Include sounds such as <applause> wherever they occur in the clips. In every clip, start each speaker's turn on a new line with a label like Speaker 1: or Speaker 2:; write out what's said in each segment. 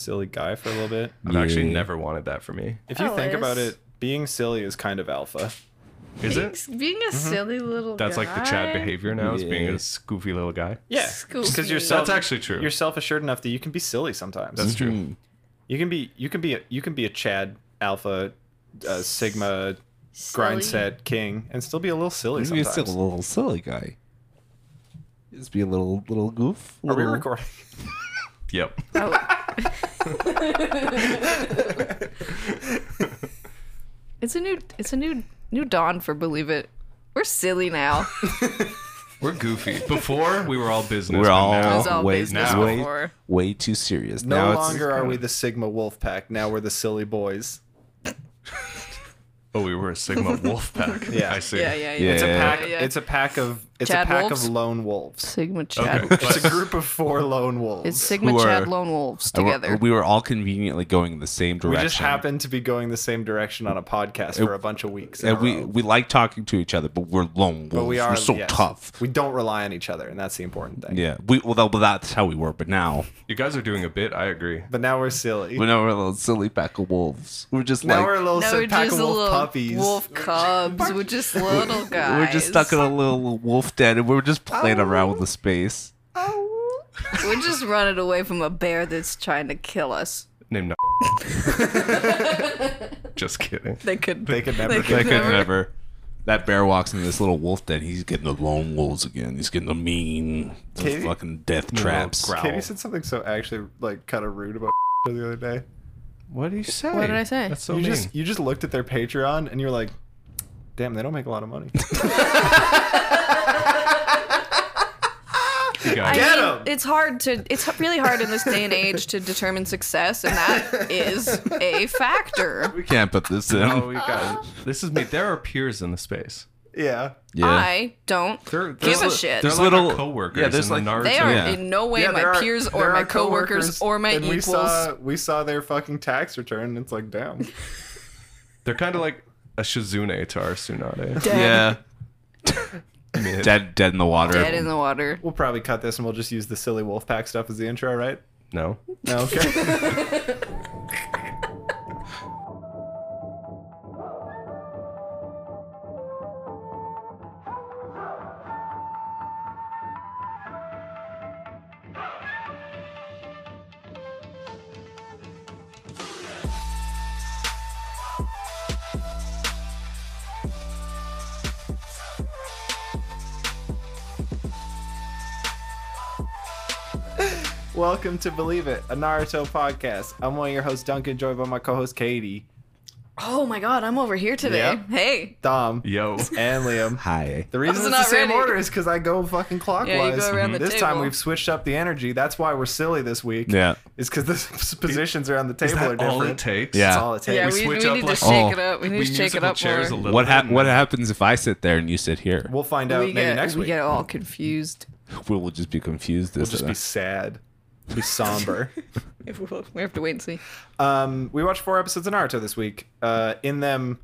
Speaker 1: silly guy for a little bit.
Speaker 2: I've actually never wanted that for me.
Speaker 1: If you think
Speaker 3: Ellis.
Speaker 1: about it, being silly is kind of alpha.
Speaker 2: Is
Speaker 3: being,
Speaker 2: it?
Speaker 3: being a silly little
Speaker 2: That's like the Chad
Speaker 3: guy.
Speaker 2: behavior now, is being a
Speaker 1: Yeah.
Speaker 2: goofy little guy.
Speaker 1: Yeah,
Speaker 3: Excuse
Speaker 1: because
Speaker 3: me.
Speaker 1: you're
Speaker 2: That's
Speaker 1: self
Speaker 2: actually true.
Speaker 1: you're self assured enough that you can be silly sometimes.
Speaker 2: That's true.
Speaker 4: Mm.
Speaker 1: you can be you can be a, you can be a Chad alpha, uh, sigma,
Speaker 3: Silly.
Speaker 1: grind set king, and still be a little silly
Speaker 4: He's be
Speaker 1: sometimes.
Speaker 4: still a little silly guy. Just be a little little goof.
Speaker 1: Are we
Speaker 4: little- <laughs>
Speaker 1: recording?
Speaker 2: Yep.
Speaker 3: Oh. It's a new it's a new new dawn for believe it. We're silly now.
Speaker 2: <laughs> We're goofy. Before we were all business.
Speaker 4: We're
Speaker 2: but
Speaker 4: all,
Speaker 2: now-
Speaker 3: was all
Speaker 4: way,
Speaker 3: business
Speaker 4: now- way,
Speaker 3: before.
Speaker 4: way too serious.
Speaker 1: No
Speaker 4: now it's-
Speaker 1: longer are we the Sigma Wolf Pack. Now we're the silly boys.
Speaker 2: Oh, we were a
Speaker 3: <laughs>
Speaker 2: Sigma wolf pack.
Speaker 1: Yeah.
Speaker 2: I see.
Speaker 3: yeah, yeah, yeah.
Speaker 4: Yeah.
Speaker 1: It's a pack.
Speaker 3: Yeah.
Speaker 1: It's a pack of. It's a
Speaker 3: Chad
Speaker 1: pack
Speaker 3: wolves?
Speaker 1: of lone
Speaker 4: <laughs>
Speaker 1: wolves.
Speaker 3: Sigma Chad.
Speaker 2: Okay.
Speaker 1: It's a group of four lone wolves.
Speaker 3: It's Sigma
Speaker 4: Who are-
Speaker 3: Chad lone wolves
Speaker 4: and we're-
Speaker 3: together.
Speaker 4: We were all conveniently going the same
Speaker 1: we
Speaker 4: direction.
Speaker 1: just happened to be going the same direction on a podcast for a bunch of weeks. in
Speaker 4: and
Speaker 1: a
Speaker 4: we
Speaker 1: row.
Speaker 4: we like talking to each other, but we're lone wolves.
Speaker 1: but we are
Speaker 4: we're so
Speaker 1: yes.
Speaker 4: tough.
Speaker 1: We don't rely on each other, and that's the important thing.
Speaker 4: Yeah, we well, that, well that's how we were.
Speaker 1: <laughs>
Speaker 4: But now,
Speaker 2: You guys are doing a bit. I agree.
Speaker 1: But now we're silly.
Speaker 4: but now we're a little silly pack of wolves. We're just
Speaker 1: now
Speaker 4: like
Speaker 1: we're a little
Speaker 3: now
Speaker 1: si-
Speaker 3: we're
Speaker 1: pack
Speaker 3: just
Speaker 1: of wolf
Speaker 3: little
Speaker 1: puppies.
Speaker 3: wolf cubs. we're just little guys.
Speaker 4: we're just stuck in a little wolf den, and we're just playing
Speaker 1: Oh.
Speaker 4: around with the space.
Speaker 3: We're just running away from a bear that's trying to kill us.
Speaker 2: Name
Speaker 3: <laughs>
Speaker 2: no. Just kidding.
Speaker 3: They could.
Speaker 1: They could never.
Speaker 3: They
Speaker 1: do
Speaker 3: could-
Speaker 1: that.
Speaker 4: That could never. That bear walks into this little wolf den. He's getting the lone wolves again. He's getting the mean, the
Speaker 1: Katie-
Speaker 4: fucking death
Speaker 2: little
Speaker 4: traps.
Speaker 2: growl.
Speaker 1: Katie said something so actually like kind of rude about <laughs> the other day.
Speaker 2: What do you say?
Speaker 3: What did I say?
Speaker 2: That's so
Speaker 1: You
Speaker 2: mean.
Speaker 1: just you just looked at their Patreon and you're like, damn, they don't make a lot of
Speaker 4: <laughs>
Speaker 1: money. <laughs>
Speaker 2: You guys-
Speaker 3: I
Speaker 1: Get
Speaker 3: mean,
Speaker 1: 'em!
Speaker 3: It's hard to. It's really hard in this day and age to determine success, and that is a factor.
Speaker 4: We can't put this in. <laughs>
Speaker 2: Oh, you guys.
Speaker 3: <laughs>
Speaker 2: This is me. There are peers in the space.
Speaker 1: yeah.
Speaker 3: I don't
Speaker 2: They're, they're
Speaker 3: give a
Speaker 2: li-
Speaker 3: shit.
Speaker 2: They're
Speaker 4: There's
Speaker 2: like
Speaker 4: little-
Speaker 2: our coworkers.
Speaker 4: yeah, there's
Speaker 2: in the
Speaker 4: like-
Speaker 2: Naruto.
Speaker 3: They are
Speaker 4: Yeah.
Speaker 3: in no way
Speaker 1: Yeah,
Speaker 3: my
Speaker 1: there are-
Speaker 3: peers
Speaker 1: there
Speaker 3: or my
Speaker 1: are
Speaker 3: coworkers or my
Speaker 1: and We
Speaker 3: equals.
Speaker 1: saw, we saw their fucking tax return and it's like,
Speaker 3: <laughs>
Speaker 1: damn.
Speaker 2: They're kind of like a Shizune to our Tsunade.
Speaker 4: Yeah. <laughs>
Speaker 2: mean-
Speaker 4: dead, dead in the water.
Speaker 3: Dead in the water.
Speaker 1: We'll probably cut this and we'll just use the silly wolf pack stuff as the intro, right?
Speaker 2: No.
Speaker 1: No, okay. Welcome to Believe It, a Naruto podcast. I'm one of your hosts, Duncan, joined by my co-host Katie,
Speaker 3: Oh my god, I'm over here today.
Speaker 1: Yep.
Speaker 3: Hey.
Speaker 1: Dom,
Speaker 2: Yo.
Speaker 1: and Liam.
Speaker 4: Hi.
Speaker 1: The reason it's
Speaker 3: was
Speaker 1: the
Speaker 3: not
Speaker 1: same
Speaker 3: ready.
Speaker 1: order is because I go fucking clockwise.
Speaker 2: Mm-hmm.
Speaker 3: around the
Speaker 1: this time
Speaker 3: table.
Speaker 1: we've switched up the energy. That's why we're silly this week.
Speaker 4: Yeah.
Speaker 1: It's because the <laughs> s- positions around the table are
Speaker 2: That
Speaker 1: different.
Speaker 2: all it takes.
Speaker 4: Yeah.
Speaker 1: That's all it takes.
Speaker 3: Yeah,
Speaker 2: we
Speaker 3: we, we,
Speaker 2: switch up
Speaker 3: need to
Speaker 2: like-
Speaker 3: shake
Speaker 4: Oh.
Speaker 3: it up. We need
Speaker 2: We
Speaker 3: to shake it
Speaker 2: musical
Speaker 3: up more.
Speaker 2: chairs a little.
Speaker 4: What
Speaker 2: bit
Speaker 4: hap-
Speaker 2: and
Speaker 4: What happens if I sit there and you sit here?
Speaker 1: We'll find out
Speaker 3: we
Speaker 1: maybe
Speaker 3: get,
Speaker 1: next
Speaker 3: we
Speaker 1: week.
Speaker 3: get all confused. <laughs>
Speaker 4: We'll, we'll just be confused.
Speaker 1: We'll just be sad, be
Speaker 2: <laughs>
Speaker 1: somber.
Speaker 3: If we we have to wait and see.
Speaker 1: um, we watched four episodes of Naruto this week. Uh, in them,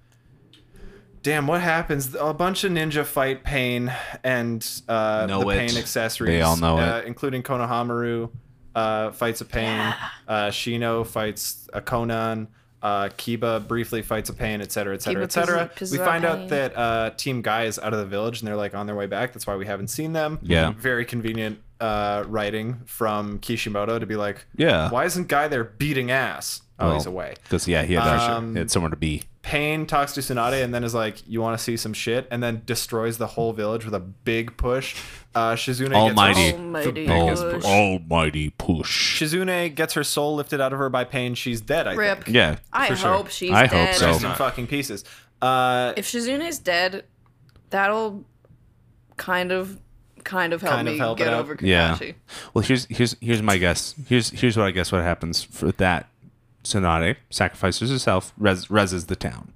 Speaker 1: damn, what happens? A bunch of ninja fight pain and uh,
Speaker 4: Know
Speaker 1: the
Speaker 4: it.
Speaker 1: pain accessories.
Speaker 4: They all know
Speaker 1: uh, including Konohamaru uh, fights a pain. Uh, Shino fights a Konan. Uh, Kiba briefly fights a pain, etc., etc.,
Speaker 3: Kiba
Speaker 1: etc.
Speaker 3: pisses-
Speaker 1: We
Speaker 3: pisses
Speaker 1: find
Speaker 3: out
Speaker 1: out
Speaker 3: pain.
Speaker 1: that uh, Team Guy is out of the village and they're like on their way back. That's why we haven't seen them.
Speaker 4: Yeah.
Speaker 1: Very convenient uh, writing from Kishimoto to be like,
Speaker 4: Yeah.
Speaker 1: why isn't Guy there beating ass? Oh, he's away.
Speaker 4: Because yeah, he had,
Speaker 1: Um,
Speaker 4: he had somewhere to be.
Speaker 1: Pain talks to Tsunade and then is like, "You want to see some shit?" and then destroys the whole village with a big push. Uh, Shizune
Speaker 4: Almighty.
Speaker 1: gets her,
Speaker 3: Almighty.
Speaker 1: biggest
Speaker 3: push.
Speaker 4: almighty push.
Speaker 1: Shizune gets her soul lifted out of her by Pain. She's dead. I
Speaker 3: Rip.
Speaker 1: think.
Speaker 4: Yeah.
Speaker 3: I
Speaker 2: for sure.
Speaker 3: hope she's
Speaker 4: I hope
Speaker 3: dead.
Speaker 4: so.
Speaker 1: Rest in fucking pieces. Uh,
Speaker 3: If Shizune's dead, that'll kind of kind of help
Speaker 1: Kind of
Speaker 3: me
Speaker 1: help it
Speaker 3: get
Speaker 1: out.
Speaker 3: over
Speaker 4: Yeah.
Speaker 3: Kakashi.
Speaker 4: Well, here's here's here's my guess. Here's here's what I guess what happens for that. Sonade sacrifices herself, res, reses the town.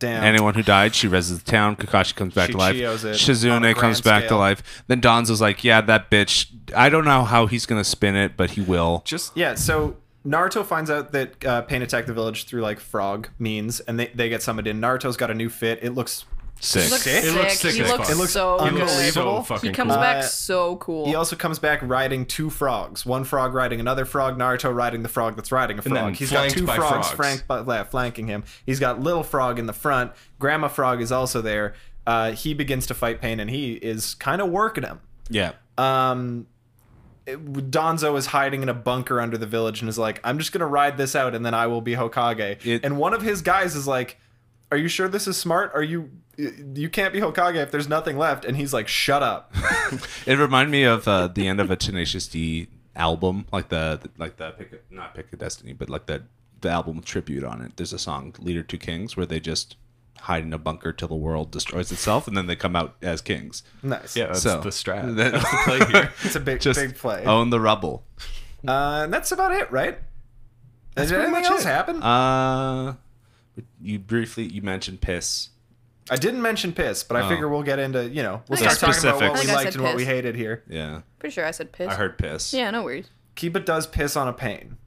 Speaker 1: damn.
Speaker 4: Anyone who died, she reses the town. Kakashi comes back
Speaker 1: She
Speaker 4: to life.
Speaker 1: Chios it on a
Speaker 4: Shizune
Speaker 1: grand
Speaker 4: comes back to
Speaker 1: scale.
Speaker 4: life. Then Donzo's like, "Yeah, that bitch. I don't know how he's gonna spin it, but he will."
Speaker 2: Just
Speaker 1: Yeah. So Naruto finds out that uh, Pain attacked the village through like frog means, and they they get summoned in. Naruto's got a new fit. It looks
Speaker 2: Sick.
Speaker 3: He looks
Speaker 1: Sick?
Speaker 3: sick.
Speaker 2: It looks sick
Speaker 3: He
Speaker 2: as
Speaker 3: looks
Speaker 2: fuck.
Speaker 1: It looks
Speaker 3: so
Speaker 2: He looks
Speaker 3: good.
Speaker 1: unbelievable. He
Speaker 2: so
Speaker 3: He
Speaker 2: fucking
Speaker 3: comes
Speaker 2: cool.
Speaker 1: Uh,
Speaker 3: back so cool.
Speaker 1: He also comes back riding two frogs. One frog riding another frog. Naruto riding the frog that's riding a
Speaker 2: And then
Speaker 1: frog. He's got
Speaker 2: flanked
Speaker 1: two
Speaker 2: by
Speaker 1: frogs,
Speaker 2: frogs.
Speaker 1: Frank, but, yeah, flanking him. He's got little frog in the front. Grandma frog is also there. Uh, he begins to fight pain, and he is kind of working him.
Speaker 4: Yeah.
Speaker 1: Um, it- Donzo is hiding in a bunker under the village and is like, "I'm just gonna ride this out, and then I will be Hokage."
Speaker 4: It-
Speaker 1: and one of his guys is like, "Are you sure this is smart? Are you you can't be Hokage if there's nothing left?" And he's like, "Shut up." <laughs>
Speaker 4: It reminded me of uh, the end of a Tenacious D album, like the like the pick a- not pick a destiny, but like the the album with tribute on it. There's a song "Leader to Kings" where they just hide in a bunker till the world destroys itself, and then they come out as kings.
Speaker 1: nice.
Speaker 2: Yeah, that's
Speaker 4: So-
Speaker 2: the strat. That's the
Speaker 4: <laughs>
Speaker 2: play here.
Speaker 1: It's a big
Speaker 4: Just
Speaker 1: big play.
Speaker 4: own the rubble.
Speaker 1: Uh, and that's about it, right? Did
Speaker 4: pretty
Speaker 1: anything
Speaker 4: much
Speaker 1: else
Speaker 4: it.
Speaker 1: happen?
Speaker 4: Uh, you briefly you mentioned piss.
Speaker 1: I didn't mention piss,
Speaker 2: Oh.
Speaker 1: but I figure we'll get into you know we'll
Speaker 3: I
Speaker 1: start talking about what we
Speaker 4: specifics.
Speaker 3: I think I
Speaker 1: liked and
Speaker 3: said
Speaker 1: what we
Speaker 3: piss.
Speaker 1: hated here.
Speaker 4: Yeah,
Speaker 3: Pretty sure I said piss.
Speaker 4: I heard piss.
Speaker 3: Yeah, no worries.
Speaker 1: Kiba does piss on a pane.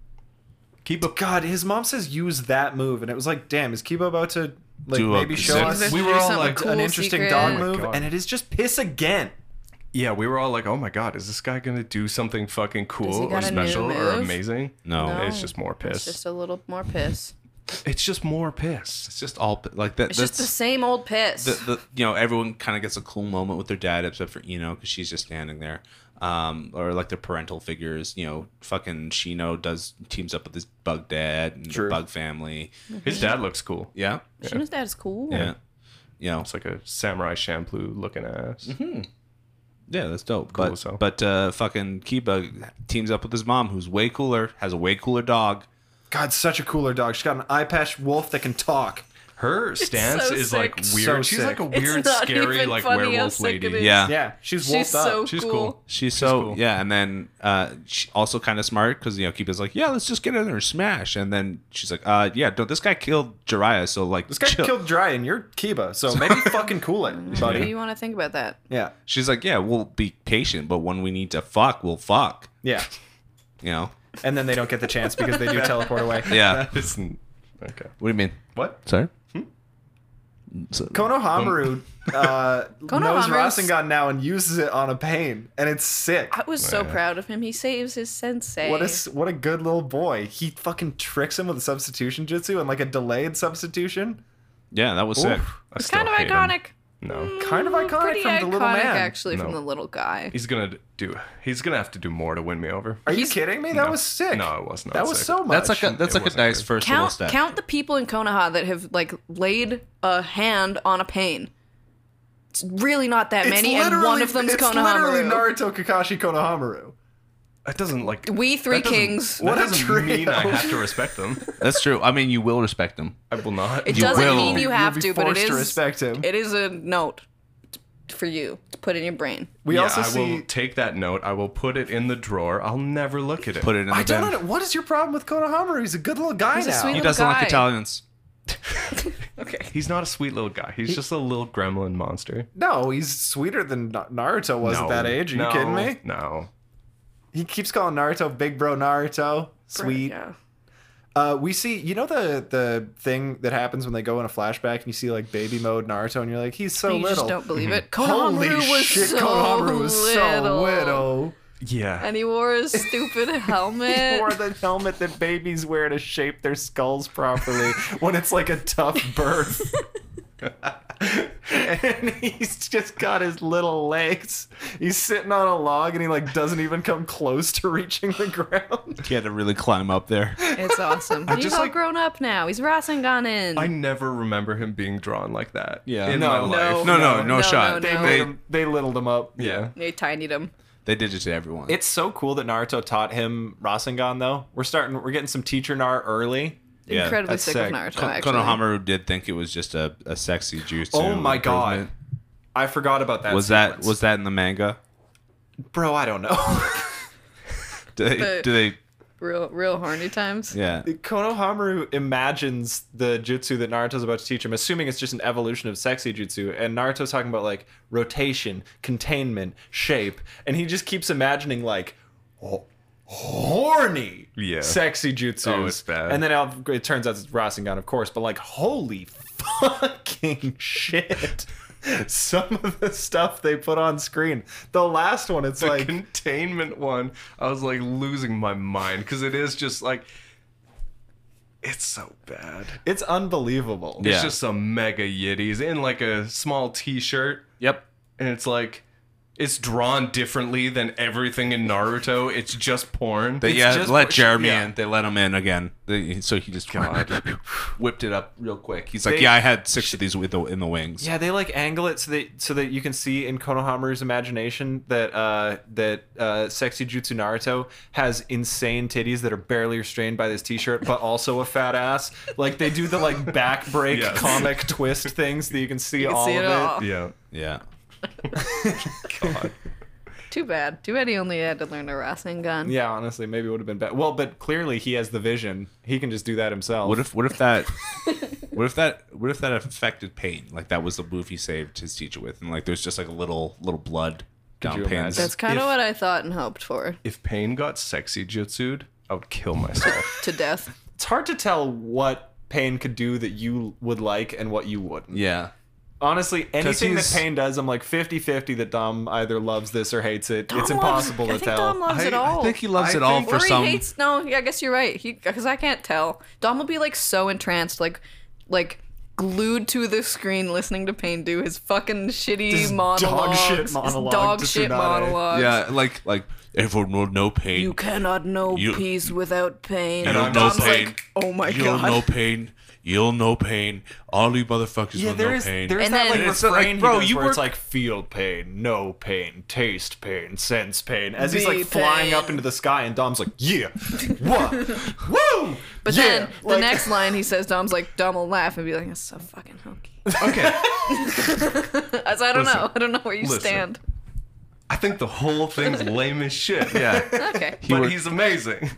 Speaker 2: Kiba.
Speaker 1: God, his mom says use that move, and it was like, damn, is Kiba about to like
Speaker 4: Do a
Speaker 1: maybe show
Speaker 4: sick-
Speaker 1: us
Speaker 2: We were all like, Oh
Speaker 1: an interesting dog move?
Speaker 2: God.
Speaker 1: And it is just piss again.
Speaker 2: Yeah, we were all like, "Oh my god, is this guy gonna do something fucking
Speaker 3: Does he
Speaker 2: cool or
Speaker 3: got a new
Speaker 2: special or
Speaker 3: move?
Speaker 2: amazing?"
Speaker 4: No. No.
Speaker 2: it's just more piss.
Speaker 3: It's just a little more piss.
Speaker 2: more piss.
Speaker 4: It's just all like that.
Speaker 3: It's
Speaker 4: that's
Speaker 3: just the same old piss.
Speaker 4: the, the you know everyone kind of gets a cool moment with their dad except for Eno because she's just standing there um or like their parental figures you know fucking Shino does teams up with his bug dad and
Speaker 1: True.
Speaker 4: the bug family
Speaker 2: His dad looks cool.
Speaker 4: yeah
Speaker 3: Shino's dad is cool.
Speaker 4: yeah you know
Speaker 2: It's like a samurai shampoo looking ass.
Speaker 4: yeah that's dope
Speaker 2: Cool,
Speaker 4: but
Speaker 2: so.
Speaker 4: but uh fucking Kiba teams up with his mom who's way cooler has a way cooler dog
Speaker 1: God, such a cooler dog. She's got an eye patch wolf that can talk.
Speaker 2: Her stance
Speaker 3: so
Speaker 2: is like
Speaker 3: sick.
Speaker 2: weird.
Speaker 1: So
Speaker 2: she's
Speaker 1: sick.
Speaker 2: like a
Speaker 1: It's
Speaker 2: weird,
Speaker 3: not
Speaker 2: scary,
Speaker 3: even
Speaker 2: like
Speaker 3: funny how
Speaker 2: werewolf
Speaker 3: sick it
Speaker 2: lady.
Speaker 3: is.
Speaker 4: yeah
Speaker 1: Yeah, she's wolfed
Speaker 3: She's so
Speaker 1: up.
Speaker 2: She's
Speaker 3: cool.
Speaker 2: cool.
Speaker 4: She's so
Speaker 2: cool.
Speaker 4: yeah, and then uh, she also kind of smart because you know Kiba's like, yeah, let's just get in there and smash, and then she's like, uh, yeah, don't, this guy killed Jiraiya, so like
Speaker 1: This guy
Speaker 4: chill.
Speaker 1: killed Dry, and you're Kiba, so
Speaker 2: <laughs>
Speaker 1: maybe fucking cool it,
Speaker 3: What do
Speaker 1: buddy.
Speaker 3: you want to think about that?
Speaker 1: Yeah,
Speaker 4: She's like, yeah, we'll be patient, but when we need to fuck, we'll fuck.
Speaker 1: yeah.
Speaker 4: You know?
Speaker 1: And then they don't get the chance because they do teleport away.
Speaker 2: <laughs>
Speaker 4: Yeah.
Speaker 2: It's n- okay.
Speaker 4: what do you mean? Hmm?
Speaker 2: What?
Speaker 4: Sorry.
Speaker 1: Konohamaru uh, knows
Speaker 3: <laughs> Konohamaru's-
Speaker 1: Rasengan now and uses it on a pain, and it's sick.
Speaker 3: I was so
Speaker 2: Yeah.
Speaker 3: proud of him. He saves his sensei.
Speaker 1: What a s- what a good little boy. He fucking tricks him with a substitution jutsu and like a delayed substitution.
Speaker 4: Yeah, that was sick.
Speaker 1: Oof.
Speaker 2: I
Speaker 3: It's kind of
Speaker 2: still hate him.
Speaker 3: iconic. Mm,
Speaker 2: No,
Speaker 1: Kind of iconic
Speaker 3: Pretty
Speaker 1: from
Speaker 3: iconic,
Speaker 1: the little man.
Speaker 3: actually,
Speaker 2: No.
Speaker 3: from the little guy.
Speaker 2: he's gonna do. He's gonna have to do more to win me over.
Speaker 1: Are you
Speaker 3: He's-
Speaker 1: kidding me? That
Speaker 2: No.
Speaker 1: was sick.
Speaker 2: No, it was not
Speaker 1: That was
Speaker 2: sick.
Speaker 1: so much.
Speaker 4: That's like a that's
Speaker 2: It
Speaker 4: like a
Speaker 2: wasn't
Speaker 4: nice
Speaker 2: good.
Speaker 4: first little
Speaker 3: Count
Speaker 4: step.
Speaker 3: count the people in Konoha that have like laid a hand on a pane. It's really not that
Speaker 1: It's
Speaker 3: many, and one
Speaker 1: literally-
Speaker 3: of them's
Speaker 1: it's
Speaker 3: Konohamaru.
Speaker 1: literally Naruto, Kakashi, Konohamaru.
Speaker 2: It doesn't like.
Speaker 3: we three
Speaker 2: that doesn't-
Speaker 3: kings.
Speaker 1: What
Speaker 2: that
Speaker 1: a
Speaker 2: doesn't
Speaker 1: trio.
Speaker 2: mean I have to respect
Speaker 3: <laughs>
Speaker 2: them.
Speaker 4: That's true. I mean, you will respect him.
Speaker 2: I will not.
Speaker 3: It doesn't
Speaker 4: will.
Speaker 3: mean you have
Speaker 1: You'll be
Speaker 3: to, but it
Speaker 1: forced
Speaker 3: is
Speaker 1: to respect him.
Speaker 3: It is a note t- for you to put in your brain.
Speaker 1: We
Speaker 2: yeah,
Speaker 1: also
Speaker 2: I
Speaker 1: see.
Speaker 2: will take that note. I will put it in the drawer. I'll never look at it.
Speaker 4: Put it in the
Speaker 1: I
Speaker 4: bin.
Speaker 1: don't know. What is your problem with Konohamaru? He's a good little guy
Speaker 3: He's a
Speaker 1: now.
Speaker 3: sweet
Speaker 4: He
Speaker 3: Little
Speaker 4: doesn't like
Speaker 3: guy.
Speaker 4: Italians.
Speaker 3: Okay.
Speaker 2: He's not a sweet little guy. He's just a little gremlin monster.
Speaker 1: no, he's sweeter than Na- Naruto was at that age. Are you
Speaker 2: No.
Speaker 1: kidding me?
Speaker 2: No.
Speaker 1: He keeps calling Naruto Big Bro Naruto. Sweet.
Speaker 3: Yeah.
Speaker 1: Uh, we see, you know the the thing that happens when they go in a flashback and you see like baby mode Naruto and you're like, he's so
Speaker 3: You
Speaker 1: little.
Speaker 3: just don't believe it.
Speaker 1: Holy
Speaker 3: Konohamaru was
Speaker 1: shit,
Speaker 3: so
Speaker 1: Konohamaru was so
Speaker 3: little.
Speaker 1: little.
Speaker 2: Yeah.
Speaker 3: And he
Speaker 1: <laughs>
Speaker 3: wore his stupid <laughs> helmet.
Speaker 1: He wore the helmet that babies wear to shape their skulls properly when it's like a tough birth. <laughs> and he's just got his little legs. He's sitting on a log and he like doesn't even come close to reaching the ground.
Speaker 4: He had to really climb up <laughs> there.
Speaker 3: It's awesome. He's
Speaker 2: just
Speaker 3: all
Speaker 2: like-
Speaker 3: grown up now. He's Rasengan in.
Speaker 2: I never remember him being drawn like that.
Speaker 4: Yeah.
Speaker 2: In
Speaker 4: No,
Speaker 2: my
Speaker 4: no.
Speaker 2: life.
Speaker 4: No, no, no,
Speaker 3: no,
Speaker 4: shot.
Speaker 3: no,
Speaker 1: They,
Speaker 3: no.
Speaker 1: made
Speaker 4: They,
Speaker 1: him, they littled him up.
Speaker 2: Yeah.
Speaker 3: They tinied him.
Speaker 4: they did it to everyone.
Speaker 1: It's so cool that Naruto taught him Rasengan though. We're starting we're getting some teacher Nar early.
Speaker 4: Yeah,
Speaker 3: Incredibly
Speaker 1: that's
Speaker 3: sick,
Speaker 1: sick.
Speaker 3: of Naruto,
Speaker 4: Ko-
Speaker 3: actually.
Speaker 4: Konohamaru did think it was just a, a sexy juice.
Speaker 1: Oh my god. I forgot about that.
Speaker 4: Was that
Speaker 1: sequence.
Speaker 4: was that in the manga?
Speaker 1: Bro, I don't know. <laughs>
Speaker 4: Do they,
Speaker 3: The-
Speaker 4: do they
Speaker 3: Real, real
Speaker 1: <laughs>
Speaker 3: horny times.
Speaker 4: yeah.
Speaker 1: Konohamaru imagines the jutsu that Naruto's about to teach him, assuming it's just an evolution of sexy jutsu, and Naruto's talking about like rotation, containment, shape, and he just keeps imagining like ho- horny
Speaker 2: Yeah.
Speaker 1: sexy jutsus.
Speaker 2: Oh, it's bad.
Speaker 1: And then it turns out it's Rasengan, of course, but like holy fucking <laughs> shit. some of the stuff they put on screen. The last one, it's
Speaker 2: the
Speaker 1: like
Speaker 2: containment one, I was like losing my mind because it is just like it's so bad.
Speaker 1: it's unbelievable.
Speaker 4: Yeah.
Speaker 2: It's just some mega yiddies in like a small T-shirt,
Speaker 4: Yep.
Speaker 2: and it's like it's drawn differently than everything in Naruto. It's just porn.
Speaker 4: They
Speaker 2: It's
Speaker 4: yeah,
Speaker 2: just-
Speaker 4: let Jeremy
Speaker 2: yeah.
Speaker 4: in. They let him in again. They, so he just whipped it up real quick. He's like,
Speaker 1: They-
Speaker 4: yeah, I had six of these with the, in the wings.
Speaker 1: Yeah, they like angle it so that so that you can see in Konohamaru's imagination that uh, that uh, sexy Jutsu Naruto has insane titties that are barely restrained by this T-shirt, but also a fat ass. Like they do the like back break
Speaker 2: Yes.
Speaker 1: comic twist things that you can see
Speaker 3: You can
Speaker 1: all
Speaker 3: see
Speaker 1: of
Speaker 3: it
Speaker 1: it.
Speaker 3: all.
Speaker 2: Yeah.
Speaker 4: Yeah.
Speaker 3: Too bad. Too bad he only had to learn a Rasengan.
Speaker 1: Yeah, honestly, maybe it would have been better. Well, but clearly he has the vision. He can just do that himself.
Speaker 4: What if what if that what if that what if that affected Payne? Like that was the move he saved his teacher with, and like there's just like a little little blood down
Speaker 1: you
Speaker 4: Payne's.
Speaker 1: imagine?
Speaker 3: That's kind of
Speaker 2: If-
Speaker 3: what I thought and hoped for
Speaker 2: If Pain got sexy jutsued, I would kill
Speaker 3: <laughs>
Speaker 2: myself.
Speaker 3: to death.
Speaker 1: it's hard to tell what Pain could do that you would like and what you wouldn't.
Speaker 4: Yeah.
Speaker 1: Honestly, anything that
Speaker 4: he's-
Speaker 1: Pain does, I'm like 50-50 that Dom either loves this or hates it.
Speaker 3: Dom
Speaker 1: it's
Speaker 3: loves-
Speaker 1: impossible
Speaker 3: I
Speaker 1: to
Speaker 3: think
Speaker 1: tell.
Speaker 3: Dom loves
Speaker 2: I-
Speaker 3: it
Speaker 2: I
Speaker 3: all.
Speaker 4: I think he loves
Speaker 2: I
Speaker 4: it all
Speaker 2: think-
Speaker 4: for
Speaker 3: or
Speaker 4: some.
Speaker 3: he hates. No, yeah, I guess you're right. He because I can't tell. Dom will be like so entranced, like like glued to the screen, listening to Payne do his fucking shitty
Speaker 1: This dog shit
Speaker 3: monologues, his
Speaker 1: monologue
Speaker 3: dog
Speaker 1: to
Speaker 3: shit
Speaker 1: Tsunade.
Speaker 3: monologues.
Speaker 4: yeah, uh, like like everyone will know Payne.
Speaker 3: You cannot know
Speaker 4: You-
Speaker 3: peace without pain.
Speaker 4: You
Speaker 3: And
Speaker 4: don't know
Speaker 3: Dom's
Speaker 4: pain.
Speaker 3: like, oh my
Speaker 4: You'll
Speaker 3: god.
Speaker 4: know Pain. You'll know Pain. All you motherfuckers
Speaker 1: yeah,
Speaker 4: will
Speaker 1: there
Speaker 4: know
Speaker 1: is
Speaker 4: Pain.
Speaker 1: there is
Speaker 3: And
Speaker 1: that
Speaker 3: then-
Speaker 1: like
Speaker 3: And
Speaker 4: it's not like,
Speaker 1: refrain he
Speaker 4: bro,
Speaker 1: does
Speaker 4: you
Speaker 1: where it's
Speaker 4: were-
Speaker 1: like feel pain, no pain, taste pain, sense pain. As he's
Speaker 3: Be
Speaker 1: like flying
Speaker 3: pain.
Speaker 1: up into the sky, and Dom's like,
Speaker 3: <laughs>
Speaker 1: yeah, what, woo.
Speaker 3: But
Speaker 1: yeah.
Speaker 3: then the
Speaker 1: Like- <laughs>
Speaker 3: next line he says, Dom's like, Dom will laugh and be like, that's so fucking hokey. <laughs>
Speaker 2: okay.
Speaker 3: I, so I
Speaker 2: Listen.
Speaker 3: don't know. I don't know where you
Speaker 2: Listen.
Speaker 3: stand.
Speaker 1: <laughs>
Speaker 2: I think the whole thing's lame as shit. <laughs>
Speaker 4: yeah.
Speaker 3: Okay.
Speaker 2: but
Speaker 4: worked-
Speaker 2: he's amazing.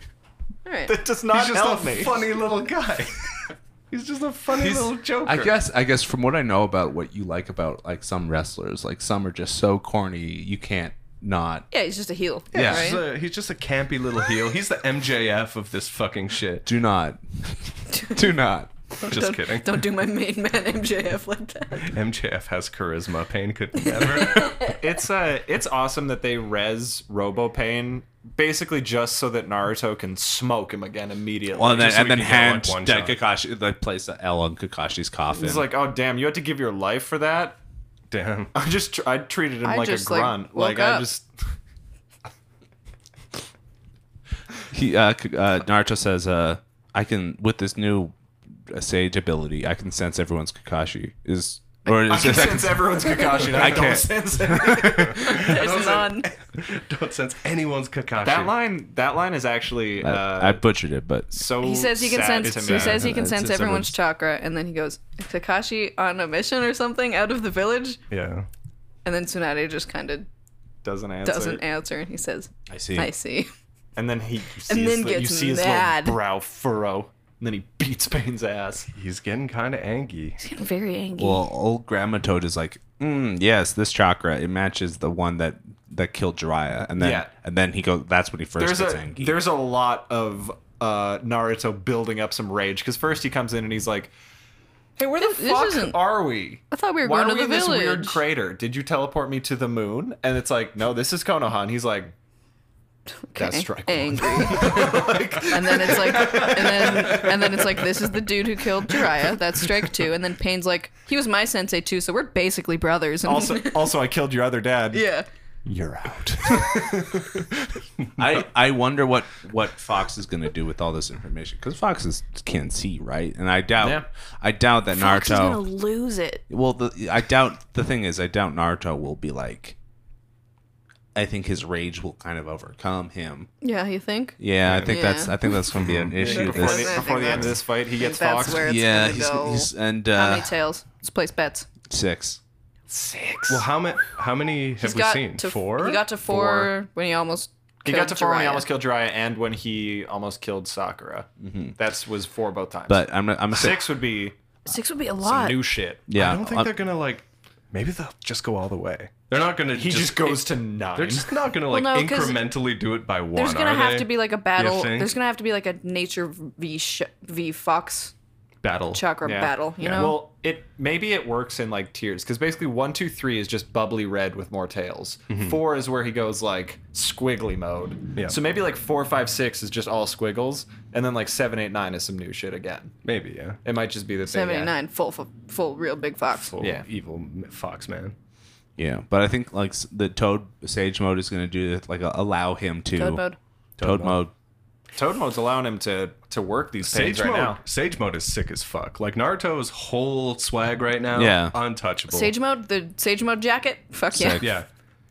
Speaker 3: All right.
Speaker 1: That does not
Speaker 2: He's just
Speaker 1: help
Speaker 2: a
Speaker 1: me.
Speaker 2: funny little guy. <laughs> he's just a funny
Speaker 4: He's-
Speaker 2: little joker.
Speaker 4: I guess I guess from what I know about what you like about like some wrestlers, like some are just so corny you can't not.
Speaker 3: Yeah, he's just a heel.
Speaker 4: Yeah.
Speaker 2: He's,
Speaker 3: Right?
Speaker 2: just a, he's just a campy little heel. He's the MJF of this fucking shit.
Speaker 4: Do not. Do not.
Speaker 2: Just kidding.
Speaker 3: Don't do my main man MJF like
Speaker 1: <laughs>
Speaker 3: that.
Speaker 2: MJF has charisma. Pain could never.
Speaker 1: it's uh it's awesome that they res Robo Pain basically just so that Naruto can smoke him again immediately.
Speaker 4: Well, and then,
Speaker 2: Just so
Speaker 4: and
Speaker 2: we
Speaker 4: then
Speaker 2: can get, like,
Speaker 4: hand
Speaker 2: one
Speaker 4: that
Speaker 2: shot.
Speaker 4: Kakashi, like place the L on Kakashi's coffin.
Speaker 1: it's like, oh damn, you had to give your life for that.
Speaker 2: Damn. <laughs>
Speaker 1: I just tr- I treated him
Speaker 3: I
Speaker 1: like a
Speaker 3: just, like,
Speaker 1: grunt.
Speaker 3: woke
Speaker 1: Like, I
Speaker 3: up. <laughs>
Speaker 1: just
Speaker 4: he, uh, K- uh, Naruto says, uh, "I can with this new uh, sage ability, I can sense everyone's Kakashi." Is or is
Speaker 1: I can <laughs>
Speaker 4: it-
Speaker 1: sense everyone's Kakashi. I,
Speaker 4: I
Speaker 1: don't <laughs>
Speaker 4: can't.
Speaker 1: sense it.
Speaker 3: There's none.
Speaker 2: Don't sense anyone's Kakashi.
Speaker 1: That line that line is actually uh,
Speaker 4: <laughs> I, I butchered it, but
Speaker 1: so
Speaker 3: He says he can
Speaker 1: sad
Speaker 3: sense.
Speaker 1: to
Speaker 3: He
Speaker 1: me.
Speaker 3: says he can
Speaker 4: It's-
Speaker 3: sense
Speaker 4: it's
Speaker 3: everyone's
Speaker 4: everyone's-
Speaker 3: chakra, and then he goes Kakashi on a mission or something out of the village,
Speaker 2: Yeah.
Speaker 3: and then Tsunade just kind of
Speaker 1: doesn't answer.
Speaker 3: doesn't answer, and he says,
Speaker 4: I see.
Speaker 3: "I see."
Speaker 1: And then he sees
Speaker 3: And then
Speaker 1: the- you
Speaker 3: gets
Speaker 1: see his
Speaker 3: mad.
Speaker 1: little brow furrow. And then he beats Pain's ass.
Speaker 2: He's getting kind of angy.
Speaker 3: Getting very angry.
Speaker 4: Well, old Grandma Toad is like, mm, "Yes, this chakra it matches the one that that killed Jiraiya," and then
Speaker 1: Yeah.
Speaker 4: and then he goes. That's when he first
Speaker 1: there's
Speaker 4: gets
Speaker 1: a
Speaker 4: angry.
Speaker 1: there's a lot of uh, Naruto building up some rage because first he comes in and he's like, "Hey, where the
Speaker 3: This- this
Speaker 1: fuck
Speaker 3: isn't-
Speaker 1: are we?
Speaker 3: I thought we were
Speaker 1: Why
Speaker 3: going
Speaker 1: are
Speaker 3: to
Speaker 1: we
Speaker 3: the
Speaker 1: in this weird
Speaker 3: village."
Speaker 1: crater? Did you teleport me to the moon?" And it's like, "No, this is Konoha." And he's like, "That's strike one." <laughs>
Speaker 3: angry. and then it's like, and then and then it's like, this is the dude who killed Jiraiya. That's strike two. And then Pain's like, he was my sensei too, so we're basically brothers. And <laughs>
Speaker 1: Also, also, I killed your other dad.
Speaker 3: yeah,
Speaker 1: You're out.
Speaker 4: <laughs> I I wonder what what Fox is going to do with all this information because Fox is, can see right, and I doubt
Speaker 1: Yeah.
Speaker 4: I doubt that
Speaker 3: Fox
Speaker 4: Naruto.
Speaker 3: is gonna lose it.
Speaker 4: Well, the, I doubt the thing is, I doubt Naruto will be like. I think his rage will kind of overcome him.
Speaker 3: Yeah, you think?
Speaker 4: Yeah, I think that's
Speaker 3: Yeah.
Speaker 4: I think that's going to be an issue.
Speaker 1: before
Speaker 4: This,
Speaker 1: the, before the end of this fight, he gets
Speaker 3: That's
Speaker 1: foxed.
Speaker 3: where it's
Speaker 4: yeah,
Speaker 3: gonna
Speaker 4: he's,
Speaker 3: go.
Speaker 4: he's and
Speaker 3: How
Speaker 4: uh,
Speaker 3: many tails? Let's place bets.
Speaker 4: six.
Speaker 1: Six.
Speaker 2: Well, how many? How many have we seen?
Speaker 3: to
Speaker 2: Four.
Speaker 3: He got to four, when he almost.
Speaker 1: he got to four
Speaker 3: Jiraiya.
Speaker 1: when he almost killed Jiraiya, and when he almost killed Sakura. That's was four both times.
Speaker 4: But I'm I'm six.
Speaker 1: six would be
Speaker 3: Six would be a
Speaker 1: some
Speaker 3: lot.
Speaker 1: new shit.
Speaker 4: Yeah, Uh,
Speaker 2: I don't think
Speaker 4: I'm-
Speaker 2: they're gonna like. Maybe they'll just go all the way. Uh, They're not gonna.
Speaker 1: He just, goes to nine.
Speaker 2: <laughs> They're just not gonna like
Speaker 3: no, 'cause
Speaker 2: incrementally do it by one.
Speaker 3: There's gonna
Speaker 2: are
Speaker 3: have
Speaker 2: they?
Speaker 3: to be like a battle.
Speaker 2: think?
Speaker 3: There's gonna have to be like a nature v sh- v fox
Speaker 2: battle.
Speaker 3: chakra
Speaker 1: Yeah.
Speaker 3: battle, you
Speaker 2: Yeah.
Speaker 3: know?
Speaker 1: Well, it maybe it works in like tiers because basically one, two, three is just bubbly red with more tails. Four is where he goes like squiggly mode.
Speaker 2: Yeah.
Speaker 1: So maybe like four, five, six is just all squiggles, and then like seven, eight, nine is some new shit again.
Speaker 2: Maybe, yeah.
Speaker 1: It might just be the same.
Speaker 3: Seventy nine, full, full, full, real big fox.
Speaker 2: Full
Speaker 1: Yeah.
Speaker 2: evil m- fox man.
Speaker 4: Yeah, but I think like s- the Toad Sage mode is going to do like a, allow him to
Speaker 3: Toad mode.
Speaker 4: Toad,
Speaker 2: Toad
Speaker 4: mode.
Speaker 2: mode.
Speaker 1: Toad mode's allowing him to to work these
Speaker 2: Sage
Speaker 1: things right
Speaker 2: mode.
Speaker 1: now.
Speaker 2: Sage mode is sick as fuck. Like Naruto's whole swag right now.
Speaker 4: Yeah.
Speaker 2: Untouchable.
Speaker 3: Sage mode, the Sage mode jacket. Fuck yeah.
Speaker 4: Sick.
Speaker 2: Yeah.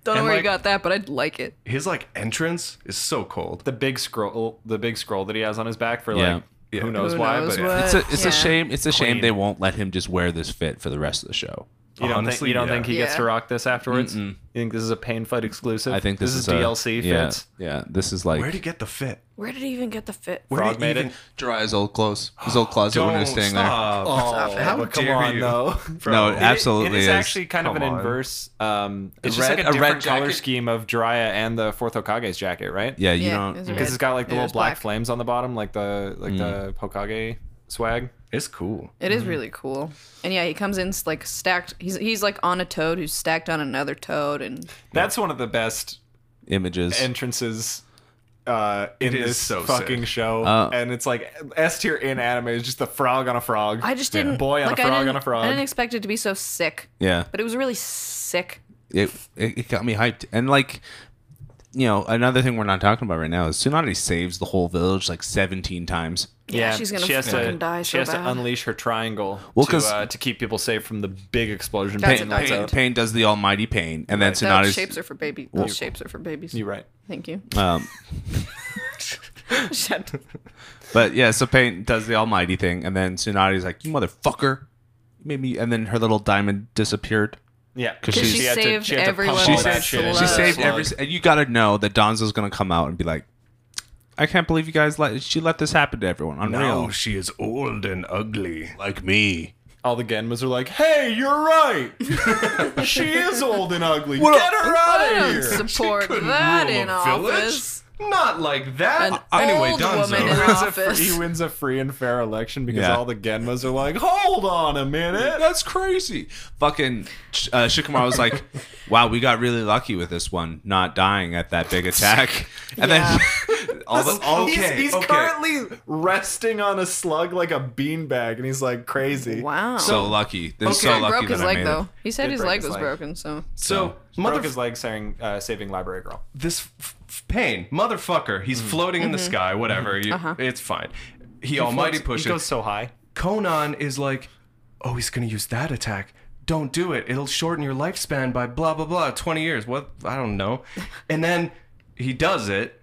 Speaker 3: Don't know
Speaker 2: And,
Speaker 3: where
Speaker 2: like,
Speaker 3: you got that, but I'd like it.
Speaker 2: His like entrance is so cold.
Speaker 1: The big scroll, the big scroll that he has on his back for
Speaker 4: Yeah.
Speaker 1: like
Speaker 2: Yeah.
Speaker 1: who knows
Speaker 3: Who
Speaker 1: why,
Speaker 3: knows
Speaker 1: but
Speaker 3: what?
Speaker 4: It's a it's
Speaker 3: Yeah.
Speaker 4: a shame. It's a shame
Speaker 1: Clean.
Speaker 4: they won't let him just wear this fit for the rest of the show.
Speaker 1: you don't think
Speaker 2: Honestly,
Speaker 1: you don't
Speaker 2: yeah.
Speaker 1: think he gets
Speaker 3: Yeah.
Speaker 1: to rock this afterwards. You think this is a pain fight exclusive?
Speaker 4: I think this,
Speaker 1: is,
Speaker 4: a-
Speaker 1: DLC
Speaker 4: Yeah,
Speaker 1: fits.
Speaker 4: yeah, this is like
Speaker 2: Where'd he get the fit?
Speaker 3: Where did he even get the fit?
Speaker 2: Where
Speaker 1: Frog
Speaker 2: did
Speaker 1: made
Speaker 2: he even...
Speaker 1: it.
Speaker 4: Dry old clothes. His old closet when he was staying
Speaker 2: stop.
Speaker 1: Oh,
Speaker 3: How
Speaker 1: but come
Speaker 2: dare
Speaker 1: on,
Speaker 2: you.
Speaker 1: though.
Speaker 2: Bro.
Speaker 4: No,
Speaker 2: It-
Speaker 1: It-
Speaker 4: absolutely
Speaker 1: It is
Speaker 4: is.
Speaker 1: actually kind of
Speaker 2: Come
Speaker 1: an
Speaker 2: on.
Speaker 1: inverse. Um, it's
Speaker 4: red-
Speaker 1: just like a,
Speaker 4: a red
Speaker 1: different color
Speaker 4: jacket.
Speaker 1: scheme of Jiraiya and the fourth Hokage's jacket, right?
Speaker 4: there. Yeah, you
Speaker 3: Yeah,
Speaker 4: don't.
Speaker 3: it's
Speaker 4: yeah.
Speaker 3: red.
Speaker 1: because it's got like the
Speaker 3: It
Speaker 1: little
Speaker 3: is
Speaker 1: black,
Speaker 3: black.
Speaker 1: flames on the bottom, like the like the Hokage swag.
Speaker 2: It's cool.
Speaker 3: It is really cool. And yeah, he comes in like stacked. He's he's like on a toad who's stacked on another toad, and
Speaker 1: That's one of the best
Speaker 4: images.
Speaker 1: entrances. Uh, in
Speaker 2: It is
Speaker 1: this
Speaker 2: so
Speaker 1: fucking
Speaker 2: sick.
Speaker 1: show,
Speaker 4: Uh,
Speaker 1: and it's like S tier in anime is just the frog on a frog.
Speaker 3: I just didn't
Speaker 1: boy on
Speaker 3: like,
Speaker 1: a
Speaker 3: I
Speaker 1: frog
Speaker 3: didn't,
Speaker 1: on a frog.
Speaker 3: I didn't expect it to be so sick,
Speaker 4: yeah,
Speaker 3: but it was really sick.
Speaker 4: it, it it got me hyped. And like, you know, another thing we're not talking about right now is Tsunade saves the whole village like 17 times.
Speaker 3: Yeah, she's gonna
Speaker 1: she has
Speaker 3: fucking
Speaker 1: to,
Speaker 3: die so
Speaker 1: She has
Speaker 3: bad.
Speaker 1: to unleash her triangle
Speaker 4: Well,
Speaker 1: to,
Speaker 4: 'cause-
Speaker 1: uh, to keep people safe from the big explosion.
Speaker 3: That's
Speaker 1: Pain
Speaker 3: a
Speaker 1: lights
Speaker 3: big-
Speaker 1: out.
Speaker 4: Pain, Pain does the almighty pain, and then
Speaker 3: Those
Speaker 4: Tsunade's
Speaker 3: shapes are for baby. Those shapes are for babies.
Speaker 1: You're right.
Speaker 3: Thank you.
Speaker 4: Um,
Speaker 3: <laughs> Shut up.
Speaker 4: but yeah, so Pain does the almighty thing, and then Tsunade's like, "You motherfucker!" You made me, and then her little diamond disappeared.
Speaker 1: Yeah,
Speaker 4: 'Cause she- she
Speaker 1: had to-
Speaker 3: saved
Speaker 1: she had to pump
Speaker 3: everyone's
Speaker 1: all
Speaker 4: She
Speaker 1: Oh, that
Speaker 4: saved-
Speaker 1: shit in.
Speaker 3: blood.
Speaker 4: She
Speaker 3: Love
Speaker 4: saved
Speaker 1: Slug.
Speaker 4: every. And you gotta know that Donzo's gonna come out and be like, "I can't believe you guys let she let this happen to everyone. Unreal."
Speaker 2: Now she is old and ugly.
Speaker 4: like me.
Speaker 1: All the Genmas are like, "Hey, you're right. <laughs> she is old and ugly.
Speaker 4: What a-
Speaker 1: Get her out
Speaker 3: I
Speaker 1: of
Speaker 3: don't
Speaker 1: here."
Speaker 3: support
Speaker 2: Couldn't
Speaker 3: that
Speaker 2: rule a
Speaker 3: in
Speaker 2: village.
Speaker 3: office.
Speaker 2: Not like that.
Speaker 3: An
Speaker 2: Uh, anyway,
Speaker 3: old
Speaker 2: Donzo.
Speaker 3: woman in
Speaker 1: He wins a-
Speaker 3: office.
Speaker 1: He wins a free and fair election because
Speaker 4: Yeah.
Speaker 1: all the Genmas are like, "Hold on a minute."
Speaker 4: <laughs> That's crazy. Fucking uh, Shikamaru
Speaker 1: <laughs>
Speaker 4: was like, "Wow, we got really lucky with this one not dying at that big attack." And then <laughs> all the all,
Speaker 1: he's
Speaker 2: Okay,
Speaker 1: he's
Speaker 2: okay.
Speaker 1: currently resting on a slug like a beanbag, and he's like crazy.
Speaker 3: Wow.
Speaker 4: so lucky. They're
Speaker 2: Okay.
Speaker 4: so
Speaker 3: He
Speaker 4: lucky
Speaker 3: broke his
Speaker 4: that I
Speaker 3: leg
Speaker 4: made
Speaker 3: though. He said
Speaker 1: Did
Speaker 3: his
Speaker 1: break
Speaker 3: leg
Speaker 1: his
Speaker 3: was
Speaker 1: leg.
Speaker 3: broken. So
Speaker 2: so,
Speaker 1: Broke
Speaker 2: mother
Speaker 1: his leg saying, uh, saving Library Girl.
Speaker 2: this f- f- pain, motherfucker. He's floating in the
Speaker 3: Mm-hmm.
Speaker 2: sky, whatever. You,
Speaker 3: Uh-huh.
Speaker 2: It's fine. Mm-hmm. He, almighty
Speaker 1: He
Speaker 2: pushes.
Speaker 1: goes so high.
Speaker 2: Conan is like, oh, he's gonna use that attack. Don't do it. It'll shorten your lifespan by blah blah blah, twenty years. What? I don't
Speaker 3: <laughs>
Speaker 2: know. And then he does it.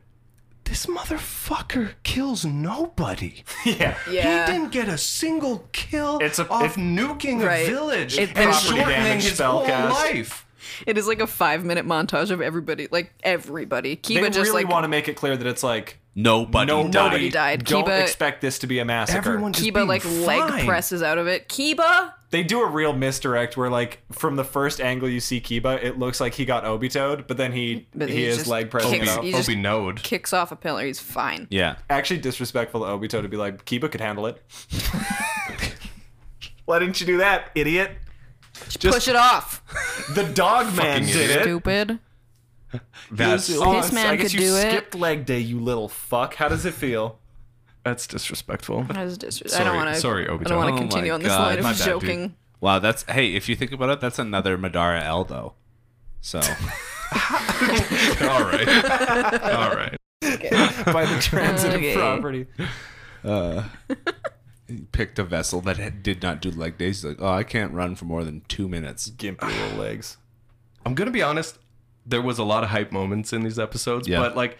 Speaker 2: This motherfucker kills nobody.
Speaker 1: yeah.
Speaker 3: yeah,
Speaker 2: He didn't get a single kill
Speaker 1: It's a-
Speaker 2: off
Speaker 1: it-
Speaker 2: nuking
Speaker 3: Right.
Speaker 2: a village
Speaker 3: It-
Speaker 2: and
Speaker 3: Property
Speaker 2: shortening
Speaker 1: damage
Speaker 2: his
Speaker 1: spell
Speaker 2: whole
Speaker 1: cast.
Speaker 2: life.
Speaker 3: it is like a five minute montage of everybody, like everybody. Kiba
Speaker 1: They
Speaker 3: just
Speaker 1: really
Speaker 3: like
Speaker 1: want to make it clear that it's like
Speaker 4: Nobody,
Speaker 1: nobody
Speaker 4: died.
Speaker 3: died.
Speaker 1: Don't
Speaker 3: Kiba-
Speaker 1: expect this to be a massacre.
Speaker 2: Everyone just
Speaker 3: Kiba
Speaker 2: being
Speaker 3: like leg
Speaker 2: fine.
Speaker 3: presses out of it. Kiba,
Speaker 1: They do a real misdirect where, like, from the first angle you see Kiba, it looks like he got Obitoed, but then he
Speaker 3: But
Speaker 1: he
Speaker 3: he
Speaker 1: is
Speaker 3: just
Speaker 1: leg pressing
Speaker 3: kicks-
Speaker 1: it up.
Speaker 3: he just-
Speaker 2: Obi Node.
Speaker 3: kicks off a pillar. He's fine.
Speaker 4: Yeah.
Speaker 1: Actually, disrespectful to Obito to be like, Kiba could handle <laughs> it. Why didn't you do that, idiot?
Speaker 3: Just push it off.
Speaker 1: The dog man
Speaker 2: Fucking
Speaker 1: did it.
Speaker 3: Stupid.
Speaker 4: That's
Speaker 1: Oh,
Speaker 3: Piss man
Speaker 1: I guess
Speaker 3: could
Speaker 1: you
Speaker 3: do it.
Speaker 1: skipped leg day, you little fuck. How does it feel?
Speaker 2: That's disrespectful.
Speaker 3: I was disres- I
Speaker 2: Sorry-
Speaker 3: don't want to.
Speaker 2: sorry,
Speaker 3: I
Speaker 2: Obito.
Speaker 3: don't want
Speaker 4: Oh
Speaker 3: to continue
Speaker 4: my
Speaker 3: on this
Speaker 4: God,
Speaker 3: line
Speaker 4: my
Speaker 3: of
Speaker 4: bad, dude.
Speaker 3: joking.
Speaker 4: wow. That's hey. If you think about it, that's another Madara L though.
Speaker 3: <laughs>
Speaker 4: So <laughs>
Speaker 2: All right. All right.
Speaker 1: <laughs> By the transitive
Speaker 3: Okay.
Speaker 1: property.
Speaker 4: he picked a vessel that had- did not do leg days. He's like, oh, I can't run for more than two minutes.
Speaker 1: Gimpy little legs.
Speaker 2: I'm gonna be honest. There was a lot of hype moments in these episodes,
Speaker 4: Yeah.
Speaker 2: but like,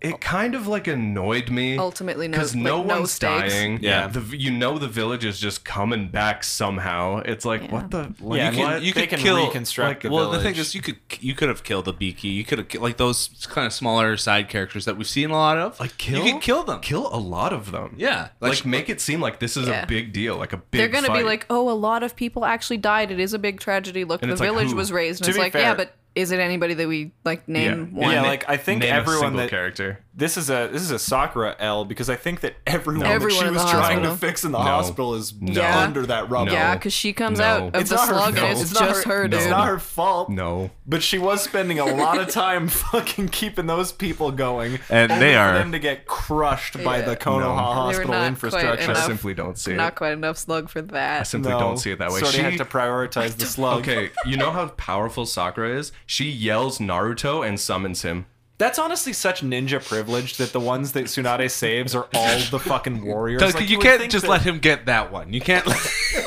Speaker 2: it kind of like annoyed me.
Speaker 3: Ultimately, no-
Speaker 2: because no
Speaker 3: like, no
Speaker 2: one's
Speaker 3: stakes.
Speaker 2: dying.
Speaker 4: Yeah.
Speaker 2: the, you know the village is just coming back somehow. It's like
Speaker 3: Yeah.
Speaker 2: what the like,
Speaker 1: Yeah,
Speaker 4: you can,
Speaker 1: what?
Speaker 4: you
Speaker 1: They
Speaker 4: could
Speaker 1: can
Speaker 4: kill,
Speaker 1: reconstruct
Speaker 4: like,
Speaker 1: the
Speaker 4: well the
Speaker 1: village.
Speaker 4: thing is you could you could have killed the beaky you could have ki- like those kind of smaller side characters that we've seen a lot of
Speaker 2: like kill
Speaker 4: you could kill them
Speaker 2: kill a lot of them.
Speaker 4: yeah
Speaker 2: like, make it seem like this is
Speaker 3: Yeah.
Speaker 2: a big deal, like a big.
Speaker 3: They're gonna be
Speaker 2: fight.
Speaker 3: like, oh, a lot of people actually died. It is a big tragedy. Look,
Speaker 2: And
Speaker 3: the
Speaker 2: it's like,
Speaker 3: village
Speaker 2: who?
Speaker 3: was raised, and
Speaker 1: To
Speaker 3: it's
Speaker 1: be
Speaker 3: like,
Speaker 1: fair-
Speaker 3: yeah, but is it anybody that we like name
Speaker 2: Yeah.
Speaker 3: one?
Speaker 1: Yeah,
Speaker 2: na-
Speaker 1: like I think
Speaker 2: Name a
Speaker 1: everyone
Speaker 2: single
Speaker 1: that
Speaker 2: character.
Speaker 1: this is a this is a Sakura L because I think that everyone,
Speaker 3: Everyone
Speaker 1: that
Speaker 3: in
Speaker 1: she was
Speaker 3: the
Speaker 1: trying
Speaker 3: hospital.
Speaker 1: to fix in the hospital is
Speaker 3: Yeah.
Speaker 1: under that rubble.
Speaker 2: No.
Speaker 3: Yeah, because she comes
Speaker 2: No.
Speaker 3: out of
Speaker 2: It's
Speaker 3: the
Speaker 1: not her
Speaker 3: slug and
Speaker 1: fault.
Speaker 3: it's,
Speaker 1: not
Speaker 3: just her, dude.
Speaker 1: It's not her fault.
Speaker 2: No.
Speaker 1: But she was spending a lot of time <laughs> fucking keeping those people going,
Speaker 4: And
Speaker 1: only
Speaker 4: they are-
Speaker 1: for them to get crushed by
Speaker 3: Yeah.
Speaker 1: the Konoha
Speaker 2: No.
Speaker 3: They were
Speaker 1: hospital
Speaker 3: not
Speaker 1: infrastructure.
Speaker 3: quite
Speaker 2: I
Speaker 3: enough.
Speaker 2: simply don't see
Speaker 3: Not
Speaker 2: it.
Speaker 3: quite enough slug for
Speaker 2: I
Speaker 3: that.
Speaker 2: simply
Speaker 1: No.
Speaker 2: don't see it that way.
Speaker 1: Sort
Speaker 2: She
Speaker 1: had to prioritize
Speaker 2: <laughs>
Speaker 1: the slug.
Speaker 2: Okay, you know how powerful Sakura is? She yells Naruto and summons him.
Speaker 1: That's honestly such ninja privilege that the ones that Tsunade saves are all the fucking warriors.
Speaker 4: Doug,
Speaker 1: Like,
Speaker 4: you
Speaker 1: would
Speaker 4: can't
Speaker 1: think
Speaker 4: just
Speaker 1: that-
Speaker 4: let him get that one. You can't. <laughs> Let...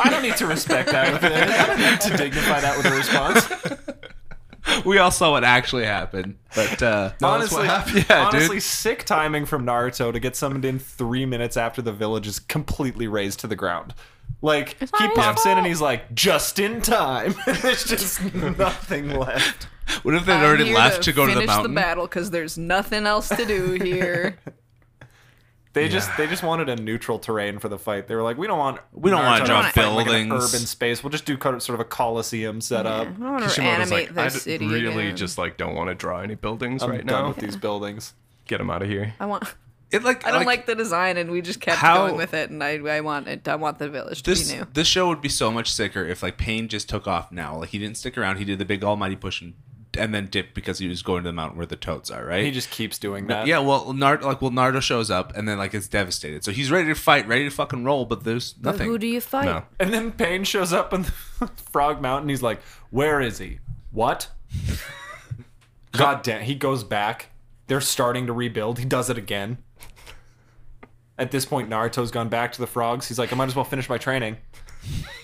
Speaker 1: I don't need to respect that with it. I don't need to dignify that with a
Speaker 4: <laughs>
Speaker 1: response.
Speaker 4: we all saw what actually happened, but uh,
Speaker 1: honestly,
Speaker 4: happened. <laughs> Yeah, dude.
Speaker 1: honestly, sick timing from Naruto to get summoned in three minutes after the village is completely razed to the ground. Like
Speaker 3: not
Speaker 1: he
Speaker 3: his
Speaker 1: pops in
Speaker 3: fault.
Speaker 1: and he's like, "Just in time." <laughs> There's just nothing left.
Speaker 4: what if they'd already left to, go to the
Speaker 3: finish
Speaker 4: mountain?
Speaker 3: the battle because there's nothing else to do here.
Speaker 1: They just they just wanted a neutral terrain for the fight. They were like, "We don't want we
Speaker 4: don't wanna
Speaker 1: want to
Speaker 4: draw
Speaker 1: fight like an
Speaker 4: buildings.
Speaker 1: urban space. We'll just do kind of- sort of a coliseum setup.
Speaker 3: I want to
Speaker 2: Kishimoto's like,
Speaker 3: animate the
Speaker 2: I d-
Speaker 3: city
Speaker 2: really
Speaker 3: again.
Speaker 2: just like don't want to draw any buildings
Speaker 1: I'm
Speaker 2: right
Speaker 1: done
Speaker 2: now.
Speaker 1: with these buildings."
Speaker 2: Get him out of here.
Speaker 3: I want.
Speaker 4: It like
Speaker 3: I don't like, the design, and we just kept
Speaker 4: How-
Speaker 3: going with it. And I, I want it. I want the village to
Speaker 4: this.
Speaker 3: be new.
Speaker 4: This show would be so much sicker if like Payne just took off now. Like he didn't stick around. He did the big almighty push and, and then dipped because he was going to the mountain where the toads are. Right.
Speaker 1: He just keeps doing that.
Speaker 4: Yeah, well, Nard like well, Nardo shows up and then like it's devastated. So he's ready to fight, ready to fucking roll, but there's nothing.
Speaker 3: Who do you fight?
Speaker 2: No.
Speaker 1: And then Payne shows up in <laughs> Frog Mountain. He's like, "Where is he?
Speaker 2: <laughs>
Speaker 1: What? God damn!" He goes back. They're starting to rebuild. He does it again. At this point, Naruto's gone back to the frogs. He's like, "I might as well finish my training."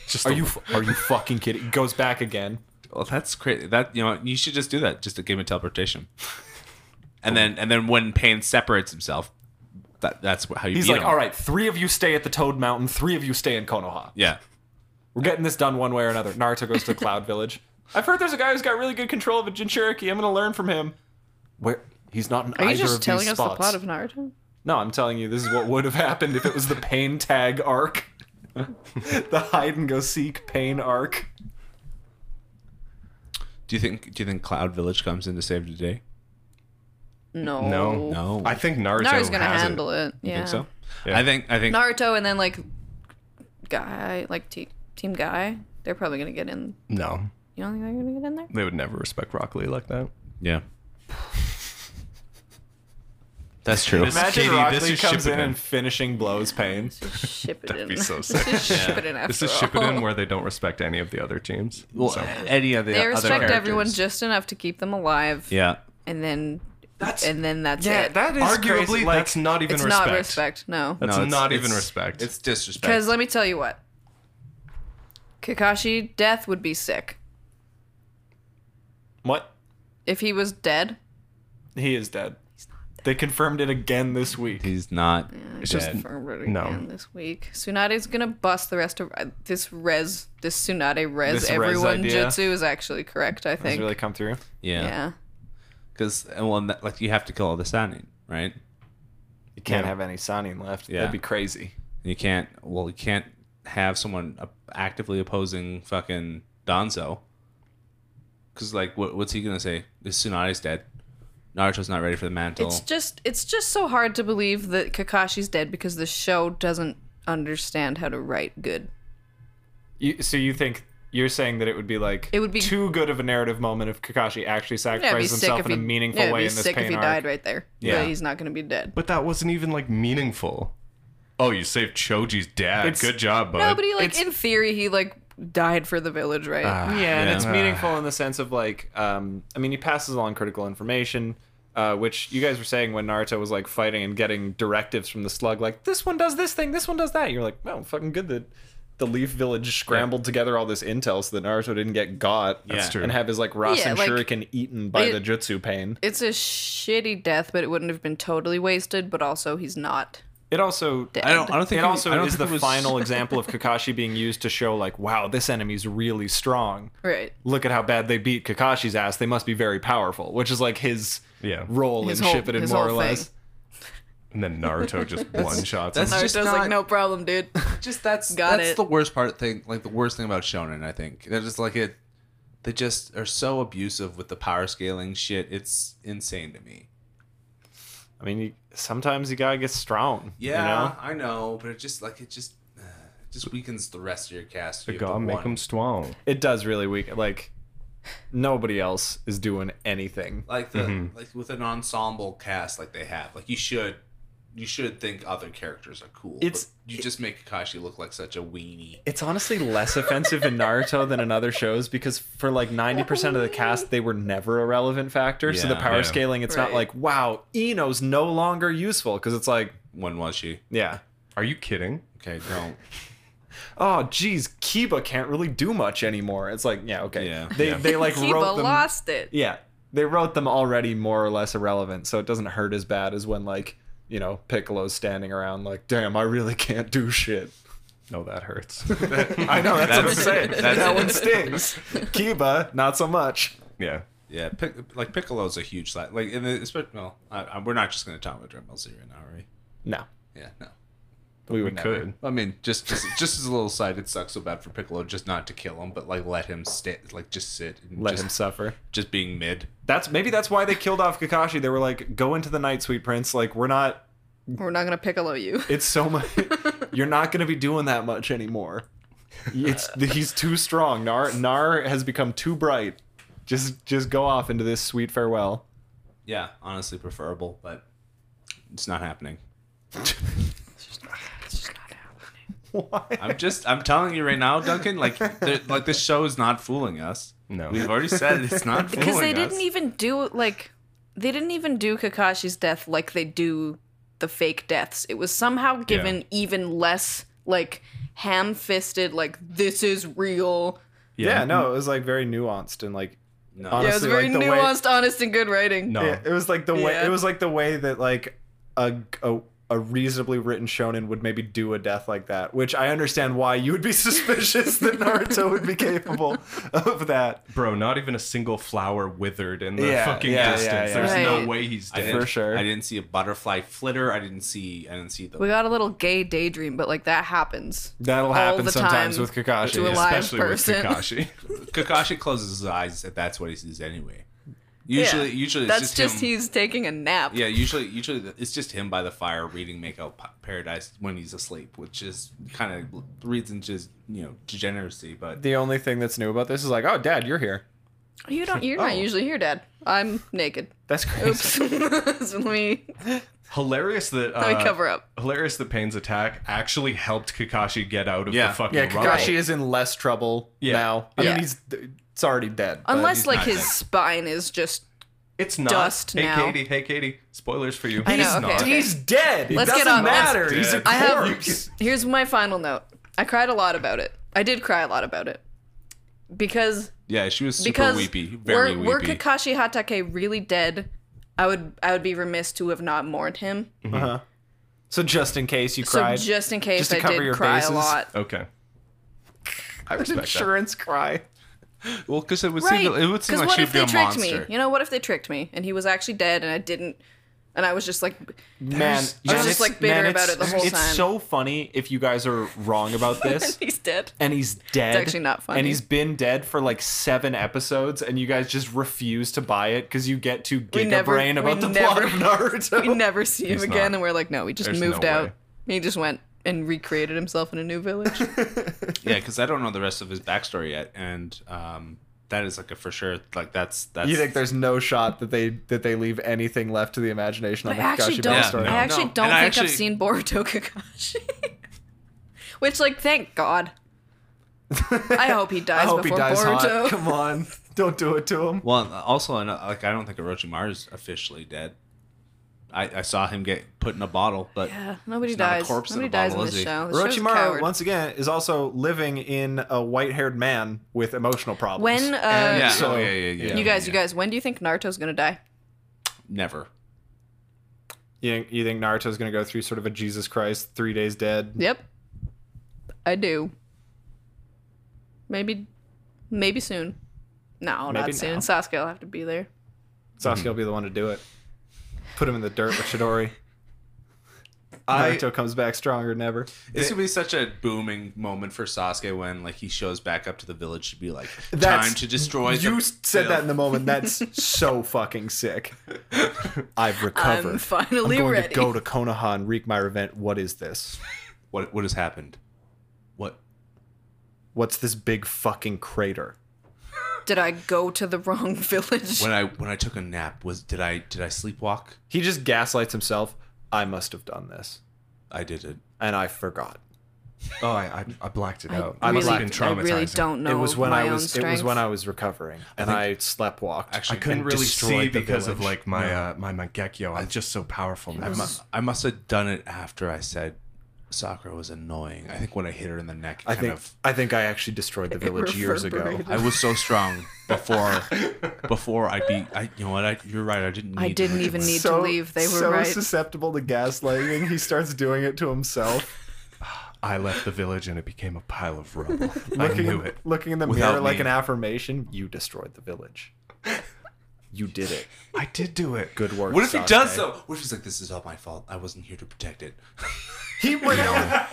Speaker 2: Just
Speaker 1: Are
Speaker 2: a-
Speaker 1: you are you fucking kidding? He goes back again.
Speaker 4: well, that's crazy. That you know, you should just do that, just a game of teleportation. <laughs> and then and then when Payne separates himself, that that's wh- how you.
Speaker 1: He's
Speaker 4: beat
Speaker 1: like,
Speaker 4: him.
Speaker 1: "All right, three of you stay at the Toad Mountain. Three of you stay in Konoha.
Speaker 4: yeah."
Speaker 1: We're getting this done one way or another." Naruto goes to the Cloud Village. I've heard there's a guy who's got really good control of a Jinchuriki. I'm gonna learn from him. Where he's not in
Speaker 3: Are
Speaker 1: either
Speaker 3: you
Speaker 1: of
Speaker 3: just telling
Speaker 1: these
Speaker 3: us
Speaker 1: spots.
Speaker 3: the plot of Naruto?
Speaker 1: No, I'm telling you, this is what would have happened if it was the pain tag arc. <laughs> the hide and go seek pain arc.
Speaker 4: Do you think Do you think Cloud Village comes in to save the day?
Speaker 3: No.
Speaker 2: no.
Speaker 4: No.
Speaker 2: I think Naruto
Speaker 3: Naruto's gonna
Speaker 2: has
Speaker 3: handle it. Yeah.
Speaker 4: You think so?
Speaker 2: Yeah.
Speaker 4: I think I think
Speaker 3: Naruto and then like guy, like te- team guy, they're probably gonna get in.
Speaker 2: it. No.
Speaker 3: You don't think they're gonna get in there?
Speaker 2: They would never respect Rock Lee like that.
Speaker 4: yeah. <laughs> That's true.
Speaker 2: This is
Speaker 1: Imagine
Speaker 2: Katie,
Speaker 1: Rock
Speaker 2: this
Speaker 1: Lee
Speaker 2: is
Speaker 1: comes in
Speaker 2: Shippuden.
Speaker 1: and finishing blows pain.
Speaker 3: Just ship it in.
Speaker 2: be
Speaker 3: <laughs>
Speaker 2: so
Speaker 3: Just
Speaker 2: sick.
Speaker 3: ship it in after
Speaker 2: This is
Speaker 3: all.
Speaker 2: Shippuden where they don't respect any of the other teams.
Speaker 4: Well,
Speaker 2: so.
Speaker 4: any of the
Speaker 3: They
Speaker 4: other
Speaker 3: respect
Speaker 4: characters.
Speaker 3: everyone just enough to keep them alive,
Speaker 4: Yeah.
Speaker 3: and then
Speaker 1: That's
Speaker 3: and then that's it.
Speaker 1: is
Speaker 2: Arguably, that's not even
Speaker 3: it's
Speaker 2: respect.
Speaker 3: not respect, no.
Speaker 2: That's
Speaker 4: No, it's-
Speaker 2: not even
Speaker 4: it's-
Speaker 2: respect.
Speaker 4: It's disrespect.
Speaker 3: Because let me tell you what, Kakashi death would be sick
Speaker 1: What?
Speaker 3: if he was dead.
Speaker 1: He is dead. They confirmed it again this week.
Speaker 4: He's not.
Speaker 3: It's just
Speaker 4: dead.
Speaker 3: for
Speaker 2: No.
Speaker 3: no. this week. Tsunade's gonna bust the rest of uh, this res. This Tsunade res
Speaker 1: This res
Speaker 3: everyone
Speaker 1: idea.
Speaker 3: jutsu is actually correct. I
Speaker 1: Has
Speaker 3: think.
Speaker 1: really come through.
Speaker 4: Yeah.
Speaker 3: yeah.
Speaker 4: Because well, and that- like you have to kill all the Sanin, right?
Speaker 1: You can't
Speaker 2: Yeah.
Speaker 1: have any Sanin left.
Speaker 4: Yeah.
Speaker 1: That'd be crazy.
Speaker 4: And you can't. Well, you can't have someone op- actively opposing fucking Donzo. Because like, what, what's he gonna say? This Tsunade's dead. Naruto's not ready for the mantle.
Speaker 3: It's just it's just so hard to believe that Kakashi's dead because the show doesn't understand how to write good.
Speaker 1: You, so you think you're saying that it would be like
Speaker 3: It would be-
Speaker 1: too good of a narrative moment if Kakashi actually
Speaker 3: Yeah, it'd be
Speaker 1: sacrifices
Speaker 3: sick
Speaker 1: himself
Speaker 3: if
Speaker 1: in
Speaker 3: he
Speaker 1: a meaningful
Speaker 3: yeah, it'd
Speaker 1: way
Speaker 3: be
Speaker 1: in this
Speaker 3: sick
Speaker 1: pain
Speaker 3: if he
Speaker 1: arc.
Speaker 3: died right there.
Speaker 1: Yeah.
Speaker 3: But he's not gonna be dead.
Speaker 2: but that wasn't even like meaningful. Oh, you saved Choji's dad.
Speaker 1: It's-
Speaker 2: Good job, bud.
Speaker 3: no, but he like
Speaker 1: it's- Ah.
Speaker 3: in theory he like died for the village, right?
Speaker 1: Yeah, and
Speaker 4: Yeah.
Speaker 1: it's meaningful in the sense of like, um, I mean, he passes along critical information, uh, which you guys were saying when Naruto was like fighting and getting directives from the slug, like this one does this thing, this one does that. You're like, well, fucking good that the Leaf Village scrambled together all this intel so that Naruto didn't get got.
Speaker 4: That's
Speaker 1: and
Speaker 2: true.
Speaker 1: And have his like Rasen
Speaker 3: Yeah, like,
Speaker 1: Shuriken eaten by
Speaker 3: it-
Speaker 1: the Jutsu pain.
Speaker 3: It's a shitty death, but it wouldn't have been totally wasted, but also he's not.
Speaker 1: It also
Speaker 4: I don't. I don't think
Speaker 1: it
Speaker 4: he-
Speaker 1: also
Speaker 4: I don't
Speaker 1: is the
Speaker 4: think it was-
Speaker 1: final
Speaker 4: <laughs>
Speaker 1: example of Kakashi being used to show like, wow, this enemy's really strong.
Speaker 3: Right.
Speaker 1: look at how bad they beat Kakashi's ass. They must be very powerful, which is like his
Speaker 2: Yeah.
Speaker 1: role
Speaker 3: His
Speaker 1: in
Speaker 3: whole-
Speaker 1: Shippuden,
Speaker 3: his
Speaker 1: more or
Speaker 3: whole thing.
Speaker 1: less.
Speaker 2: and then Naruto just one shots.
Speaker 4: that's-
Speaker 2: him.
Speaker 3: Naruto's
Speaker 4: just not-
Speaker 3: like, no problem, dude.
Speaker 4: Just that's
Speaker 3: Got
Speaker 4: that's
Speaker 3: it.
Speaker 4: the worst part thing. Like the worst thing about Shonen, I think. That is like it. They just are so abusive with the power scaling shit. It's insane to me.
Speaker 1: I mean, you, sometimes you gotta get strong. you
Speaker 4: Yeah,
Speaker 1: know?
Speaker 4: I know, but it just like it just <sighs> uh, it just weakens the rest of your cast. You have
Speaker 2: God,
Speaker 4: the
Speaker 2: make
Speaker 4: one-
Speaker 2: them strong.
Speaker 1: it does really weak. Like nobody else is doing anything.
Speaker 4: like the like with an ensemble cast like they have. Like you should you should think other characters are cool. but
Speaker 1: It's-
Speaker 4: you just make Kakashi look like such a weenie.
Speaker 1: It's honestly less offensive in Naruto than in other shows because for like 90% of the cast, they were never a relevant factor. So the
Speaker 4: Yeah.
Speaker 1: power
Speaker 2: Yeah.
Speaker 1: scaling, it's not
Speaker 3: Right.
Speaker 1: like, wow, Ino's no longer useful because it's like,
Speaker 4: When was she?
Speaker 1: yeah.
Speaker 2: Are you kidding?
Speaker 4: Okay, <laughs> don't.
Speaker 1: Oh geez, Kiba can't really do much anymore. It's like, yeah, okay.
Speaker 4: Yeah.
Speaker 1: They
Speaker 4: Yeah.
Speaker 1: they
Speaker 3: <laughs>
Speaker 1: like wrote
Speaker 3: Kiba
Speaker 1: them.
Speaker 3: lost it.
Speaker 1: Yeah, they wrote them already more or less irrelevant, so it doesn't hurt as bad as when like you know Piccolo's standing around like, damn, I really can't do shit.
Speaker 2: No, that hurts.
Speaker 1: I know that's, what I'm
Speaker 4: That's-
Speaker 1: saying.
Speaker 4: that's-
Speaker 1: that one stings. <laughs> Kiba, not so much.
Speaker 2: yeah.
Speaker 4: Yeah, Pic- like Piccolo's a huge sla- like, and it's well, I, I, we're not just gonna talk about Dragon Ball Z right now, are we?
Speaker 1: No,
Speaker 4: Yeah, no.
Speaker 1: we
Speaker 2: We
Speaker 1: would never.
Speaker 2: could.
Speaker 4: I mean, just just, just as a little side, it sucks so bad for Piccolo just not to kill him, but like let him sit, like just sit, and
Speaker 1: let
Speaker 4: just,
Speaker 1: him suffer.
Speaker 4: just being mid.
Speaker 1: That's maybe that's why they killed off Kakashi. They were like, go into the night, sweet prince. Like we're not.
Speaker 3: We're not gonna piccolo you.
Speaker 1: It's so <laughs> much. you're not gonna be doing that much anymore. It's he's too strong. Nar Nar has become too bright. Just just go off into this sweet farewell. <laughs>
Speaker 4: Yeah, honestly preferable, but it's not happening.
Speaker 1: Why?
Speaker 4: I'm just I'm telling you right now, Duncan. Like the- like this show is not fooling us.
Speaker 2: No.
Speaker 4: we've already said it's not fooling us.
Speaker 3: <laughs> Because they didn't even do like they didn't even do Kakashi's death like they do the fake deaths. It was somehow given even less like ham fisted, like this is real.
Speaker 1: Yeah, no, it was like very nuanced and like
Speaker 4: No.
Speaker 1: Honest-
Speaker 3: yeah, it was
Speaker 1: Honestly,
Speaker 3: very
Speaker 1: like, the way-
Speaker 3: nuanced, honest, and good writing.
Speaker 2: No.
Speaker 1: Yeah, it was like the way
Speaker 3: Yeah.
Speaker 1: it was like the way that like a, a a reasonably written shonen would maybe do a death like that, which I understand why you would be <laughs> suspicious that Naruto would be capable of that.
Speaker 2: Bro, not even a single flower withered in the
Speaker 1: Yeah,
Speaker 2: fucking
Speaker 1: yeah, yeah,
Speaker 2: distance.
Speaker 1: yeah.
Speaker 2: There's no
Speaker 3: Right.
Speaker 2: way he's
Speaker 4: I
Speaker 2: dead.
Speaker 4: didn't-
Speaker 1: for sure.
Speaker 4: I didn't see a butterfly flitter. I didn't see. I didn't see the.
Speaker 3: We got a little gay daydream, but like that happens.
Speaker 1: That'll
Speaker 3: All
Speaker 1: happen
Speaker 3: the
Speaker 1: sometimes
Speaker 3: time
Speaker 1: with Kakashi.
Speaker 3: to a
Speaker 1: Yeah.
Speaker 3: live
Speaker 2: Especially
Speaker 3: person. <laughs>
Speaker 2: with Kakashi.
Speaker 4: Kakashi closes his eyes, and that's what he sees anyway. Usually,
Speaker 3: Yeah.
Speaker 4: usually it's
Speaker 3: that's
Speaker 4: just,
Speaker 3: just,
Speaker 4: him.
Speaker 3: he's taking a nap.
Speaker 4: Yeah, usually, usually the- it's just him by the fire reading Make Out Pa- Paradise when he's asleep, which is kind of reads into his, you know degeneracy.
Speaker 3: <laughs>
Speaker 4: But
Speaker 1: The only thing that's new about this is like, oh, Dad, you're here.
Speaker 3: You don't. You're not usually here, Dad. I'm naked.
Speaker 1: That's crazy.
Speaker 3: Oops. <laughs> so let me
Speaker 2: hilarious that uh,
Speaker 3: let me cover up.
Speaker 2: hilarious that Pain's attack actually helped Kakashi get out of
Speaker 4: Yeah.
Speaker 2: the fucking
Speaker 1: Yeah,
Speaker 2: rubble.
Speaker 1: Kakashi is in less trouble
Speaker 2: Yeah.
Speaker 1: now. I
Speaker 3: Yeah.
Speaker 1: mean, he's it's already dead. but-
Speaker 3: Unless
Speaker 4: he's
Speaker 3: like
Speaker 4: not
Speaker 3: his
Speaker 4: dead.
Speaker 3: spine is just.
Speaker 2: It's not.
Speaker 3: dust
Speaker 2: hey
Speaker 3: now.
Speaker 2: Katie, hey Katie, spoilers for you.
Speaker 3: I know,
Speaker 2: He's
Speaker 3: okay.
Speaker 2: not.
Speaker 3: He-
Speaker 1: He's dead. It
Speaker 3: Let's get
Speaker 1: doesn't
Speaker 3: on- let's-
Speaker 1: matter. He's a corpse.
Speaker 3: I have. Here's my final note. I cried a lot about it. I did cry a lot about it because
Speaker 4: yeah, she was super
Speaker 3: because
Speaker 4: weepy, very
Speaker 3: were,
Speaker 4: weepy.
Speaker 3: were Kakashi Hatake really dead, I would I would be remiss to have not mourned him.
Speaker 1: So just in case you
Speaker 3: So
Speaker 1: cried,
Speaker 3: just in case
Speaker 1: Just to
Speaker 3: I
Speaker 1: cover
Speaker 3: did
Speaker 1: your
Speaker 3: cry
Speaker 1: bases.
Speaker 3: a lot.
Speaker 2: Okay.
Speaker 1: I was
Speaker 4: respect that.
Speaker 1: insurance cry.
Speaker 4: well, because it would
Speaker 3: Right.
Speaker 4: seem it would seem
Speaker 3: 'Cause
Speaker 4: like
Speaker 3: what
Speaker 4: she'd
Speaker 3: if
Speaker 4: be
Speaker 3: they
Speaker 4: a
Speaker 3: tricked
Speaker 4: monster.
Speaker 3: me? You know, what if they tricked me and he was actually dead and I didn't and I was just like <laughs>
Speaker 1: Man,
Speaker 3: I was
Speaker 1: man,
Speaker 3: just,
Speaker 1: it's-
Speaker 3: like, bitter
Speaker 1: man,
Speaker 3: about
Speaker 1: it's-
Speaker 3: it the whole
Speaker 1: it's
Speaker 3: time.
Speaker 1: so funny if you guys are wrong
Speaker 3: <laughs>
Speaker 1: about this.
Speaker 3: he's dead.
Speaker 1: And he's dead.
Speaker 3: actually not funny.
Speaker 1: And he's been dead for like seven episodes, and you guys just refuse to buy it because you get too giga
Speaker 3: never-
Speaker 1: brain about
Speaker 3: we
Speaker 1: the plot
Speaker 3: never-
Speaker 1: of
Speaker 3: <laughs>
Speaker 1: Naruto.
Speaker 3: We never see him
Speaker 2: He's
Speaker 3: again
Speaker 2: not.
Speaker 3: and we're like, no, we just
Speaker 2: There's
Speaker 3: moved
Speaker 2: no
Speaker 3: out.
Speaker 2: way.
Speaker 3: He just went and recreated himself in a new village.
Speaker 4: Yeah, because I don't know the rest of his backstory yet, and um, that is like a for sure. Like that's that's.
Speaker 1: You think there's no shot that they that they leave anything left to the imagination
Speaker 3: I
Speaker 1: on the
Speaker 3: actually
Speaker 1: Kakashi Bell
Speaker 3: don't.
Speaker 4: Yeah,
Speaker 1: story?
Speaker 4: no.
Speaker 3: I actually
Speaker 4: No.
Speaker 3: don't
Speaker 4: And I
Speaker 3: think
Speaker 4: actually-
Speaker 3: I've seen Boruto Kakashi. <laughs> Which, like, thank God. I
Speaker 1: <laughs>
Speaker 3: hope he dies
Speaker 1: I hope he
Speaker 3: before
Speaker 1: dies
Speaker 3: Boruto.
Speaker 1: hot. Come on, don't do it to
Speaker 3: <laughs>
Speaker 1: him.
Speaker 4: Well, also, I know- like I don't think Orochimaru's officially dead. I, I saw him get put in a bottle, but
Speaker 3: Yeah, nobody
Speaker 4: He's not a
Speaker 3: dies.
Speaker 4: corpse in
Speaker 3: nobody
Speaker 4: a
Speaker 3: dies in
Speaker 4: bottle,
Speaker 3: this
Speaker 4: is he?
Speaker 3: show. This show's a
Speaker 1: Orochimaru
Speaker 3: coward.
Speaker 1: once again is also living in a white-haired man with emotional problems.
Speaker 3: When, uh,
Speaker 1: And
Speaker 4: yeah,
Speaker 1: so
Speaker 4: oh, yeah, yeah, yeah.
Speaker 3: you guys, you
Speaker 4: yeah.
Speaker 3: guys, when do you think Naruto's gonna die?
Speaker 4: never.
Speaker 1: You think, you think Naruto's going to go through sort of a Jesus Christ three days dead?
Speaker 3: Yep, I do. Maybe, maybe soon. No,
Speaker 1: Maybe
Speaker 3: not soon.
Speaker 1: now.
Speaker 3: Sasuke will have to be there.
Speaker 1: Sasuke will be the one to do it. Put him in the dirt with Chidori.
Speaker 2: I-
Speaker 1: Naruto comes back stronger than ever.
Speaker 4: This would be such a booming moment for Sasuke when like he shows back up to the village to be like
Speaker 1: That's-
Speaker 4: time to destroy.
Speaker 1: You
Speaker 4: the
Speaker 1: said that in the
Speaker 4: filth."
Speaker 1: moment. That's so fucking
Speaker 4: <laughs>
Speaker 1: sick. I've recovered.
Speaker 3: I'm finally
Speaker 1: I'm going
Speaker 3: ready.
Speaker 1: to go to Konoha and wreak my revenge. What is this?
Speaker 4: What what has happened? What
Speaker 1: What's this big fucking crater?
Speaker 3: Did I go to the wrong <laughs> village?
Speaker 4: when I when I took a nap was did I did I sleepwalk?
Speaker 1: He just gaslights himself. I must have done this,
Speaker 4: I did it.
Speaker 1: and I forgot.
Speaker 2: Oh, I, I, I blacked it out.
Speaker 1: I
Speaker 2: I
Speaker 1: must have
Speaker 2: must
Speaker 3: really,
Speaker 2: have been
Speaker 3: I
Speaker 2: traumatized.
Speaker 3: really don't know.
Speaker 1: it was when
Speaker 3: my
Speaker 1: I
Speaker 3: own
Speaker 1: was. It was
Speaker 3: strength.
Speaker 1: when I was recovering, and I, sleptwalked.
Speaker 4: Actually,
Speaker 2: I couldn't
Speaker 1: and
Speaker 2: really
Speaker 1: destroyed
Speaker 2: see
Speaker 1: the
Speaker 2: because of
Speaker 1: village.
Speaker 2: like my uh, my Mangekyo. I'm just so powerful now.
Speaker 4: I, mu- I must have done it after I said Sakura was annoying. I think when I hit her in the neck, it
Speaker 1: I
Speaker 4: kind
Speaker 1: think.
Speaker 4: of.
Speaker 1: I think I actually <laughs> destroyed the village years ago.
Speaker 3: reverberated.
Speaker 4: I was so strong <laughs> before before I beat. I you know what? I, you're right. I didn't. Need
Speaker 3: I
Speaker 4: to
Speaker 3: didn't
Speaker 4: hurt
Speaker 3: even
Speaker 4: her.
Speaker 3: need to leave. They were
Speaker 1: so
Speaker 3: right.
Speaker 1: susceptible to gaslighting. He starts doing it to himself,
Speaker 2: I left the village and it became a pile of
Speaker 3: <laughs>
Speaker 2: rubble. I
Speaker 1: looking,
Speaker 2: knew it.
Speaker 1: looking in the
Speaker 4: Without
Speaker 1: mirror like
Speaker 4: me.
Speaker 1: an affirmation. You destroyed the village. You did it.
Speaker 2: I did do it.
Speaker 1: Good work.
Speaker 4: What if he
Speaker 1: Sasuke.
Speaker 4: does though? What if he's like, "This is all my fault. I wasn't here to protect it."
Speaker 1: He would.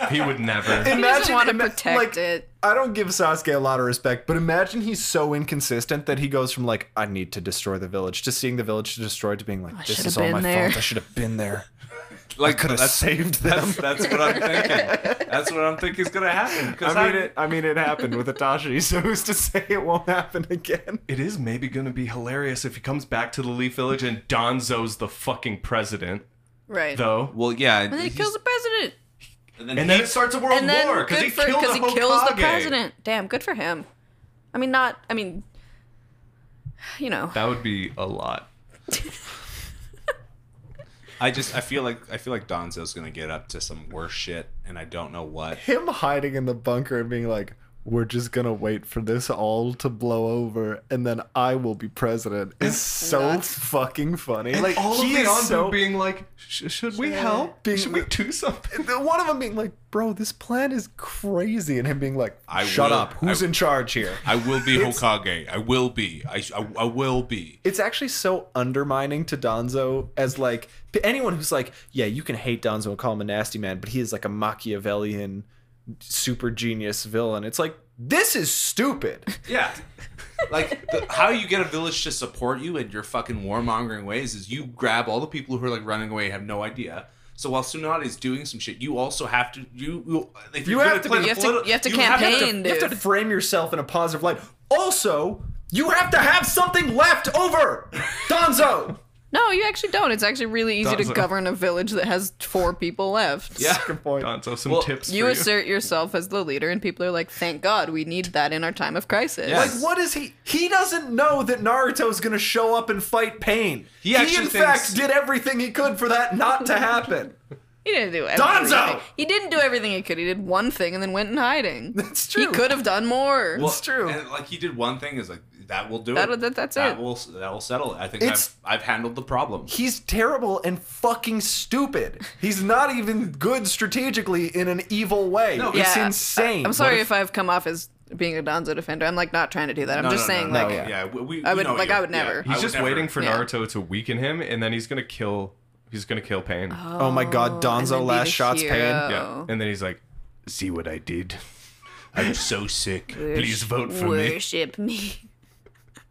Speaker 2: He would never.
Speaker 3: <laughs> He doesn't want to
Speaker 1: ima-
Speaker 3: protect
Speaker 1: like,
Speaker 3: it.
Speaker 1: I don't give Sasuke a lot of respect, but imagine he's so inconsistent that he goes from like, I need to destroy the village, to seeing the village destroyed, to being like, this
Speaker 3: should've
Speaker 1: is all
Speaker 3: been
Speaker 1: my
Speaker 3: there.
Speaker 1: fault. I should have been there.
Speaker 4: Like
Speaker 1: Could <laughs> have
Speaker 4: that's-
Speaker 1: saved them.
Speaker 4: That's what I'm <laughs> thinking. That's what I'm thinking is gonna happen. Because
Speaker 1: I mean it. I mean it happened with Itachi, so who's to say it won't happen again?
Speaker 2: It is maybe going to be hilarious if he comes back to the Leaf Village and Donzo's the fucking president,
Speaker 3: Right.
Speaker 2: though.
Speaker 4: Well, yeah.
Speaker 3: and then he
Speaker 4: he's-
Speaker 3: kills the president.
Speaker 4: then
Speaker 2: And then
Speaker 4: he-
Speaker 2: it starts a world
Speaker 3: And then
Speaker 2: war because
Speaker 3: good
Speaker 2: he
Speaker 3: for
Speaker 2: killed the
Speaker 3: because he kills the
Speaker 2: Hokage.
Speaker 3: president. Damn, good for him. I mean, not. I mean, you know.
Speaker 2: That would be a lot.
Speaker 4: I just I feel like I feel like Donzo's gonna get up to some worse shit, and I don't know
Speaker 1: <laughs>
Speaker 4: what.
Speaker 1: Him hiding in the bunker and being like, we're just gonna wait for this all to blow over, and then I will be president. Is so
Speaker 3: Nuts.
Speaker 1: fucking funny.
Speaker 2: And
Speaker 1: like
Speaker 2: all
Speaker 1: he
Speaker 2: of the
Speaker 1: is
Speaker 2: Anbu
Speaker 1: so
Speaker 2: being like, "Sh- should we help?
Speaker 1: Being-
Speaker 3: <laughs>
Speaker 2: should we do something?
Speaker 1: The- one of them being like, "Bro, this plan is crazy," and him being like,
Speaker 4: I
Speaker 1: "Shut
Speaker 4: will-
Speaker 1: up! Who's
Speaker 4: I-
Speaker 1: in charge here?"
Speaker 4: I will be Hokage. I will be. I, sh- I, I will be.
Speaker 1: It's actually so undermining to Donzo as like p- anyone who's like, "Yeah, you can hate Donzo and call him a nasty man, but he is like a Machiavellian, super genius villain." It's like this is stupid.
Speaker 4: Yeah. Like the, how you get a village to support you in your fucking warmongering ways is you grab all the people who are like running away and have no idea. So while Tsunade is doing some shit, you also have to you you if
Speaker 1: You
Speaker 4: you're
Speaker 1: have
Speaker 4: gonna
Speaker 1: to
Speaker 4: play
Speaker 1: be-
Speaker 4: the
Speaker 1: you
Speaker 3: have to-
Speaker 4: politi-
Speaker 3: you have to
Speaker 1: You
Speaker 3: campaign.
Speaker 1: have to- you have to frame yourself in a positive light. Also, you have to have something left over, Donzo.
Speaker 3: No, you actually don't. It's actually really easy to
Speaker 2: Donzo.
Speaker 3: govern a village that has four people left.
Speaker 4: Yeah.
Speaker 1: Second point.
Speaker 2: Donzo, some
Speaker 4: Well,
Speaker 2: tips
Speaker 3: You
Speaker 2: for
Speaker 3: assert yourself as the leader, and people are like, "Thank God, we need that in our time of crisis."
Speaker 4: Yeah.
Speaker 1: Like, what is he? He doesn't know that Naruto's gonna show up and fight Pain. He,
Speaker 4: actually
Speaker 1: in
Speaker 4: thinks-
Speaker 1: fact, did everything he could for that not to happen.
Speaker 3: He didn't do
Speaker 1: Donzo!
Speaker 3: everything. He didn't do everything he could. He did one thing and then went in hiding.
Speaker 1: That's
Speaker 3: He
Speaker 1: true.
Speaker 3: could have done more.
Speaker 4: Well,
Speaker 1: It's true.
Speaker 4: And like he did one thing is like that will do
Speaker 3: That-
Speaker 4: it.
Speaker 3: that- that's
Speaker 4: that
Speaker 3: it.
Speaker 4: Will that will settle it. I think
Speaker 1: It's-
Speaker 4: I've I've handled the problem.
Speaker 1: He's terrible and fucking stupid. He's not even good strategically in an evil way.
Speaker 4: No,
Speaker 1: it's
Speaker 3: Yeah.
Speaker 1: insane.
Speaker 3: I'm sorry
Speaker 1: What
Speaker 3: if, I've come off as being a Donzo defender. I'm like not trying to do that. I'm
Speaker 4: No,
Speaker 3: just
Speaker 4: no, no,
Speaker 3: saying
Speaker 4: no,
Speaker 3: like
Speaker 4: yeah, we, we-
Speaker 3: I
Speaker 4: we
Speaker 3: would-
Speaker 4: know
Speaker 3: like,
Speaker 4: you.
Speaker 3: I would
Speaker 4: Yeah,
Speaker 3: never.
Speaker 4: I
Speaker 2: He's
Speaker 4: would
Speaker 2: just
Speaker 4: never.
Speaker 2: waiting for
Speaker 3: Yeah.
Speaker 2: Naruto to weaken him, and then he's gonna kill. He's gonna kill Pain.
Speaker 1: Oh my god,
Speaker 3: and then
Speaker 1: Donzo
Speaker 3: be
Speaker 1: last
Speaker 3: the
Speaker 1: shots
Speaker 3: hero.
Speaker 1: Pain.
Speaker 2: Yeah, and then he's like, "See what I did?
Speaker 4: I'm so sick.
Speaker 2: Please vote for me.
Speaker 3: worship me. <laughs>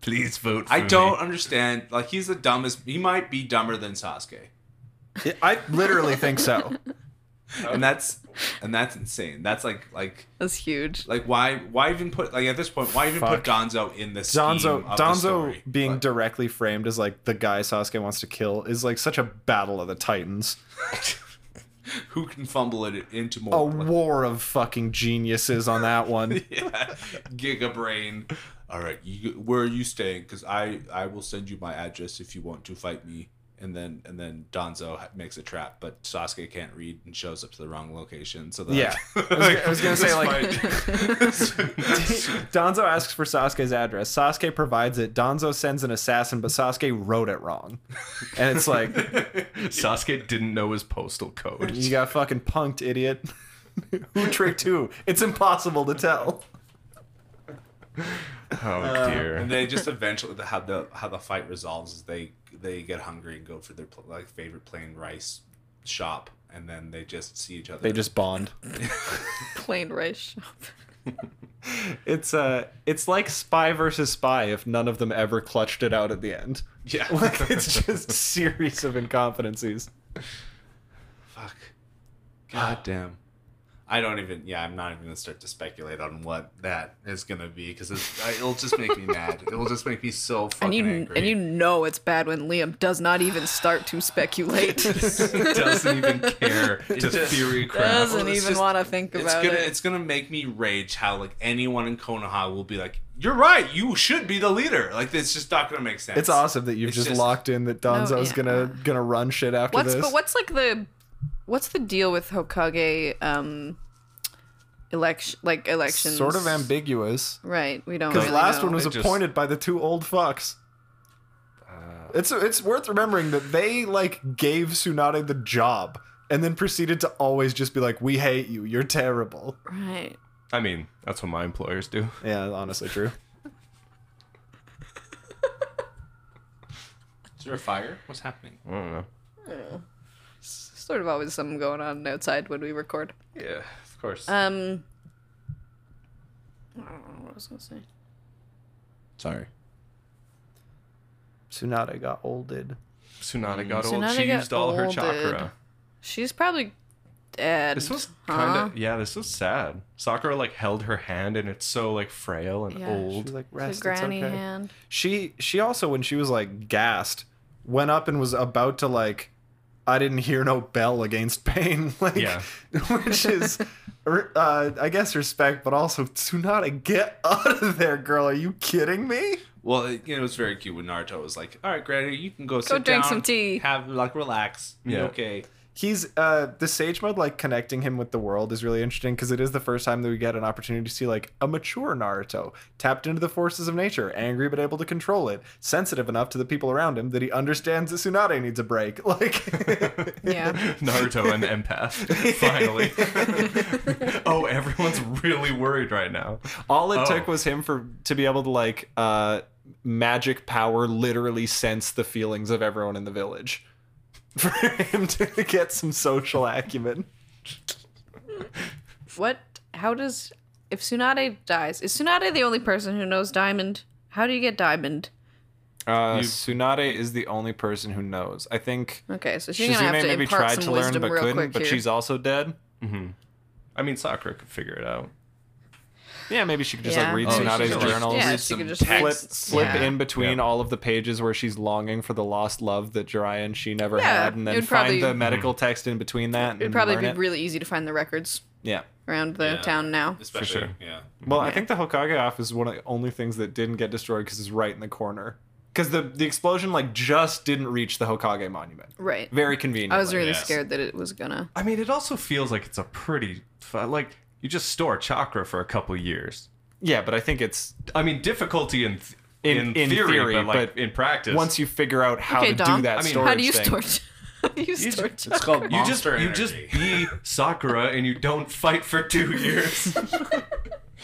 Speaker 2: Please vote for
Speaker 4: I
Speaker 2: me."
Speaker 4: don't understand. Like he's the dumbest. He might be dumber than Sasuke,
Speaker 1: I literally think so.
Speaker 2: Oh.
Speaker 4: and that's and that's insane. That's like like
Speaker 3: That's huge.
Speaker 4: like why why even put like at this point why even put Donzo in this
Speaker 1: <laughs> Donzo
Speaker 4: scheme of the
Speaker 1: Donzo
Speaker 4: story?
Speaker 1: being
Speaker 4: Like,
Speaker 1: directly framed as like the guy Sasuke wants to kill is like such a battle of the titans.
Speaker 4: who can fumble it into more
Speaker 1: A
Speaker 4: like,
Speaker 1: war of fucking geniuses on that
Speaker 2: <laughs>
Speaker 1: one.
Speaker 4: yeah, giga brain. All right, you, where are you staying? Because I I will send you my address if you want to fight me. And then and then Donzo ha- makes a trap, but Sasuke can't read and shows up to the wrong location. So that
Speaker 1: Yeah. I was, gonna- <laughs> I was gonna say like <laughs> Donzo asks for Sasuke's address. Sasuke provides it. Donzo sends an assassin, but Sasuke wrote it wrong. And it's like
Speaker 2: Sasuke didn't know his postal code.
Speaker 1: you got fucking punked, idiot. <laughs> who tricked who? It's impossible to tell.
Speaker 2: Oh
Speaker 4: <laughs>
Speaker 2: dear.
Speaker 4: And they just eventually the- how the how the fight resolves is they they get hungry and go for their pl- like favorite plain rice shop and then they just see each other.
Speaker 1: They just bond.
Speaker 3: Plain
Speaker 2: <laughs>
Speaker 3: rice shop.
Speaker 1: It's uh, it's like spy versus spy if none of them ever clutched it out at the end.
Speaker 4: yeah.
Speaker 1: <laughs> Like it's just a series of incompetencies.
Speaker 4: Fuck. <sighs> God damn. I don't even. Yeah, I'm not even gonna start to speculate on what that is gonna be because it'll just make me mad. It'll just make me so
Speaker 3: <laughs> And
Speaker 4: fucking
Speaker 3: you
Speaker 4: angry.
Speaker 3: and you know it's bad when Liam does not even start
Speaker 1: <laughs>
Speaker 3: to speculate.
Speaker 2: doesn't <laughs> even care to
Speaker 4: just-
Speaker 2: theory crap.
Speaker 3: doesn't
Speaker 4: Well, it's
Speaker 3: even
Speaker 4: just-
Speaker 3: want to think
Speaker 4: it's
Speaker 3: about
Speaker 4: gonna
Speaker 3: it.
Speaker 4: it's gonna make me rage how like anyone in Konoha will be like, you're right, you should be the leader. Like it's just not gonna make sense.
Speaker 1: It's awesome that you've
Speaker 4: It's
Speaker 1: just,
Speaker 4: just-
Speaker 1: locked in that Donzo's
Speaker 3: yeah.
Speaker 1: gonna gonna run shit after
Speaker 3: What's
Speaker 1: this.
Speaker 3: but what's like the what's the deal with Hokage um election like elections?
Speaker 1: sort of ambiguous
Speaker 3: Right, we don't.
Speaker 1: because
Speaker 3: Really
Speaker 1: last
Speaker 3: know.
Speaker 1: one was
Speaker 2: They just-
Speaker 1: appointed by the two old fucks. It's it's worth remembering that they like gave Tsunade the job and then proceeded to always just be like, "We hate you. You're terrible."
Speaker 3: right.
Speaker 2: I mean, that's what my employers do.
Speaker 1: Yeah, honestly, true.
Speaker 4: Is there a fire? What's happening?
Speaker 2: I don't know.
Speaker 3: Sort of always something going on outside when we record.
Speaker 2: Yeah, of course.
Speaker 3: Um, I don't know what I was gonna say.
Speaker 4: Sorry.
Speaker 1: <laughs> Tsunade got olded.
Speaker 2: Tsunade got old.
Speaker 3: Mm, Tsunade
Speaker 2: She
Speaker 3: got
Speaker 2: used all her
Speaker 3: olded.
Speaker 2: chakra.
Speaker 3: She's probably dead.
Speaker 2: This was
Speaker 3: huh?
Speaker 2: kind of yeah. This was sad. Sakura like held her hand, and it's so like frail and
Speaker 3: Yeah.
Speaker 2: old.
Speaker 1: She's like,
Speaker 3: The
Speaker 1: "Rest, it's
Speaker 3: granny
Speaker 1: okay." <laughs>
Speaker 3: hand.
Speaker 1: She she also when she was like gassed, went up and was about to like, I didn't hear no bell against pain. <laughs> Like,
Speaker 2: Yeah.
Speaker 1: which is, re- uh, I guess respect, but also Tsunade, get <laughs> out of there, girl. Are you kidding me?
Speaker 4: Well, it, you know, it was very cute when Naruto was like, "All right, Granny, you can go, sit down,
Speaker 3: drink some tea."
Speaker 4: have like relax, yeah.
Speaker 2: Yeah.
Speaker 4: okay."
Speaker 1: He's uh the sage mode like connecting him with the world is really interesting because it is the first time that we get an opportunity to see like a mature Naruto tapped into the forces of nature, angry but able to control it, sensitive enough to the people around him that he understands that Tsunade needs a break. <laughs> Like
Speaker 3: Yeah.
Speaker 2: <laughs> Naruto and empath. <laughs> Finally. oh, everyone's really worried right now.
Speaker 1: All it
Speaker 2: Oh.
Speaker 1: took was him for to be able to like uh magic power literally sense the feelings of everyone in the village. <laughs> For him to get some social acumen.
Speaker 3: What? How does if Tsunade dies? Is Tsunade the only person who knows Diamond? How do you get Diamond?
Speaker 1: Uh Tsunade is the only person who knows. I think
Speaker 3: Okay, so she's gonna
Speaker 1: Shizune
Speaker 3: have to
Speaker 1: maybe
Speaker 3: impart
Speaker 1: tried
Speaker 3: some
Speaker 1: to learn
Speaker 3: wisdom
Speaker 1: but
Speaker 3: real
Speaker 1: couldn't,
Speaker 3: quick
Speaker 1: but
Speaker 3: here.
Speaker 1: she's also dead.
Speaker 2: I mean, Sakura could figure it out.
Speaker 1: Yeah, maybe she could just
Speaker 3: Yeah.
Speaker 1: like read
Speaker 3: Oh, she
Speaker 1: Tsunade's
Speaker 3: could
Speaker 4: just-
Speaker 1: journals.
Speaker 4: I'll
Speaker 3: yeah,
Speaker 4: read
Speaker 3: she
Speaker 4: some
Speaker 3: could just
Speaker 1: Flip,
Speaker 4: text.
Speaker 3: text.
Speaker 1: flip
Speaker 3: yeah.
Speaker 1: in between
Speaker 2: Yeah.
Speaker 1: all of the pages where she's longing for the lost love that Jiraiya and she never
Speaker 3: Yeah,
Speaker 1: had, and
Speaker 3: it
Speaker 1: then
Speaker 3: would
Speaker 1: find
Speaker 3: probably-
Speaker 1: the medical text in between that. And
Speaker 3: It'd probably
Speaker 1: learn
Speaker 3: be
Speaker 1: it.
Speaker 3: really easy to find the records
Speaker 1: yeah.
Speaker 3: around the
Speaker 4: Yeah.
Speaker 3: town now.
Speaker 4: Especially,
Speaker 2: sure.
Speaker 4: yeah.
Speaker 1: Well, I
Speaker 3: Yeah.
Speaker 1: think the Hokage off is one of the only things that didn't get destroyed because it's right in the corner. Because the the explosion like just didn't reach the Hokage monument.
Speaker 3: Right.
Speaker 1: Very convenient.
Speaker 3: I was really
Speaker 4: yes.
Speaker 3: scared that it was gonna.
Speaker 2: I mean, it also feels like it's a pretty. fu- Like, you just store chakra for a couple years.
Speaker 1: yeah, but I think it's
Speaker 2: I mean, difficulty in, th-
Speaker 1: In-
Speaker 2: in,
Speaker 1: in
Speaker 2: theory,
Speaker 1: theory,
Speaker 2: but, like,
Speaker 1: but
Speaker 2: in practice.
Speaker 1: once you figure out how
Speaker 3: Okay,
Speaker 1: to
Speaker 3: Dom.
Speaker 1: do that
Speaker 2: I mean-
Speaker 1: storage
Speaker 3: How do you
Speaker 1: thing.
Speaker 3: store? <laughs> how do you store?
Speaker 2: just-
Speaker 3: chakra?
Speaker 4: called
Speaker 2: you just you just be Sakura and you don't fight for <laughs> two years.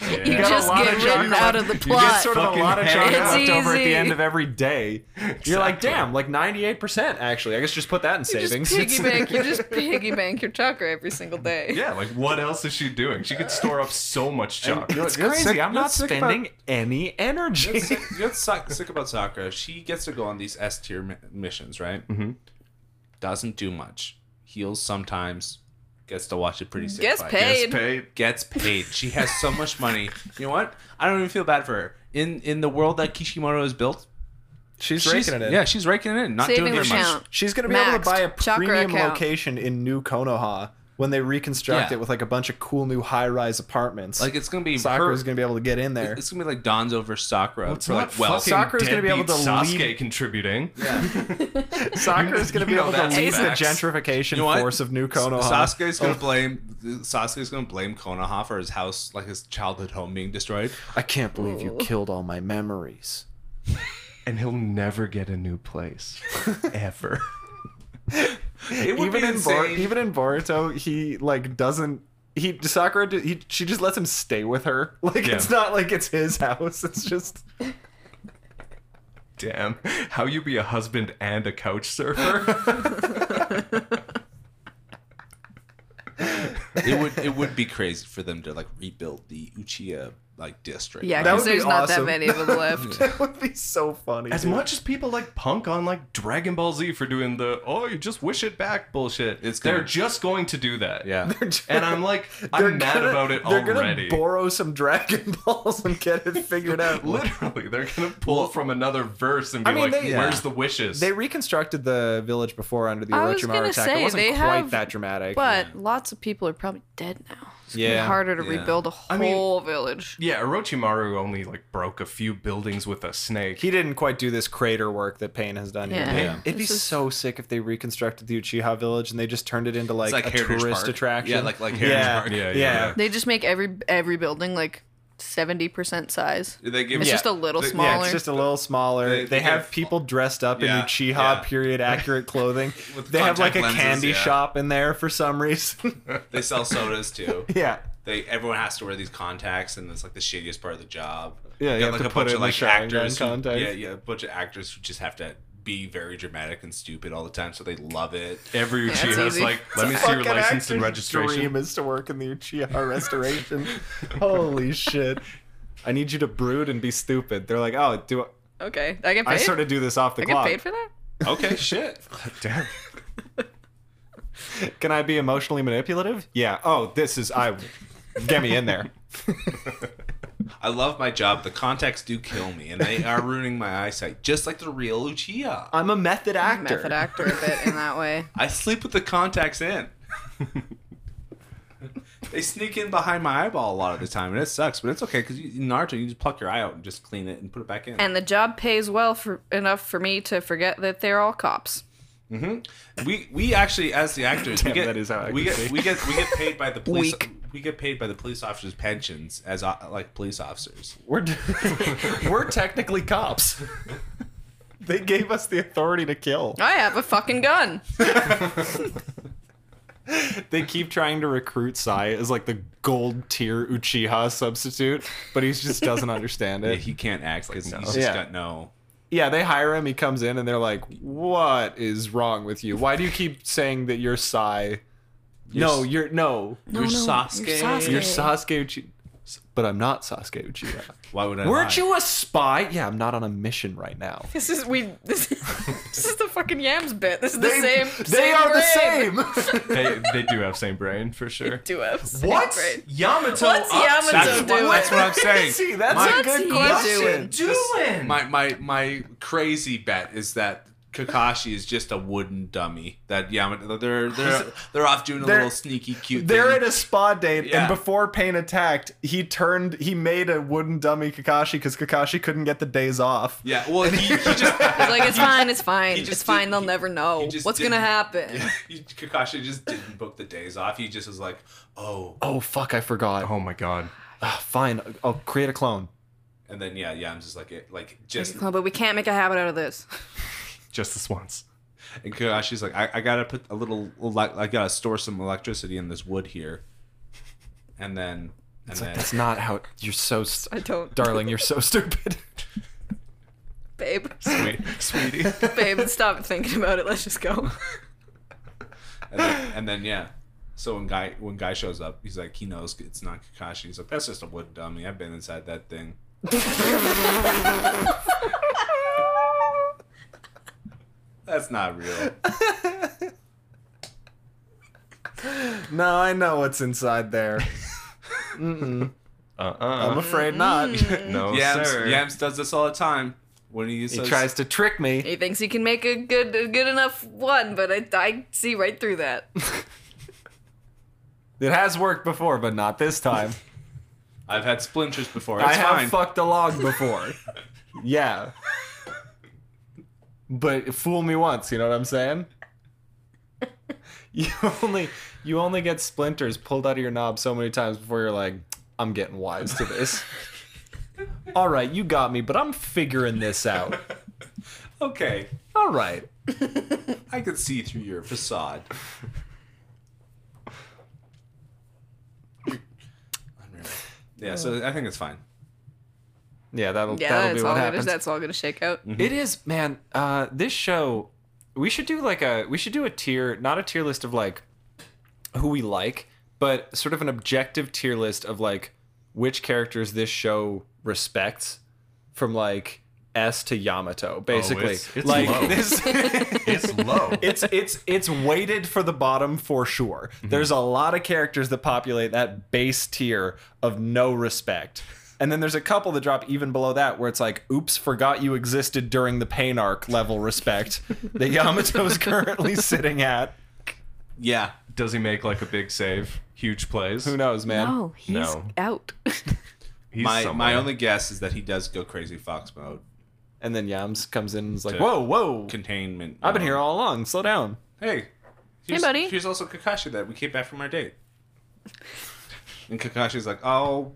Speaker 3: You
Speaker 1: got a
Speaker 3: just
Speaker 1: lot
Speaker 3: get
Speaker 1: of
Speaker 3: ridden
Speaker 1: chakra.
Speaker 3: out of the
Speaker 1: You get
Speaker 3: plot.
Speaker 1: sort of a
Speaker 2: Fucking
Speaker 1: lot of
Speaker 2: hell.
Speaker 1: chakra
Speaker 3: It's
Speaker 1: left over at
Speaker 3: easy.
Speaker 1: the end of every day. You're like,
Speaker 2: Exactly.
Speaker 1: damn, like 98% actually. I guess just put that in
Speaker 3: You
Speaker 1: savings.
Speaker 3: just piggy bank. You just piggy bank your chakra every single day.
Speaker 2: yeah, like what else is she doing? She could store up so much
Speaker 1: <laughs>
Speaker 2: chakra.
Speaker 1: it's crazy.
Speaker 4: sick-
Speaker 1: I'm
Speaker 4: you're
Speaker 1: not
Speaker 4: sick
Speaker 1: spending
Speaker 4: about-
Speaker 1: any energy.
Speaker 4: That's sick, that's sick, sick about Sakura. She gets to go on these S tier mi- missions, right? Mm-hmm. Doesn't do much. Heals sometimes. Gets to watch a pretty sick
Speaker 3: Gets
Speaker 4: fight.
Speaker 3: paid.
Speaker 2: Just pay-
Speaker 4: Gets paid. She has so much money. You know what? I don't even feel bad for her. In in the world that Kishimoto has built,
Speaker 1: She's
Speaker 4: she's,
Speaker 1: raking it in.
Speaker 4: Yeah, she's raking it in. Not
Speaker 3: Saving
Speaker 4: doing very
Speaker 3: account.
Speaker 4: much.
Speaker 1: She's gonna be able
Speaker 3: Maxed.
Speaker 1: to buy a
Speaker 3: Chakra
Speaker 1: premium
Speaker 3: account.
Speaker 1: location in New Konoha when they reconstruct
Speaker 4: Yeah.
Speaker 1: it with like a bunch of cool new high-rise apartments.
Speaker 4: Like it's gonna be
Speaker 1: Sakura's
Speaker 4: her-
Speaker 1: gonna be able to get in
Speaker 4: <laughs>
Speaker 1: there.
Speaker 4: It's gonna be like Don's over Sakura
Speaker 2: It's
Speaker 4: for
Speaker 2: not
Speaker 4: like well.
Speaker 2: fucking
Speaker 1: Sakura's gonna be able
Speaker 2: deadbeat
Speaker 1: to
Speaker 2: Sasuke
Speaker 1: lead-
Speaker 2: contributing.
Speaker 1: Sakura's gonna be
Speaker 2: You know
Speaker 1: able to
Speaker 2: that's
Speaker 1: lead the
Speaker 2: facts.
Speaker 1: gentrification
Speaker 4: You know what?
Speaker 1: force of New Konoha. Oh.
Speaker 4: Sasuke's gonna blame Sasuke's gonna blame Konoha for his house, like his childhood home being destroyed.
Speaker 1: I can't believe you killed all my memories.
Speaker 2: And he'll never get a new place. Ever.
Speaker 4: It would
Speaker 1: even
Speaker 4: be
Speaker 1: in Bor-
Speaker 4: insane.
Speaker 1: even in Boruto, he like doesn't. He Sakura, d- he, she just lets him stay with her. <laughs> Like
Speaker 2: Yeah.
Speaker 1: it's not like it's his house. It's
Speaker 3: <laughs>
Speaker 1: just <laughs>
Speaker 2: Damn.
Speaker 1: <laughs>
Speaker 2: How you be a husband and a couch surfer?
Speaker 4: it would it would be crazy for them to like rebuild the Uchiha like district.
Speaker 3: Yeah,
Speaker 4: right?
Speaker 1: That would
Speaker 3: because
Speaker 1: be
Speaker 3: there's not
Speaker 1: awesome.
Speaker 3: that many
Speaker 1: <laughs>
Speaker 3: of them left.
Speaker 1: that would be so funny.
Speaker 2: As
Speaker 1: dude. <laughs>
Speaker 2: much as people like punk on like Dragon Ball Z for doing the oh you just wish it back bullshit,
Speaker 4: It's
Speaker 2: they're
Speaker 4: gonna-
Speaker 2: just going to do
Speaker 1: <laughs>
Speaker 2: that.
Speaker 4: yeah.
Speaker 2: and I'm like
Speaker 1: They're
Speaker 2: I'm mad
Speaker 1: gonna-
Speaker 2: about it
Speaker 1: they're
Speaker 2: already.
Speaker 1: gonna borrow some Dragon <laughs> Balls and get it figured out.
Speaker 2: <laughs> Literally, they're gonna pull from another verse and be
Speaker 1: I mean,
Speaker 2: like,
Speaker 1: they-
Speaker 2: "Where's
Speaker 1: yeah.
Speaker 2: the wishes?"
Speaker 1: They reconstructed the village before under the
Speaker 3: I was
Speaker 1: Orochimaru
Speaker 3: gonna
Speaker 1: attack.
Speaker 3: say,
Speaker 1: it wasn't
Speaker 3: they
Speaker 1: quite
Speaker 3: have-
Speaker 1: that dramatic.
Speaker 3: But lots of people are probably dead now. It's gonna be
Speaker 1: Yeah,
Speaker 3: harder to
Speaker 4: yeah.
Speaker 3: rebuild a
Speaker 2: I mean-
Speaker 3: whole village.
Speaker 2: yeah, Orochimaru only like broke a few buildings with a snake.
Speaker 1: he didn't quite do this crater work that Pain has done.
Speaker 3: Yeah.
Speaker 1: Yet.
Speaker 4: Yeah.
Speaker 1: It'd be
Speaker 3: This is-
Speaker 1: so sick if they reconstructed the Uchiha village and they just turned it into like,
Speaker 4: It's like
Speaker 1: a
Speaker 4: Heritage
Speaker 1: tourist
Speaker 4: Park.
Speaker 1: attraction.
Speaker 4: Yeah, like like Heritage
Speaker 1: yeah.
Speaker 4: Park.
Speaker 1: Yeah,
Speaker 2: Yeah,
Speaker 1: yeah,
Speaker 2: yeah.
Speaker 3: They just make every every building like seventy percent size.
Speaker 4: They give
Speaker 3: It's
Speaker 4: yeah.
Speaker 3: just a little
Speaker 4: They- yeah,
Speaker 3: smaller.
Speaker 1: it's just a little smaller. They,
Speaker 4: They- they
Speaker 1: have
Speaker 4: have-
Speaker 1: people dressed up
Speaker 4: Yeah,
Speaker 1: in Uchiha
Speaker 4: yeah.
Speaker 1: period accurate clothing.
Speaker 4: <laughs> With
Speaker 1: they have like
Speaker 4: contact
Speaker 1: a
Speaker 4: lenses,
Speaker 1: candy
Speaker 4: yeah.
Speaker 1: shop in there for some reason. <laughs>
Speaker 4: <laughs> They sell sodas too.
Speaker 1: yeah.
Speaker 4: They everyone has to wear these contacts, and it's like the shittiest part of the job.
Speaker 1: Yeah, you
Speaker 4: Got,
Speaker 1: have
Speaker 4: like
Speaker 1: to
Speaker 4: a
Speaker 1: put
Speaker 4: bunch
Speaker 1: it in
Speaker 4: of
Speaker 1: the
Speaker 4: like
Speaker 1: Sharingan
Speaker 4: actors. who-
Speaker 1: contacts.
Speaker 4: yeah, yeah, a bunch of actors who just have to be very dramatic and stupid all the time, so they love it.
Speaker 2: Every
Speaker 3: it's
Speaker 2: Uchiha's
Speaker 3: easy.
Speaker 2: like, "Let me see your
Speaker 1: Fucking
Speaker 2: license
Speaker 1: actor's
Speaker 2: and registration."
Speaker 1: dream is to work in the <laughs> Uchiha Restoration. Holy shit! I need you to brood and be stupid. They're like, oh, do I,
Speaker 3: Okay, I get paid.
Speaker 1: I sort of do this off the
Speaker 3: I get
Speaker 1: clock?
Speaker 3: paid for that.
Speaker 4: Okay, shit.
Speaker 1: <laughs>
Speaker 2: Damn.
Speaker 1: Can I be emotionally manipulative? Yeah. Oh, this is I. Get me in there.
Speaker 4: I love my job. The contacts do kill me, and they are ruining my eyesight, just like the real Lucia.
Speaker 1: <laughs> I'm a method actor.
Speaker 3: Method actor a bit in that way.
Speaker 4: I sleep with the
Speaker 1: <laughs>
Speaker 4: contacts in. they sneak in behind my eyeball a lot of the time, and it sucks. But it's okay because in Naruto, you just pluck your eye out and just clean it and put it back in.
Speaker 3: And the job pays well for enough for me to forget that they're all cops.
Speaker 4: we we actually, as the actors,
Speaker 1: Damn,
Speaker 4: we get
Speaker 1: that is how I
Speaker 4: we
Speaker 1: can
Speaker 4: get
Speaker 1: see.
Speaker 4: we get we get paid
Speaker 3: <laughs>
Speaker 4: by the police.
Speaker 3: Weak.
Speaker 4: We get paid by the police officers' pensions as uh, like police officers.
Speaker 1: <laughs> We're <laughs> we're technically cops. <laughs> They gave us the authority to kill.
Speaker 3: I have a fucking gun.
Speaker 1: They keep trying to recruit Sai as like the gold tier Uchiha substitute, but he just <laughs> doesn't understand
Speaker 4: Yeah,
Speaker 1: it.
Speaker 4: he can't act because
Speaker 2: no.
Speaker 4: he's just
Speaker 1: Yeah.
Speaker 4: got no.
Speaker 1: Yeah, they hire him. He comes in, and they're like, "What is wrong with you? Why do you keep saying that you're Sai? no,
Speaker 4: s-
Speaker 1: you're no,
Speaker 4: you're
Speaker 3: no,
Speaker 4: Sasuke.
Speaker 3: you're Sasuke.
Speaker 1: you're Sasuke Uchiha." But I'm not uh, Sasuke Uchiha.
Speaker 4: Why would I?
Speaker 1: <laughs> Weren't
Speaker 4: lie?
Speaker 1: you a spy? Yeah, I'm not on a mission right now.
Speaker 3: This is we. This <laughs> is, this is the fucking yams bit. This is the same.
Speaker 1: They
Speaker 3: same
Speaker 1: are
Speaker 3: brain. <laughs>
Speaker 1: the same.
Speaker 2: they, they do have same brain
Speaker 1: <laughs>
Speaker 2: for sure.
Speaker 3: Do have same
Speaker 2: What?
Speaker 3: brain.
Speaker 2: Yamato? up
Speaker 3: What's Yamato
Speaker 2: to?
Speaker 4: uh, That's,
Speaker 3: doing?
Speaker 4: that's what I'm saying.
Speaker 1: See, that's
Speaker 4: My-
Speaker 1: a good
Speaker 3: What's he
Speaker 1: question.
Speaker 2: doing?
Speaker 4: My my my crazy bet is that Kakashi is just a wooden dummy. That Yamato they're they're theyey're off doing a
Speaker 1: They're-
Speaker 4: little sneaky cute.
Speaker 1: They're
Speaker 4: thing.
Speaker 1: at a spa date,
Speaker 4: Yeah.
Speaker 1: and before Pain attacked, he turned, he made a wooden dummy Kakashi because Kakashi couldn't get the days off.
Speaker 4: yeah. Well, he, he
Speaker 1: <laughs>
Speaker 4: just
Speaker 3: He's like, it's fine, it's
Speaker 4: <laughs>
Speaker 3: fine,
Speaker 4: he just
Speaker 3: it's fine.
Speaker 4: did-
Speaker 3: They'll
Speaker 4: he-
Speaker 3: never know
Speaker 4: he just
Speaker 3: what's gonna
Speaker 4: didn't-
Speaker 3: happen.
Speaker 4: <laughs> he- Kakashi just didn't book the days off. He just was like, oh,
Speaker 1: Oh fuck, I forgot.
Speaker 2: Oh my god.
Speaker 1: Ah, fine, I'll create a clone.
Speaker 4: and then yeah, yeah. I'm just like it, like just
Speaker 3: Well, Oh, but we can't make a habit out of this.
Speaker 2: Just this once.
Speaker 4: and Kakashi's like, I, I gotta put a little like I gotta store some electricity in this wood here, and then and
Speaker 1: It's
Speaker 4: then
Speaker 1: like that's not how. You're so, st-
Speaker 3: I don't,
Speaker 1: darling. You're so <laughs> stupid.
Speaker 3: babe.
Speaker 2: Sweet, sweetie.
Speaker 3: <laughs> babe, stop thinking about it. Let's
Speaker 4: <laughs>
Speaker 3: just go.
Speaker 4: and then, and then yeah. So when guy when guy shows up, he's like he knows it's not Kakashi. He's like that's just a wood dummy. I've been inside that thing. that's not real.
Speaker 1: no, I know what's inside there. I'm
Speaker 2: Uh-uh.
Speaker 1: afraid not. <laughs>
Speaker 2: no,
Speaker 4: Yams,
Speaker 2: sir.
Speaker 4: Yams does this all the time when he,
Speaker 1: He tries to trick me.
Speaker 3: He thinks he can make a good, a good enough one, but I, I see right through that.
Speaker 1: It has worked before, but not this time.
Speaker 4: I've had splinters before. It's
Speaker 1: I have
Speaker 4: fine.
Speaker 1: fucked a log before. yeah. But fool me once, you know what I'm saying? You only you only get splinters pulled out of your knob so many times before you're like, I'm getting wise to
Speaker 4: <laughs>
Speaker 1: this. All right, you got me, but I'm figuring this out.
Speaker 4: okay,
Speaker 1: All right.
Speaker 4: I could see through your facade. Unreal. Yeah, so I think it's fine.
Speaker 1: Yeah, that'll
Speaker 3: Yeah,
Speaker 1: that'll
Speaker 3: that's
Speaker 1: be
Speaker 3: all
Speaker 1: what
Speaker 3: gonna,
Speaker 1: happens. Mm-hmm.
Speaker 3: that's all gonna shake out.
Speaker 1: It is, man. Uh, this show, we should do like a we should do a tier, not a tier list of like who we like, but sort of an objective tier list of like which characters this show respects from like S to Yamato, basically.
Speaker 2: Oh, it's- it's
Speaker 1: like
Speaker 2: low. <laughs>
Speaker 1: this <laughs>
Speaker 2: It's low.
Speaker 1: it's it's it's weighted for the bottom for sure. There's a lot of characters that populate that base tier of no respect. And then there's a couple that drop even below that where it's like, oops, forgot you existed during the pain arc level respect <laughs> that Yamato is currently sitting at.
Speaker 4: Yeah.
Speaker 2: Does he make like a big save? Huge plays?
Speaker 1: Who knows, man?
Speaker 3: Oh, he's
Speaker 2: No.
Speaker 3: out. <laughs>
Speaker 2: He's
Speaker 4: my my
Speaker 2: somewhere.
Speaker 4: only guess is that he does go crazy fox mode.
Speaker 1: And then Yams comes in and is like,
Speaker 4: To-
Speaker 1: whoa, whoa.
Speaker 4: Containment.
Speaker 1: I've been
Speaker 4: mode.
Speaker 1: here all along. Slow down.
Speaker 4: Hey.
Speaker 3: Hey, buddy.
Speaker 4: Here's also Kakashi that we came back from our date. And Kakashi's like, oh,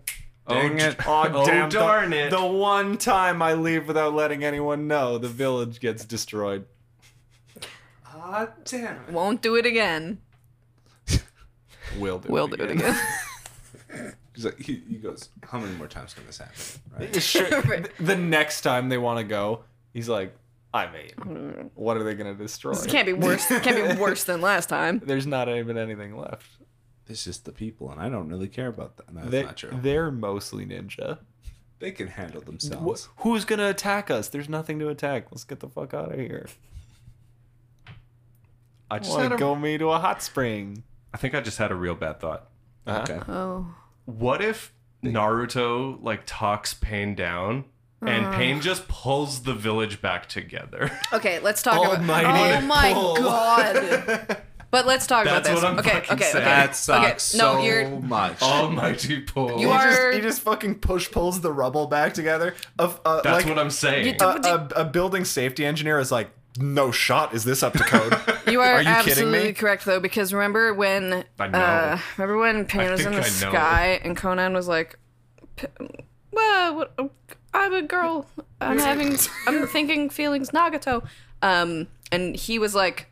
Speaker 4: dang
Speaker 2: j-
Speaker 4: it.
Speaker 2: Oh,
Speaker 1: the-
Speaker 2: darn it.
Speaker 1: The one time I leave without letting anyone know, the village gets destroyed.
Speaker 4: Ah, damn it.
Speaker 3: Won't do it again.
Speaker 1: Will do.
Speaker 3: Will do it again.
Speaker 4: He's like, he, he goes, how many more times can this happen? Right?
Speaker 1: <laughs> Sure.
Speaker 3: Right.
Speaker 1: th- The next time they want to go, he's like, I mean, what are they going to destroy?
Speaker 3: <laughs> This can't be worse. Can't be worse than last time.
Speaker 1: There's not even anything left.
Speaker 4: It's just the people, and I don't really care about that. No, that's
Speaker 1: They,
Speaker 4: not true.
Speaker 1: they're mostly ninja.
Speaker 4: They can handle
Speaker 1: Wh-
Speaker 4: themselves.
Speaker 1: who's going to attack us? There's nothing to attack. Let's get the fuck out of here.
Speaker 2: I just
Speaker 1: Want
Speaker 2: had
Speaker 1: to
Speaker 2: a,
Speaker 1: go me to a hot spring.
Speaker 2: I think I just had a real bad thought.
Speaker 1: Uh-huh.
Speaker 4: Okay.
Speaker 3: Oh,
Speaker 2: What if Naruto like talks Pain down and
Speaker 3: Uh.
Speaker 2: Pain just pulls the village
Speaker 1: <laughs>
Speaker 2: back together?
Speaker 3: okay. Let's talk
Speaker 1: Almighty
Speaker 3: about. Oh my
Speaker 1: pull.
Speaker 3: god. But let's talk
Speaker 2: That's
Speaker 3: about this.
Speaker 2: what I'm
Speaker 3: okay,
Speaker 2: fucking
Speaker 3: okay,
Speaker 2: saying.
Speaker 3: okay.
Speaker 4: That sucks
Speaker 3: okay. No,
Speaker 4: so
Speaker 3: you're.
Speaker 4: much.
Speaker 2: Oh,
Speaker 4: <laughs>
Speaker 1: Oh
Speaker 2: <laughs> Almighty pull.
Speaker 3: You are-
Speaker 1: He just, he just fucking push pulls the rubble back together. Of uh,
Speaker 2: That's
Speaker 1: like,
Speaker 2: what I'm saying.
Speaker 1: a,
Speaker 3: You-
Speaker 1: a, a building safety engineer is like, no shot is this up to code.
Speaker 3: You are,
Speaker 1: Are you kidding me?
Speaker 3: absolutely correct though, because remember when
Speaker 2: I know.
Speaker 3: uh, remember when Pan was in
Speaker 2: think
Speaker 3: the
Speaker 2: I know.
Speaker 3: sky and Conan was like, "P- "Well, what, uh, I'm a girl. I'm having, I'm thinking feelings Nagato," um, and he was like,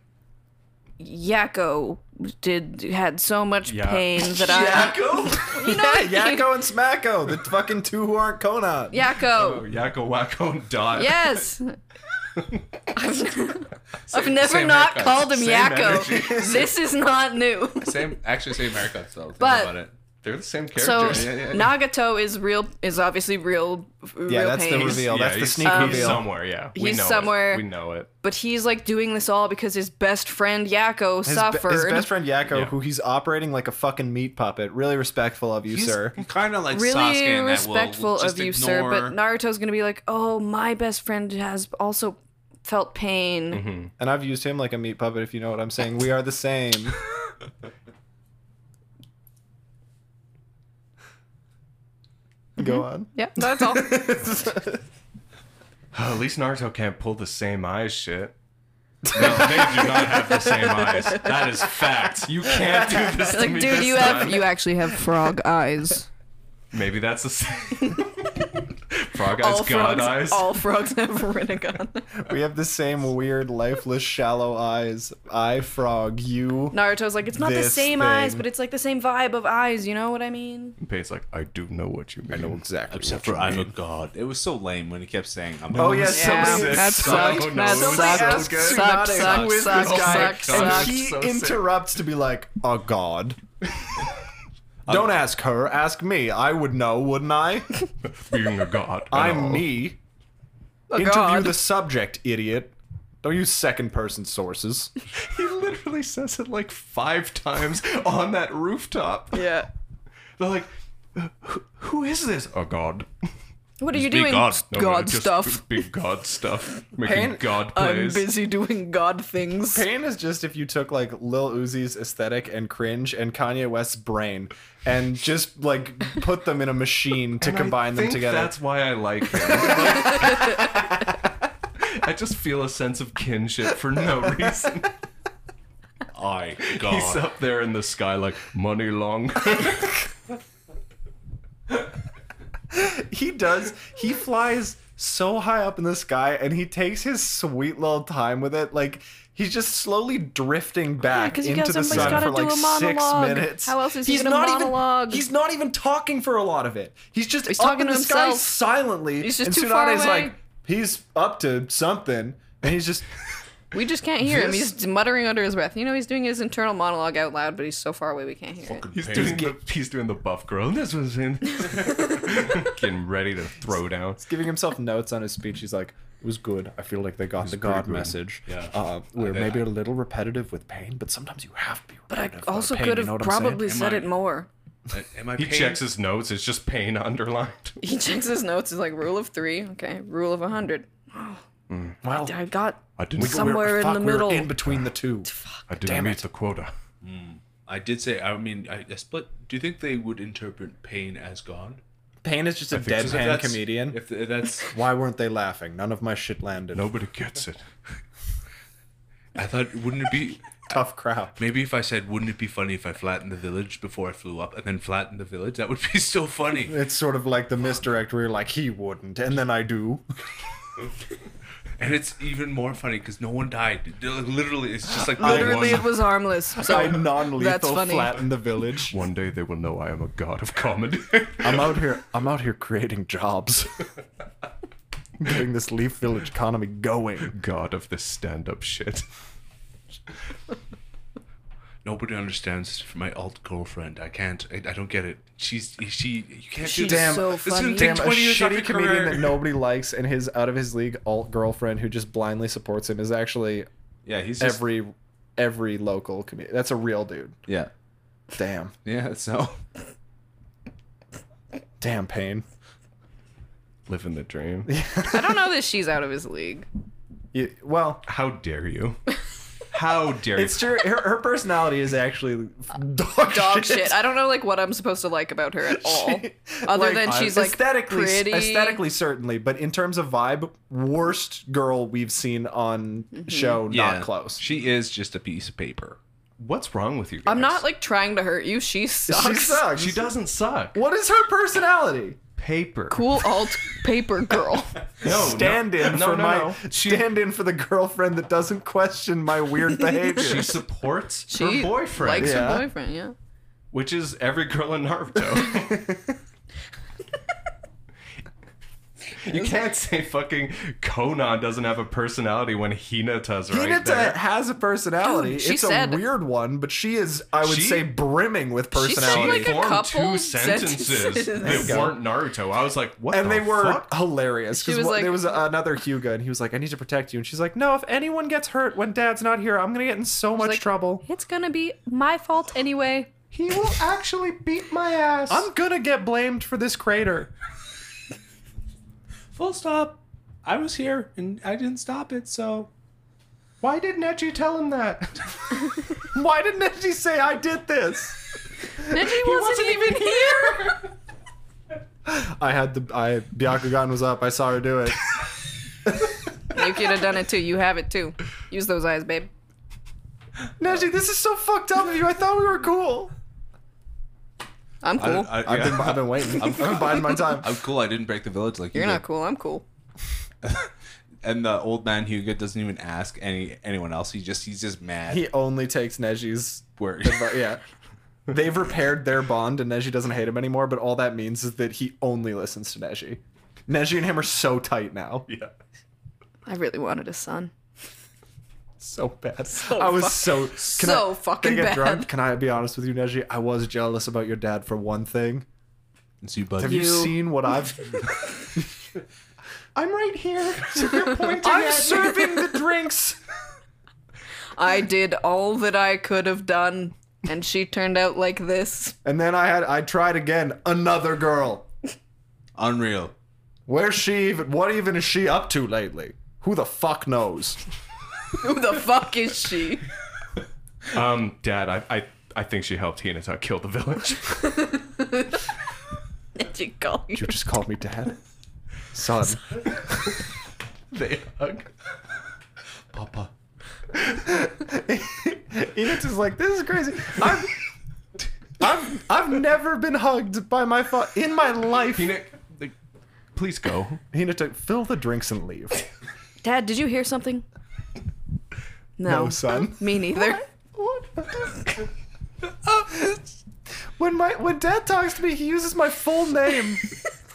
Speaker 3: "Yakko did had so much
Speaker 2: Yeah.
Speaker 3: pain that I,
Speaker 1: Yakko?
Speaker 3: you know, what?
Speaker 1: yeah, Yakko and Smacko, the fucking two who aren't Conan.
Speaker 2: Oh,
Speaker 3: Yakko,
Speaker 2: Yakko Wacko and Dot.
Speaker 3: yes." <laughs> I've
Speaker 4: Same-
Speaker 3: never
Speaker 4: same
Speaker 3: not
Speaker 4: haircut,
Speaker 3: called him
Speaker 4: same
Speaker 3: Yakko.
Speaker 4: energy.
Speaker 3: This is not new.
Speaker 4: Same, actually, same haircuts though. Think
Speaker 3: But-
Speaker 4: about it.
Speaker 2: They're the same
Speaker 3: So
Speaker 1: <laughs>
Speaker 2: character.
Speaker 3: Nagato is real is obviously real real
Speaker 1: Yeah, that's the
Speaker 3: pain.
Speaker 1: reveal. That's the
Speaker 2: he's-
Speaker 1: sneak
Speaker 2: he's
Speaker 1: reveal.
Speaker 2: somewhere, yeah. We
Speaker 3: He's
Speaker 2: know it.
Speaker 3: somewhere.
Speaker 2: We know it.
Speaker 3: But he's like doing this all because his best friend Yakko
Speaker 1: His, be-
Speaker 3: suffered.
Speaker 1: his best friend Yakko,
Speaker 2: Yeah.
Speaker 1: who he's operating like a fucking meat puppet. Really respectful of you, sir.
Speaker 4: kind of like Sasuke
Speaker 3: really
Speaker 4: in that will
Speaker 3: respectful
Speaker 4: just
Speaker 3: of you, sir,
Speaker 4: ignore-
Speaker 3: but Naruto's gonna be like, "Oh, my best friend has also felt pain."
Speaker 1: And I've used him like a meat puppet, if you know what I'm saying. We are the same. Go on.
Speaker 3: Yeah,
Speaker 1: <laughs>
Speaker 3: that's all.
Speaker 2: At least Naruto can't pull the same eyes shit. No, they do not have the same eyes. That is fact. You can't do this to
Speaker 3: like,
Speaker 2: me
Speaker 3: dude,
Speaker 2: this
Speaker 3: you
Speaker 2: time.
Speaker 3: have you actually have frog eyes.
Speaker 2: Maybe that's the
Speaker 3: <laughs>
Speaker 2: same. Frog eyes,
Speaker 3: all
Speaker 2: god
Speaker 3: frogs,
Speaker 2: eyes.
Speaker 3: all frogs have
Speaker 1: <laughs>
Speaker 3: Rinnegan.
Speaker 1: We have the same weird, lifeless, shallow eyes. I frog you.
Speaker 3: Naruto's like, "It's not the
Speaker 1: This
Speaker 3: same eyes,
Speaker 1: thing.
Speaker 3: but it's like the same vibe of eyes." You know what I mean?
Speaker 2: And Pain's like, I do know what you mean. I know.
Speaker 1: Exactly.
Speaker 4: Except for I'm a god. It was so lame when he kept saying I'm a
Speaker 1: Oh
Speaker 4: god.
Speaker 1: yeah,
Speaker 3: Yeah,
Speaker 1: somebody,
Speaker 3: that
Speaker 2: so
Speaker 3: sucked.
Speaker 2: known.
Speaker 3: that
Speaker 2: Somebody
Speaker 3: sucked.
Speaker 2: asked
Speaker 3: Sucked,
Speaker 1: Tsunade
Speaker 3: sucked,
Speaker 1: who is
Speaker 3: sucked,
Speaker 1: this guy?
Speaker 3: sucked,
Speaker 2: And
Speaker 3: sucked.
Speaker 1: he
Speaker 2: Oh So sick.
Speaker 1: interrupts to be like, "A god." Don't ask her. Ask me. I would know, wouldn't I?
Speaker 2: <laughs> Being a god.
Speaker 1: I'm me.
Speaker 3: A
Speaker 1: Interview
Speaker 3: god.
Speaker 1: the subject, idiot. Don't use second person sources.
Speaker 2: He literally says it like five times on that rooftop.
Speaker 3: Yeah.
Speaker 2: They're like, "Who- who is this? A god.
Speaker 3: What are you doing?
Speaker 2: No,
Speaker 3: God
Speaker 2: just
Speaker 3: stuff.
Speaker 2: Big god <laughs> stuff. Making
Speaker 1: Pain-
Speaker 2: god
Speaker 3: I'm
Speaker 2: plays.
Speaker 3: busy doing God things.
Speaker 1: Pain is just if you took like Lil Uzi's aesthetic and cringe and Kanye West's brain and just like put them in a machine to
Speaker 2: <laughs> And I
Speaker 1: combine them
Speaker 2: think
Speaker 1: together.
Speaker 2: That's why I
Speaker 1: <laughs>
Speaker 2: like him. I just feel a sense of kinship for no <laughs> reason.
Speaker 4: I god.
Speaker 2: He's up there in the sky like money <laughs> long.
Speaker 1: he does he flies so high up in the sky and he takes his sweet little time with it like he's just slowly drifting back
Speaker 3: 'cause you
Speaker 1: into
Speaker 3: got-
Speaker 1: the
Speaker 3: somebody's
Speaker 1: sun
Speaker 3: gotta
Speaker 1: for like
Speaker 3: do a
Speaker 1: six
Speaker 3: monologue.
Speaker 1: minutes
Speaker 3: How else is he gonna monologue?
Speaker 1: even he's not even talking for a lot of it he's just
Speaker 3: He's
Speaker 1: up
Speaker 3: talking
Speaker 1: in
Speaker 3: to
Speaker 1: the sky
Speaker 3: himself.
Speaker 1: silently
Speaker 3: He's just
Speaker 1: and
Speaker 3: too far
Speaker 1: Tsunade's
Speaker 3: away.
Speaker 1: like he's up to something and he's just
Speaker 3: We just can't hear him.
Speaker 2: This-
Speaker 3: He's muttering under his breath. You know, he's doing his internal monologue out loud, but he's so far away we can't hear it.
Speaker 2: He's doing, the, he's doing the buff girl. This was in. <laughs> Getting ready to throw down.
Speaker 1: He's giving himself notes on his speech. He's like, it was good. I feel like they got the God message.
Speaker 4: Yeah.
Speaker 1: Uh, we're
Speaker 4: they-
Speaker 1: maybe a little repetitive with pain, but sometimes you have to be
Speaker 3: But I
Speaker 1: repetitive. about
Speaker 3: also
Speaker 1: pain,
Speaker 3: could
Speaker 1: you
Speaker 3: have
Speaker 1: know what I'm saying?
Speaker 3: probably
Speaker 4: Am
Speaker 3: said
Speaker 4: I-
Speaker 3: it more.
Speaker 4: Am I
Speaker 2: He checks his notes. It's just pain underlined.
Speaker 1: <laughs>
Speaker 3: He checks his notes. He's like, rule of three. Okay, rule of a 100.
Speaker 1: Mm. Well,
Speaker 3: I got
Speaker 2: I didn't.
Speaker 1: we-
Speaker 3: Somewhere
Speaker 1: we're,
Speaker 3: in
Speaker 1: fuck,
Speaker 3: the
Speaker 1: we're
Speaker 3: middle.
Speaker 1: in between the two.
Speaker 2: I didn't
Speaker 1: Damn it.
Speaker 2: meet the quota.
Speaker 4: I did say. I mean, I, I split. Do you think they would interpret pain as God?
Speaker 1: Pain is just a
Speaker 2: think so.
Speaker 4: If
Speaker 1: deadpan
Speaker 4: that's-
Speaker 1: comedian.
Speaker 4: If if that's,
Speaker 1: <laughs> Why weren't they laughing? None of my shit landed.
Speaker 2: Nobody gets it.
Speaker 4: <laughs> I thought, wouldn't it be?
Speaker 1: Tough crowd.
Speaker 4: Maybe if I said, wouldn't it be funny if I flattened the village before I flew up and then flattened the village? That would be <laughs> so funny.
Speaker 1: It's sort of like the misdirect where you're like, he wouldn't, and then I do.
Speaker 4: And it's even more funny because no one died. Literally, it's just like
Speaker 3: Literally,
Speaker 4: one-
Speaker 3: it was harmless. So
Speaker 1: I non-lethal
Speaker 3: funny.
Speaker 1: flatten the village.
Speaker 4: <laughs>
Speaker 2: One day they will know I am a god
Speaker 1: <laughs>
Speaker 2: of comedy.
Speaker 1: I'm out here. I'm out here creating jobs, getting this Leaf Village economy going.
Speaker 2: god of this stand-up shit.
Speaker 4: Nobody understands my alt girlfriend. I can't. I, I don't get it. She's she. You can't do
Speaker 3: She's
Speaker 4: this.
Speaker 1: Damn-
Speaker 3: so
Speaker 4: this is
Speaker 3: funny.
Speaker 4: gonna
Speaker 1: Damn,
Speaker 4: take
Speaker 1: a
Speaker 4: twenty years off
Speaker 1: shitty
Speaker 4: your
Speaker 1: comedian
Speaker 4: career.
Speaker 1: that nobody likes, and his out of his league alt girlfriend who just blindly supports him is actually
Speaker 4: yeah, he's just,
Speaker 1: every every local comedian. That's a real dude.
Speaker 4: yeah,
Speaker 1: Damn,
Speaker 4: <laughs> yeah. So
Speaker 1: damn pain.
Speaker 2: Living the dream.
Speaker 3: I don't know that she's out of his league.
Speaker 1: You, well,
Speaker 2: How dare you? How dare
Speaker 1: it's true. Her, her personality is actually dog,
Speaker 3: Uh,
Speaker 1: <laughs>
Speaker 3: Dog shit. I don't know like what I'm supposed to like about her at all. Other than she's like
Speaker 1: aesthetically,
Speaker 3: pretty.
Speaker 1: aesthetically certainly, but in terms of vibe, worst girl we've seen on
Speaker 3: Mm-hmm.
Speaker 1: show. Not close.
Speaker 4: She is just a piece of paper.
Speaker 2: you? What's wrong with you guys?
Speaker 3: I'm not like trying to hurt you.
Speaker 1: <laughs>
Speaker 3: She sucks.
Speaker 1: She sucks.
Speaker 2: She doesn't suck.
Speaker 1: What is her personality?
Speaker 2: Paper.
Speaker 3: Cool alt paper
Speaker 1: <laughs>
Speaker 3: girl.
Speaker 2: No, no.
Speaker 1: stand in
Speaker 2: No,
Speaker 1: for
Speaker 2: no,
Speaker 1: my
Speaker 2: no. She-
Speaker 1: stand in for the girlfriend that doesn't question my
Speaker 2: <laughs>
Speaker 1: weird behavior.
Speaker 2: She supports
Speaker 3: <laughs> She
Speaker 2: her boyfriend,
Speaker 3: likes
Speaker 1: Yeah.
Speaker 3: her boyfriend. Yeah.
Speaker 2: which is every girl in Naruto. <laughs> you can't say fucking Conan doesn't have a personality when Hinata's right
Speaker 1: Hinata
Speaker 2: there.
Speaker 1: has a personality.
Speaker 3: Dude, she
Speaker 1: it's
Speaker 3: said-
Speaker 1: a weird one, but she is, I would
Speaker 2: She-
Speaker 1: say, brimming with personality.
Speaker 3: like, a
Speaker 2: Formed
Speaker 3: couple
Speaker 2: two sentences
Speaker 3: sentences. There
Speaker 1: you
Speaker 2: that
Speaker 1: go.
Speaker 2: weren't Naruto. I was like, what?
Speaker 1: and
Speaker 2: the
Speaker 1: they were
Speaker 2: fuck?
Speaker 1: hilarious
Speaker 3: She
Speaker 1: because
Speaker 3: was like-
Speaker 1: there was another Hyuga, and he was like, "I need to protect you," and she's like, "No, if anyone gets hurt when Dad's not here, I'm gonna get in so much
Speaker 3: like-
Speaker 1: trouble.
Speaker 3: It's gonna be my fault <laughs> anyway.
Speaker 2: He will actually beat my ass.
Speaker 1: I'm gonna get blamed for this crater."
Speaker 4: Full stop. I was here and I didn't stop it. So
Speaker 2: Why didn't Neji tell him that?
Speaker 1: Why didn't Neji say I did this?
Speaker 3: And she wasn't, even here.
Speaker 1: I had the I Byakugan was up. I saw her do it.
Speaker 3: <laughs> you could have done it too. You have it too. Use those eyes, babe.
Speaker 1: <laughs> Neji, this is so fucked up of you. I thought we were cool.
Speaker 3: I'm cool.
Speaker 4: I,
Speaker 1: I've been,
Speaker 4: <laughs>
Speaker 1: I've been waiting. I'm, I'm biding my time.
Speaker 4: am cool. I didn't break the village like you
Speaker 3: You're
Speaker 4: did.
Speaker 3: not cool. I'm cool.
Speaker 4: And the old man Hugo doesn't even ask any anyone else. He just he's just mad.
Speaker 1: He only takes Neji's.
Speaker 4: Word.
Speaker 1: But yeah. They've repaired their bond, and Neji doesn't hate him anymore. But all that means is that he only listens to Neji. Neji and him are so tight now.
Speaker 2: yeah.
Speaker 3: I really wanted a son.
Speaker 1: So bad. I was
Speaker 3: fuck-
Speaker 1: so can
Speaker 3: so
Speaker 1: I,
Speaker 3: fucking
Speaker 1: they get
Speaker 3: bad.
Speaker 1: drunk? Can I be honest with you, Neji? I was jealous about your dad for one thing.
Speaker 4: <laughs> It's you, buddy.
Speaker 1: Have you,
Speaker 3: You-
Speaker 1: seen what I've?
Speaker 2: I'm right here. You're pointing
Speaker 1: I'm
Speaker 2: at
Speaker 1: serving the drinks.
Speaker 3: I did all that I could have done, and she turned out like this. <laughs>
Speaker 1: And then I had I tried again. Another girl.
Speaker 4: Unreal.
Speaker 1: Where's she even? What even is she up to lately? Who the fuck knows?
Speaker 3: Who the fuck is she? <laughs>
Speaker 2: me. Um, Dad, I, I, I think she helped Hinata kill the village.
Speaker 3: Did you call you?
Speaker 1: You just called me dad, son.
Speaker 2: <laughs> they hug.
Speaker 1: <laughs>
Speaker 4: Papa.
Speaker 1: Enix is like, this is crazy. I've, I've, I've never been hugged by my father in my life.
Speaker 2: Hina, like, please go.
Speaker 1: Hinata, fill the drinks and leave.
Speaker 2: <laughs>
Speaker 3: Dad, did you hear something? No.
Speaker 1: No, Oh, son.
Speaker 3: Me neither.
Speaker 1: What? <laughs> when my when dad talks to me, he uses my full
Speaker 2: <laughs>
Speaker 1: name.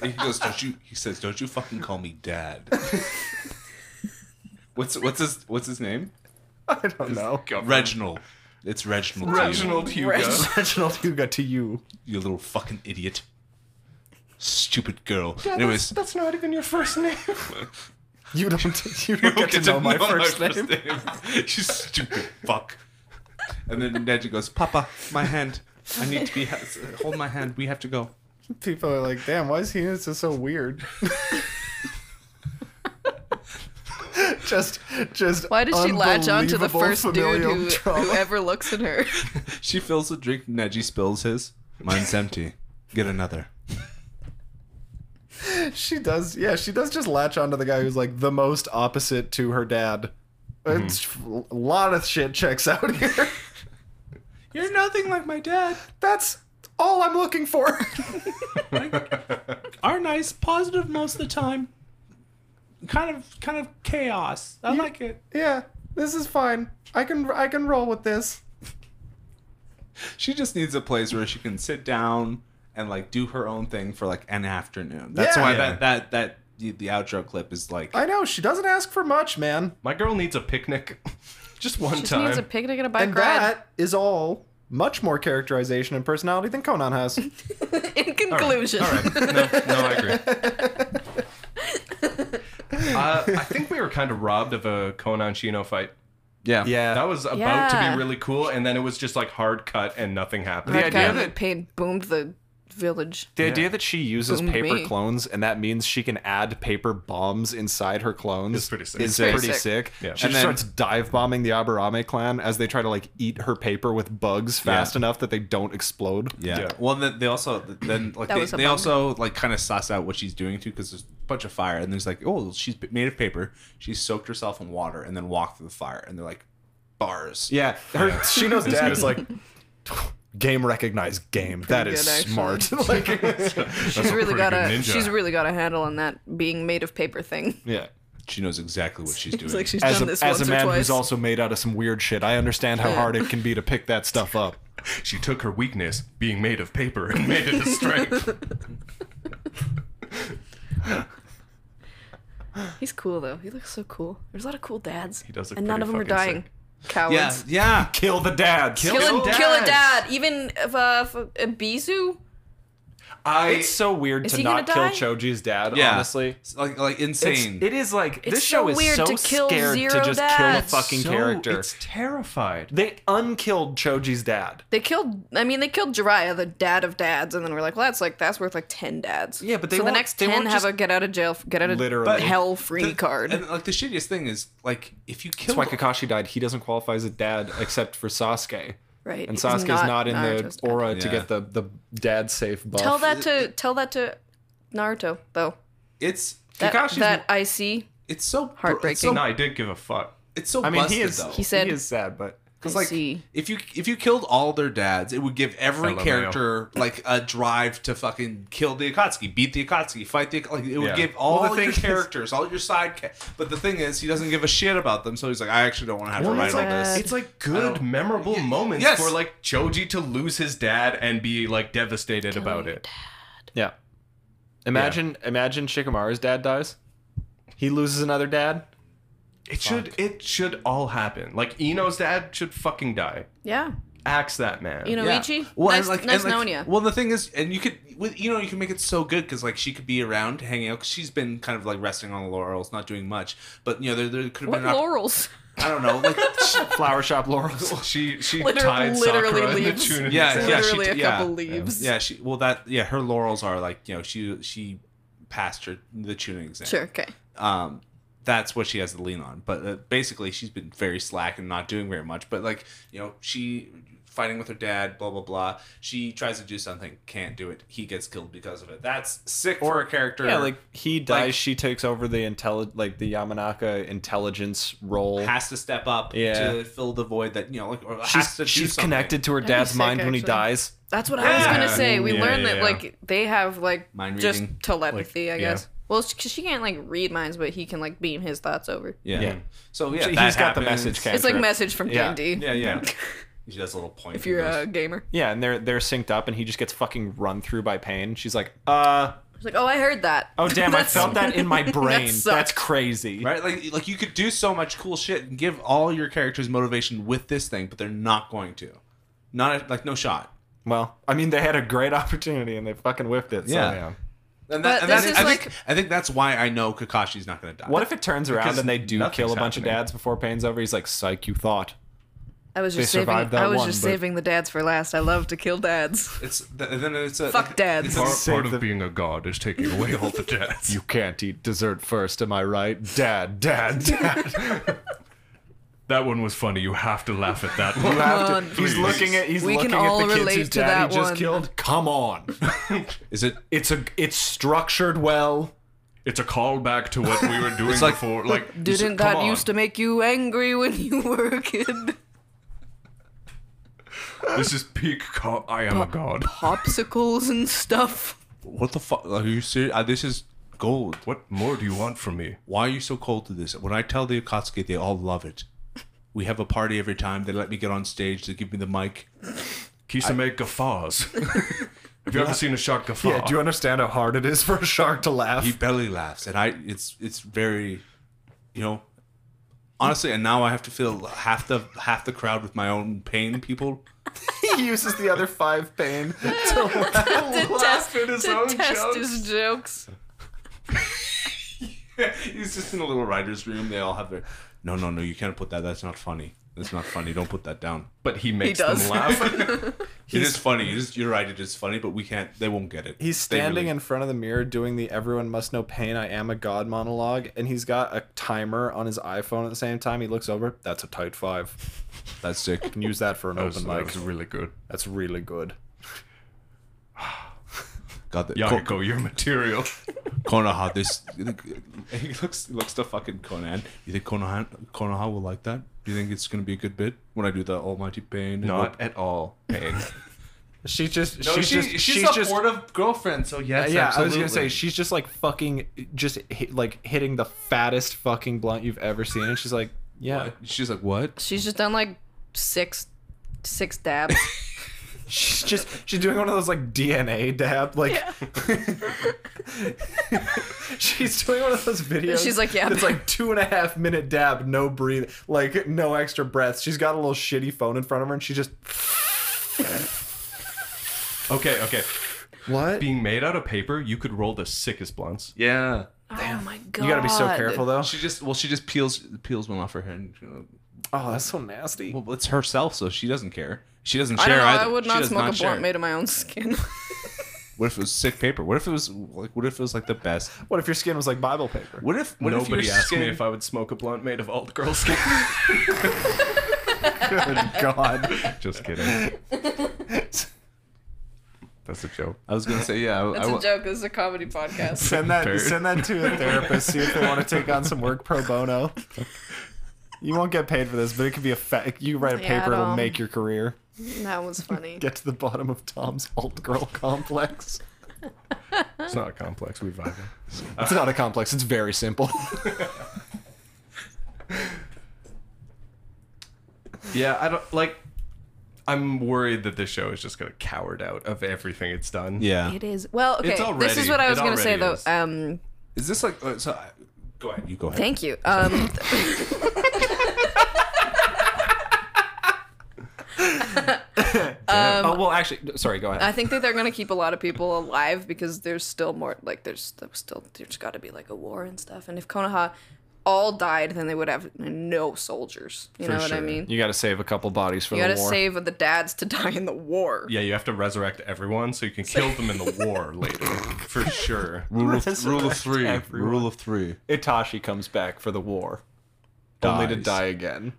Speaker 4: He goes, don't you?
Speaker 1: <laughs>
Speaker 4: He says, don't you fucking call me dad. what's what's his what's his name?
Speaker 1: <laughs> I don't know.
Speaker 4: Reginald. It's Reginald. to you,
Speaker 2: Reginald Hugo.
Speaker 3: Reg-
Speaker 1: Reginald Huga to you.
Speaker 4: You, little fucking idiot. Stupid girl.
Speaker 2: Yeah, that's-
Speaker 4: Anyways,
Speaker 2: that's not even your first name.
Speaker 1: <laughs> You don't. You don't get to know my first name.
Speaker 4: <laughs> you stupid fuck. And then Neji goes, Papa, my hand. I need to be. Hold my hand. We have to go.
Speaker 1: People are like, damn, why is Hina so so weird? <laughs> just, just.
Speaker 3: Why does she latch on to the
Speaker 1: unbelievable
Speaker 3: first dude
Speaker 1: familial
Speaker 3: who,
Speaker 1: trauma.
Speaker 3: who ever looks at
Speaker 2: <laughs>
Speaker 3: her?
Speaker 4: She fills the drink. Neji spills his. Mine's empty. Get another.
Speaker 1: She does, yeah, she does just latch on to the guy who's like the most opposite to her dad. It's a lot of shit checks out
Speaker 2: <laughs>
Speaker 1: here.
Speaker 4: You're nothing like my dad.
Speaker 1: That's all I'm looking for. <laughs>
Speaker 4: Are nice, positive most of the time. Kind of, kind of chaos. I like it.
Speaker 1: yeah, this is fine. I can, I can roll with this.
Speaker 4: She just needs a place where she can sit down and like do her own thing for like an afternoon. That's
Speaker 1: Yeah.
Speaker 4: why
Speaker 1: Yeah.
Speaker 4: that that that the, the outro clip is like
Speaker 1: I know she doesn't ask for much, man.
Speaker 2: My girl needs a picnic. <laughs> Just one
Speaker 3: She just
Speaker 2: time.
Speaker 3: needs a picnic and a bike
Speaker 1: And
Speaker 3: ride.
Speaker 1: that is all. Much more characterization and personality than Conan has.
Speaker 3: <laughs> In conclusion,
Speaker 2: All right. No, no, I
Speaker 3: <laughs>
Speaker 2: agree. uh, I think we were kind of robbed of a Conan Shino fight.
Speaker 4: <laughs> yeah
Speaker 2: That was about to
Speaker 3: Yeah.
Speaker 2: be really cool, and then it was just like hard cut and nothing happened.
Speaker 1: The
Speaker 3: That
Speaker 1: idea
Speaker 3: guy
Speaker 1: that-
Speaker 3: pain boomed the village.
Speaker 1: The idea that she uses
Speaker 3: Boomed
Speaker 1: paper
Speaker 3: me.
Speaker 1: clones and that means she can add paper bombs inside her clones
Speaker 2: It's pretty sick.
Speaker 1: Is
Speaker 2: It's
Speaker 3: pretty
Speaker 1: pretty
Speaker 3: sick.
Speaker 1: sick.
Speaker 2: Yeah.
Speaker 1: She
Speaker 4: And
Speaker 1: just
Speaker 4: then-
Speaker 1: starts dive bombing the Aburame clan as they try to like eat her paper with bugs fast
Speaker 4: Yeah.
Speaker 1: enough that they don't explode.
Speaker 4: Yeah.
Speaker 2: Yeah.
Speaker 4: Well, then they also then like
Speaker 3: That
Speaker 4: they,
Speaker 3: was a
Speaker 4: they
Speaker 3: bummer.
Speaker 4: also like kind of suss out what she's doing too because there's a bunch of fire and there's like oh she's made of paper she soaked herself in water and then walked through the fire and they're like bars
Speaker 1: Yeah, her Shino's
Speaker 2: It's
Speaker 1: dad
Speaker 2: good.
Speaker 1: is
Speaker 3: <laughs>
Speaker 1: like game recognized game. That is
Speaker 3: good, actually.
Speaker 1: smart. <laughs> like
Speaker 3: She's
Speaker 2: a
Speaker 3: really
Speaker 2: pretty
Speaker 3: got a
Speaker 2: good ninja.
Speaker 3: she's really got a handle on that being made of paper thing.
Speaker 1: yeah.
Speaker 4: she knows exactly
Speaker 3: <laughs>
Speaker 4: what she's doing
Speaker 3: It's like she's
Speaker 1: As
Speaker 3: done
Speaker 1: a,
Speaker 3: this
Speaker 1: as
Speaker 3: once
Speaker 1: a
Speaker 3: or
Speaker 1: man
Speaker 3: twice.
Speaker 1: who's also made out of some weird shit, I understand how
Speaker 3: Yeah.
Speaker 1: hard it can be to pick that stuff up.
Speaker 2: She took her weakness, being made of paper, and made it a
Speaker 3: <laughs>
Speaker 2: strength.
Speaker 3: He's cool though. He looks so cool. There's a lot of cool dads. He
Speaker 2: does look
Speaker 3: and none of
Speaker 2: pretty
Speaker 3: them are
Speaker 2: fucking
Speaker 3: dying. Cowards.
Speaker 4: yeah yeah
Speaker 1: Kill the dad. Kill,
Speaker 3: Kill, a,
Speaker 2: Kill
Speaker 3: kill a
Speaker 2: dads.
Speaker 3: dad. Even if uh, if, uh, Bizu.
Speaker 2: I
Speaker 1: It's so weird
Speaker 3: Is
Speaker 1: to
Speaker 3: he gonna
Speaker 1: not kill
Speaker 3: die?
Speaker 1: Choji's dad,
Speaker 4: yeah
Speaker 1: honestly.
Speaker 4: It's like like
Speaker 1: It's,
Speaker 4: insane
Speaker 1: it is like
Speaker 3: It's
Speaker 1: this show
Speaker 3: so
Speaker 1: is
Speaker 3: weird
Speaker 1: so
Speaker 3: to kill
Speaker 1: scared to
Speaker 3: zero
Speaker 1: just
Speaker 3: dads.
Speaker 1: kill a fucking
Speaker 2: so-
Speaker 1: character.
Speaker 2: It's terrified.
Speaker 1: They unkilled Choji's dad.
Speaker 3: They killed. I mean, they killed Jiraiya, the dad of dads, and then we're like, well, that's like that's worth like ten dads.
Speaker 1: Yeah, but they
Speaker 3: so the
Speaker 1: won't-
Speaker 3: next
Speaker 1: they
Speaker 3: ten
Speaker 1: won't
Speaker 3: have
Speaker 1: just-
Speaker 3: a get out of jail, get out of
Speaker 1: Literally.
Speaker 3: hell free
Speaker 4: The-
Speaker 3: card.
Speaker 4: and like the shittiest thing is like if you kill
Speaker 1: That's why Kakashi died. He doesn't qualify as a dad except for Sasuke.
Speaker 3: right.
Speaker 1: And
Speaker 3: he's
Speaker 1: Sasuke's not, in
Speaker 3: Naruto's
Speaker 1: the
Speaker 3: dad.
Speaker 1: aura to
Speaker 4: Yeah.
Speaker 1: get the, the dad safe buff.
Speaker 3: Tell that to tell that to Naruto though.
Speaker 4: it's
Speaker 3: That
Speaker 1: Kakashi's-
Speaker 3: that I see.
Speaker 4: it's so br-
Speaker 3: Heartbreaking.
Speaker 4: it's so,
Speaker 2: No, I did give a fuck.
Speaker 4: it's so
Speaker 1: I mean,
Speaker 4: busted,
Speaker 1: he is
Speaker 4: though.
Speaker 3: He said-
Speaker 1: he is sad, but
Speaker 4: Because
Speaker 3: I
Speaker 4: like,
Speaker 3: see.
Speaker 4: if you if you killed all their dads, it would give every
Speaker 2: LMAO.
Speaker 4: character like a drive to fucking kill the Akatsuki, beat the Akatsuki, fight the like. It would
Speaker 2: Yeah.
Speaker 4: give all
Speaker 1: Well, the
Speaker 4: the
Speaker 1: thing
Speaker 4: your
Speaker 1: is-
Speaker 4: characters, all your side. Ca- but the thing is, he doesn't give a shit about them, so he's like, I actually don't want to have to
Speaker 2: Well,
Speaker 4: write
Speaker 2: it's
Speaker 4: all
Speaker 3: Uh,
Speaker 2: like,
Speaker 4: this.
Speaker 2: it's like
Speaker 3: Oh.
Speaker 2: good, memorable moments
Speaker 4: Yes.
Speaker 2: for like Choji to lose his dad and be like devastated about it.
Speaker 1: yeah. Imagine imagine Shikamaru's dad dies. He loses another dad.
Speaker 2: It should it should all happen. Like Eno's dad should fucking die.
Speaker 3: Yeah.
Speaker 2: Axe that man.
Speaker 3: You know,
Speaker 4: Yeah.
Speaker 3: Ichi.
Speaker 4: Well,
Speaker 3: nice,
Speaker 4: and like,
Speaker 3: nice
Speaker 4: and
Speaker 3: knowing
Speaker 4: like,
Speaker 3: ya.
Speaker 4: Well, the thing is, and you could, with you know, you can make it so good because like she could be around hanging out. Cause she's been kind of like resting on the laurels, not doing much. But you know, there, there could have
Speaker 3: What
Speaker 4: been. An opp-
Speaker 3: laurels?
Speaker 4: I don't know,
Speaker 3: <laughs>
Speaker 4: like she-
Speaker 1: Flower <laughs> shop laurels.
Speaker 2: she she
Speaker 3: Literally-
Speaker 2: tied
Speaker 3: literally
Speaker 2: Sakura <laughs>
Speaker 3: leaves.
Speaker 2: in the tuna.
Speaker 3: <laughs>
Speaker 4: yeah, yeah,
Speaker 3: Literally
Speaker 4: she,
Speaker 3: a
Speaker 4: yeah,
Speaker 3: couple leaves.
Speaker 4: Yeah, she well that yeah, her laurels are like, you know, she she passed her the tuning exam.
Speaker 3: Sure. Okay.
Speaker 4: Um that's what she has to lean on. But uh, basically she's been very slack and not doing very much, but like, you know, she fighting with her dad, blah blah blah. She tries to do something, can't do it. He gets killed because of it. That's sick for a character.
Speaker 1: Yeah, like he dies,
Speaker 4: Like-
Speaker 1: she takes over the intelli- like the Yamanaka intelligence role.
Speaker 4: has to step up
Speaker 1: Yeah.
Speaker 4: to fill the void that, you know, like or has
Speaker 1: she's
Speaker 4: to do
Speaker 1: she's
Speaker 4: something.
Speaker 1: connected to her
Speaker 3: be
Speaker 1: dad's
Speaker 3: sick,
Speaker 1: mind when he
Speaker 3: actually.
Speaker 1: dies.
Speaker 3: That's what I was
Speaker 4: Yeah.
Speaker 3: gonna say. We
Speaker 2: Yeah,
Speaker 3: learned
Speaker 2: yeah,
Speaker 3: that
Speaker 2: yeah.
Speaker 3: like they have like
Speaker 4: Mind
Speaker 3: just
Speaker 4: reading.
Speaker 3: telepathy,
Speaker 2: Like,
Speaker 3: I
Speaker 2: yeah.
Speaker 3: guess. Well, because she can't like read minds, but he can like beam his thoughts over.
Speaker 4: Yeah.
Speaker 1: Yeah.
Speaker 4: So yeah,
Speaker 1: She-
Speaker 4: that
Speaker 1: he's got the
Speaker 4: happens.
Speaker 1: message capture.
Speaker 3: It's like message from D
Speaker 1: Yeah.
Speaker 3: and D.
Speaker 4: Yeah,
Speaker 3: <laughs>
Speaker 4: yeah. She does a little point.
Speaker 3: If you're
Speaker 4: and goes-
Speaker 3: a gamer.
Speaker 1: Yeah, and they're they're synced up, and he just gets fucking run through by pain. She's like, uh,
Speaker 3: It's like, oh, I heard <laughs> that.
Speaker 1: Oh damn! I
Speaker 3: That's-
Speaker 1: felt that in my brain.
Speaker 3: sucks.
Speaker 1: That's crazy.
Speaker 4: Right? Like like you could do so much cool shit and give all your characters motivation with this thing, but they're not going to. Not like no shot.
Speaker 1: Well, I mean, they had a great <laughs> opportunity and they fucking whiffed it. So,
Speaker 4: Yeah.
Speaker 1: yeah.
Speaker 4: And
Speaker 3: But this
Speaker 4: that's-
Speaker 3: is
Speaker 4: I
Speaker 3: like-
Speaker 4: think, I think that's why I know Kakashi's not going to die.
Speaker 1: What if it turns around
Speaker 4: Because
Speaker 1: and they do
Speaker 4: nothing's
Speaker 1: kill a bunch
Speaker 4: happening.
Speaker 1: of dads before pain's over? He's like, "Psych, you thought."
Speaker 3: I was just
Speaker 1: They
Speaker 3: saving.
Speaker 1: survived that
Speaker 3: I was
Speaker 1: one,
Speaker 3: just
Speaker 1: but-
Speaker 3: saving the dads for last. I love to kill dads.
Speaker 4: it's th- then it's a
Speaker 3: Fuck dads.
Speaker 4: it's a-
Speaker 2: Part, part
Speaker 1: the-
Speaker 2: of being a god is taking away all the debts.
Speaker 1: You <laughs> can't eat dessert first, am I right, Dad? Dad, Dad.
Speaker 2: <laughs> that one was funny. You have to laugh at
Speaker 1: <laughs>
Speaker 2: that one.
Speaker 1: You have to-
Speaker 3: on,
Speaker 1: he's
Speaker 2: please.
Speaker 1: looking at he's
Speaker 3: We can
Speaker 1: looking at
Speaker 3: all
Speaker 1: the kids
Speaker 3: relate
Speaker 1: whose
Speaker 3: to
Speaker 1: dad
Speaker 3: that
Speaker 1: he just
Speaker 3: one.
Speaker 1: killed. Come on,
Speaker 4: Is it?
Speaker 1: it's a it's structured well.
Speaker 2: It's a callback to what we were doing
Speaker 4: like-
Speaker 2: before. Like,
Speaker 3: Didn't
Speaker 2: come
Speaker 3: that
Speaker 2: on.
Speaker 3: used to make you angry when you <laughs> were a kid?
Speaker 2: This is peak. Co- I
Speaker 3: <laughs>
Speaker 2: am a god.
Speaker 3: Popsicles and
Speaker 1: <laughs>
Speaker 3: stuff.
Speaker 4: What the fuck? Are you serious? Uh, this is gold.
Speaker 2: What more do you want from me?
Speaker 4: Why are you so cold to this? When I tell the Akatsuki, they all love it. We have a party every time. They let me get on stage. They give me the mic.
Speaker 2: Kisame guffaws.
Speaker 1: <laughs>
Speaker 2: Have you ever seen a shark guffaw?
Speaker 1: understand how hard it is for a shark to laugh?
Speaker 4: He belly laughs, and I. It's it's very, you know, honestly. And now I have to fill half the half the crowd with my own pain. People.
Speaker 1: <laughs> he uses the other five <laughs> pain to
Speaker 3: To test, to test his jokes.
Speaker 4: <laughs> He's just in a little writer's room. They all have their. No, no, no! You can't put that. That's not funny. That's not funny. Don't put
Speaker 1: <laughs>
Speaker 4: that down.
Speaker 2: but he makes
Speaker 3: does.
Speaker 2: them laugh.
Speaker 4: it is funny. It is, you're right. It is funny, but we can't. They won't get it.
Speaker 1: He's
Speaker 4: They really-
Speaker 1: standing in front of the mirror doing the everyone must know pain, I am a god monologue, and he's got a timer on his iPhone at the same time. He looks over, that's a tight five.
Speaker 4: That's sick.
Speaker 1: Can use that for an
Speaker 2: that, was,
Speaker 1: open
Speaker 2: that
Speaker 1: mic.
Speaker 2: was really good.
Speaker 1: That's really good.
Speaker 4: God, that
Speaker 2: Yako, your material.
Speaker 4: Konoha, this <laughs> he looks he looks to fucking Conan. You think Konoha Konoha will like that? Do you think it's gonna be a good bit when I do the Almighty Pain? and
Speaker 2: Not at all. Pain.
Speaker 1: She's just
Speaker 4: No,
Speaker 1: she's
Speaker 4: she-
Speaker 1: just
Speaker 4: she's,
Speaker 1: she's,
Speaker 4: a
Speaker 1: just
Speaker 4: supportive girlfriend. So yes,
Speaker 1: yeah, I was
Speaker 4: absolutely.
Speaker 1: gonna say she's just like fucking just hit, like hitting the fattest fucking blunt you've ever seen, and she's like, yeah,
Speaker 4: She's like, what?
Speaker 3: She's just done like six, six dabs.
Speaker 1: she's just she's doing one of those like DNA dab, like <laughs> she's doing one of those videos.
Speaker 3: She's like, yeah,
Speaker 1: it's
Speaker 3: man.
Speaker 1: like two and a half minute dab, no breathe, like no extra breath. She's got a little shitty phone in front of her, and she just
Speaker 2: Okay, okay.
Speaker 1: what?
Speaker 2: Being made out of paper, you could roll the sickest blunts.
Speaker 4: Yeah.
Speaker 3: Oh my god.
Speaker 1: you gotta be so careful though.
Speaker 4: Oh. She just well, she just peels peels one off her hand. you know.
Speaker 1: Oh, that's so nasty.
Speaker 4: Well, it's herself, so she doesn't care. She doesn't
Speaker 3: I
Speaker 4: share
Speaker 3: don't know.
Speaker 4: either.
Speaker 3: I would
Speaker 4: She
Speaker 3: not
Speaker 4: does
Speaker 3: smoke a
Speaker 4: share.
Speaker 3: blunt made of my own skin.
Speaker 4: What if it was sick paper? What if it was like? What if it was like the best?
Speaker 1: What if your skin was like Bible paper?
Speaker 4: What if what if your
Speaker 2: Nobody asked me
Speaker 4: skin-
Speaker 2: if I would smoke a blunt made of old girl skin.
Speaker 1: Good
Speaker 3: <laughs>
Speaker 1: God.
Speaker 2: Just kidding. That's a joke.
Speaker 4: I was gonna say yeah. I,
Speaker 3: That's
Speaker 4: I,
Speaker 3: a
Speaker 4: wa-
Speaker 3: joke. This is a comedy podcast.
Speaker 1: Send that
Speaker 2: Fair.
Speaker 1: send that to a therapist. See if they want to take on some work pro bono. You won't get paid for this, but it could be a fa- you write a
Speaker 3: Yeah,
Speaker 1: paper, it'll
Speaker 3: it'll-
Speaker 1: make your career.
Speaker 3: <laughs> that was funny.
Speaker 1: Get to the bottom of Tom's alt girl
Speaker 4: <laughs>
Speaker 1: complex.
Speaker 2: It's not a complex. We vibing.
Speaker 1: It's not a complex. It's very simple.
Speaker 2: Yeah, I don't like. I'm worried that this show is just gonna coward out of everything it's done.
Speaker 4: yeah.
Speaker 3: It is. Well, okay.
Speaker 2: It's
Speaker 3: this
Speaker 2: already-
Speaker 3: is what I
Speaker 2: it
Speaker 3: was gonna say
Speaker 2: already
Speaker 3: though.
Speaker 2: is.
Speaker 3: Um,
Speaker 4: Is this like uh, so? I- Go ahead. You go ahead.
Speaker 3: thank you. Um, Um,
Speaker 1: oh well, actually, sorry. Go ahead.
Speaker 3: I think that they're gonna keep a lot of people alive because there's still more. Like there's, there's still there's got to be like a war and stuff. And if Konoha all died, then they would have no soldiers. You know what I
Speaker 2: sure.
Speaker 3: mean?
Speaker 1: you got to save a couple bodies for
Speaker 3: You
Speaker 1: the
Speaker 3: gotta
Speaker 1: war.
Speaker 3: save the dads to die in the war.
Speaker 2: Yeah, you have to resurrect everyone so you can kill them in <laughs> the war later, for sure.
Speaker 4: Rule of, rule of
Speaker 1: Resurrect <laughs>
Speaker 4: three.
Speaker 1: everyone.
Speaker 4: Rule of three.
Speaker 1: Itachi comes back for the war, only to
Speaker 4: Dies.
Speaker 1: die again.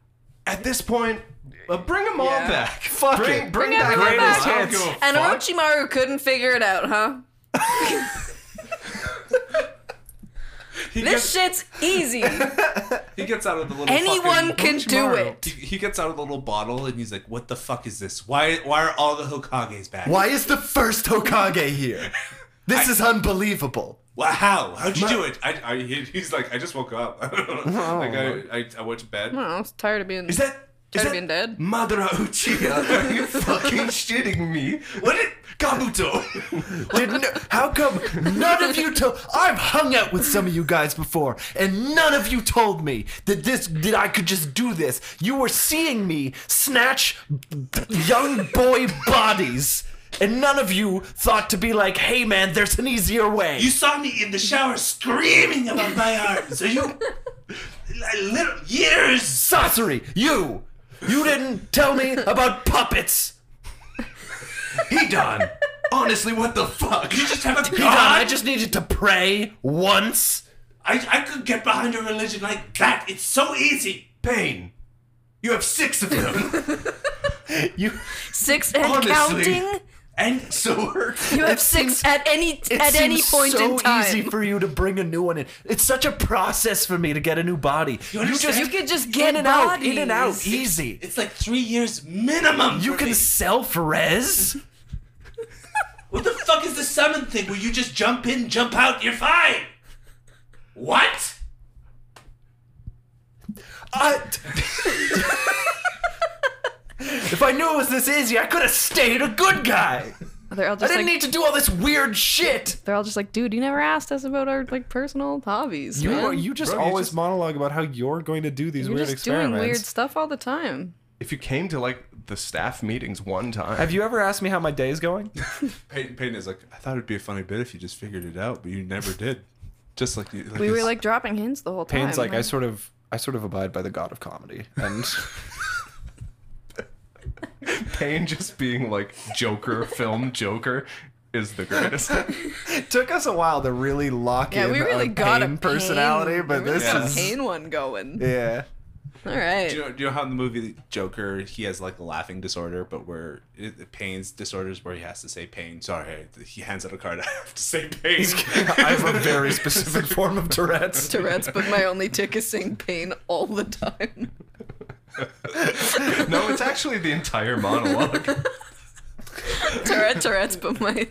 Speaker 2: At this point, uh, bring them all
Speaker 3: Yeah.
Speaker 2: back.
Speaker 1: Fuck
Speaker 2: bring,
Speaker 1: it.
Speaker 2: Bring,
Speaker 3: Bring
Speaker 2: back
Speaker 3: everyone
Speaker 2: greatest
Speaker 3: back.
Speaker 2: hits. I <laughs> don't give a
Speaker 3: And
Speaker 2: fuck.
Speaker 3: Orochimaru couldn't figure it out, huh?
Speaker 4: He
Speaker 3: This shit's easy. Oh,
Speaker 4: he gets out of the little.
Speaker 3: Anyone can do
Speaker 2: Orochimaru.
Speaker 3: it.
Speaker 4: He, he gets out of the little bottle and he's like, "What the fuck is this? Why? Why are all the Hokages back?
Speaker 1: is the first Hokage here?
Speaker 4: <laughs>
Speaker 1: This is unbelievable.
Speaker 4: Wha- how? How'd you do it? I, I, <laughs>
Speaker 5: Oh.
Speaker 4: he- he's like, I just woke up. like I, I, I went to bed.
Speaker 3: I was tired of being.
Speaker 4: Is that
Speaker 3: Should have
Speaker 2: that
Speaker 3: been dead.
Speaker 2: Madara Uchiha, are you fucking shitting me? What did
Speaker 4: <laughs>
Speaker 2: Kabuto?
Speaker 5: Did no, how come none of you told? I've hung out with some of you guys before, and none of you told me that this that I could just do this. You were seeing me snatch young boy bodies, and none of you thought to be like, "Hey, man, there's an easier way."
Speaker 6: You saw me in the shower screaming about my art. So you, like, little years.
Speaker 5: Sorcery, you, you didn't tell me about puppets.
Speaker 2: Hidan! Honestly, what the fuck?
Speaker 6: You just have a
Speaker 5: God, I
Speaker 6: god.
Speaker 5: just needed to pray once.
Speaker 6: I, I could get behind a religion like that. It's so easy.
Speaker 2: Pain. You have six
Speaker 5: <laughs>
Speaker 2: of them.
Speaker 5: You.
Speaker 3: Six and
Speaker 2: Honestly.
Speaker 3: counting.
Speaker 6: And
Speaker 2: so hurt.
Speaker 3: You have six
Speaker 5: seems-
Speaker 3: at any
Speaker 5: It
Speaker 3: at any
Speaker 5: seems
Speaker 3: point
Speaker 5: so
Speaker 3: in time.
Speaker 5: easy for you to bring a new one in. It's such a process for me to get a new body. You,
Speaker 6: understand?
Speaker 5: just
Speaker 3: you could just get
Speaker 5: in and out, in
Speaker 3: bodies.
Speaker 5: and out, easy.
Speaker 6: it's like three years minimum.
Speaker 5: You
Speaker 6: for
Speaker 5: can
Speaker 6: me.
Speaker 5: self res.
Speaker 6: <laughs> What the fuck is the summon thing where you just jump in, jump out, you're fine? What?
Speaker 5: <laughs> if I knew it was this easy, I could have stayed a good guy.
Speaker 3: They're all
Speaker 5: I
Speaker 3: just
Speaker 5: didn't
Speaker 3: like,
Speaker 5: need to do all this weird shit.
Speaker 3: they're all just like, dude, you never asked us about our like personal hobbies.
Speaker 1: You
Speaker 3: man.
Speaker 1: are, you just
Speaker 2: Bro, you
Speaker 1: always
Speaker 2: just-
Speaker 1: monologue about how you're going to do these
Speaker 3: You're
Speaker 1: weird
Speaker 3: just doing
Speaker 1: experiments.
Speaker 3: weird stuff all the time.
Speaker 2: If you came to like the staff meetings one time,
Speaker 1: Have you ever asked me how my day's going?
Speaker 4: Peyton, Peyton is like, I thought it'd be a funny bit if you just figured it out, but you never did. Just like you. Like
Speaker 3: We were
Speaker 4: it's-
Speaker 3: like dropping hints the whole time.
Speaker 1: Payne's like, I sort of, I sort of abide by the god of comedy,
Speaker 5: <laughs>
Speaker 1: and
Speaker 2: Pain just being like Joker, film Joker, is the greatest.
Speaker 3: <laughs>
Speaker 1: it took us a while to really lock
Speaker 3: yeah,
Speaker 1: in
Speaker 3: we really
Speaker 1: on
Speaker 3: got
Speaker 1: Payne
Speaker 3: a
Speaker 1: personality,
Speaker 3: pain.
Speaker 1: but
Speaker 3: we really
Speaker 1: this
Speaker 3: got
Speaker 1: is
Speaker 3: a pain one going.
Speaker 1: yeah. <laughs>
Speaker 3: All right.
Speaker 4: Do you, know, do you know how in the movie Joker he has like a laughing disorder, but where it, it pains disorders where he has to say pain. Sorry, he hands out a card. <laughs> I have to say pain.
Speaker 1: I have a very specific
Speaker 3: <laughs>
Speaker 1: form of Tourette's.
Speaker 3: Tourette's, but my only tick is saying pain all the time. <laughs>
Speaker 2: No, it's actually the
Speaker 5: <laughs>
Speaker 2: entire monologue.
Speaker 3: Tourette, Tourette's, but my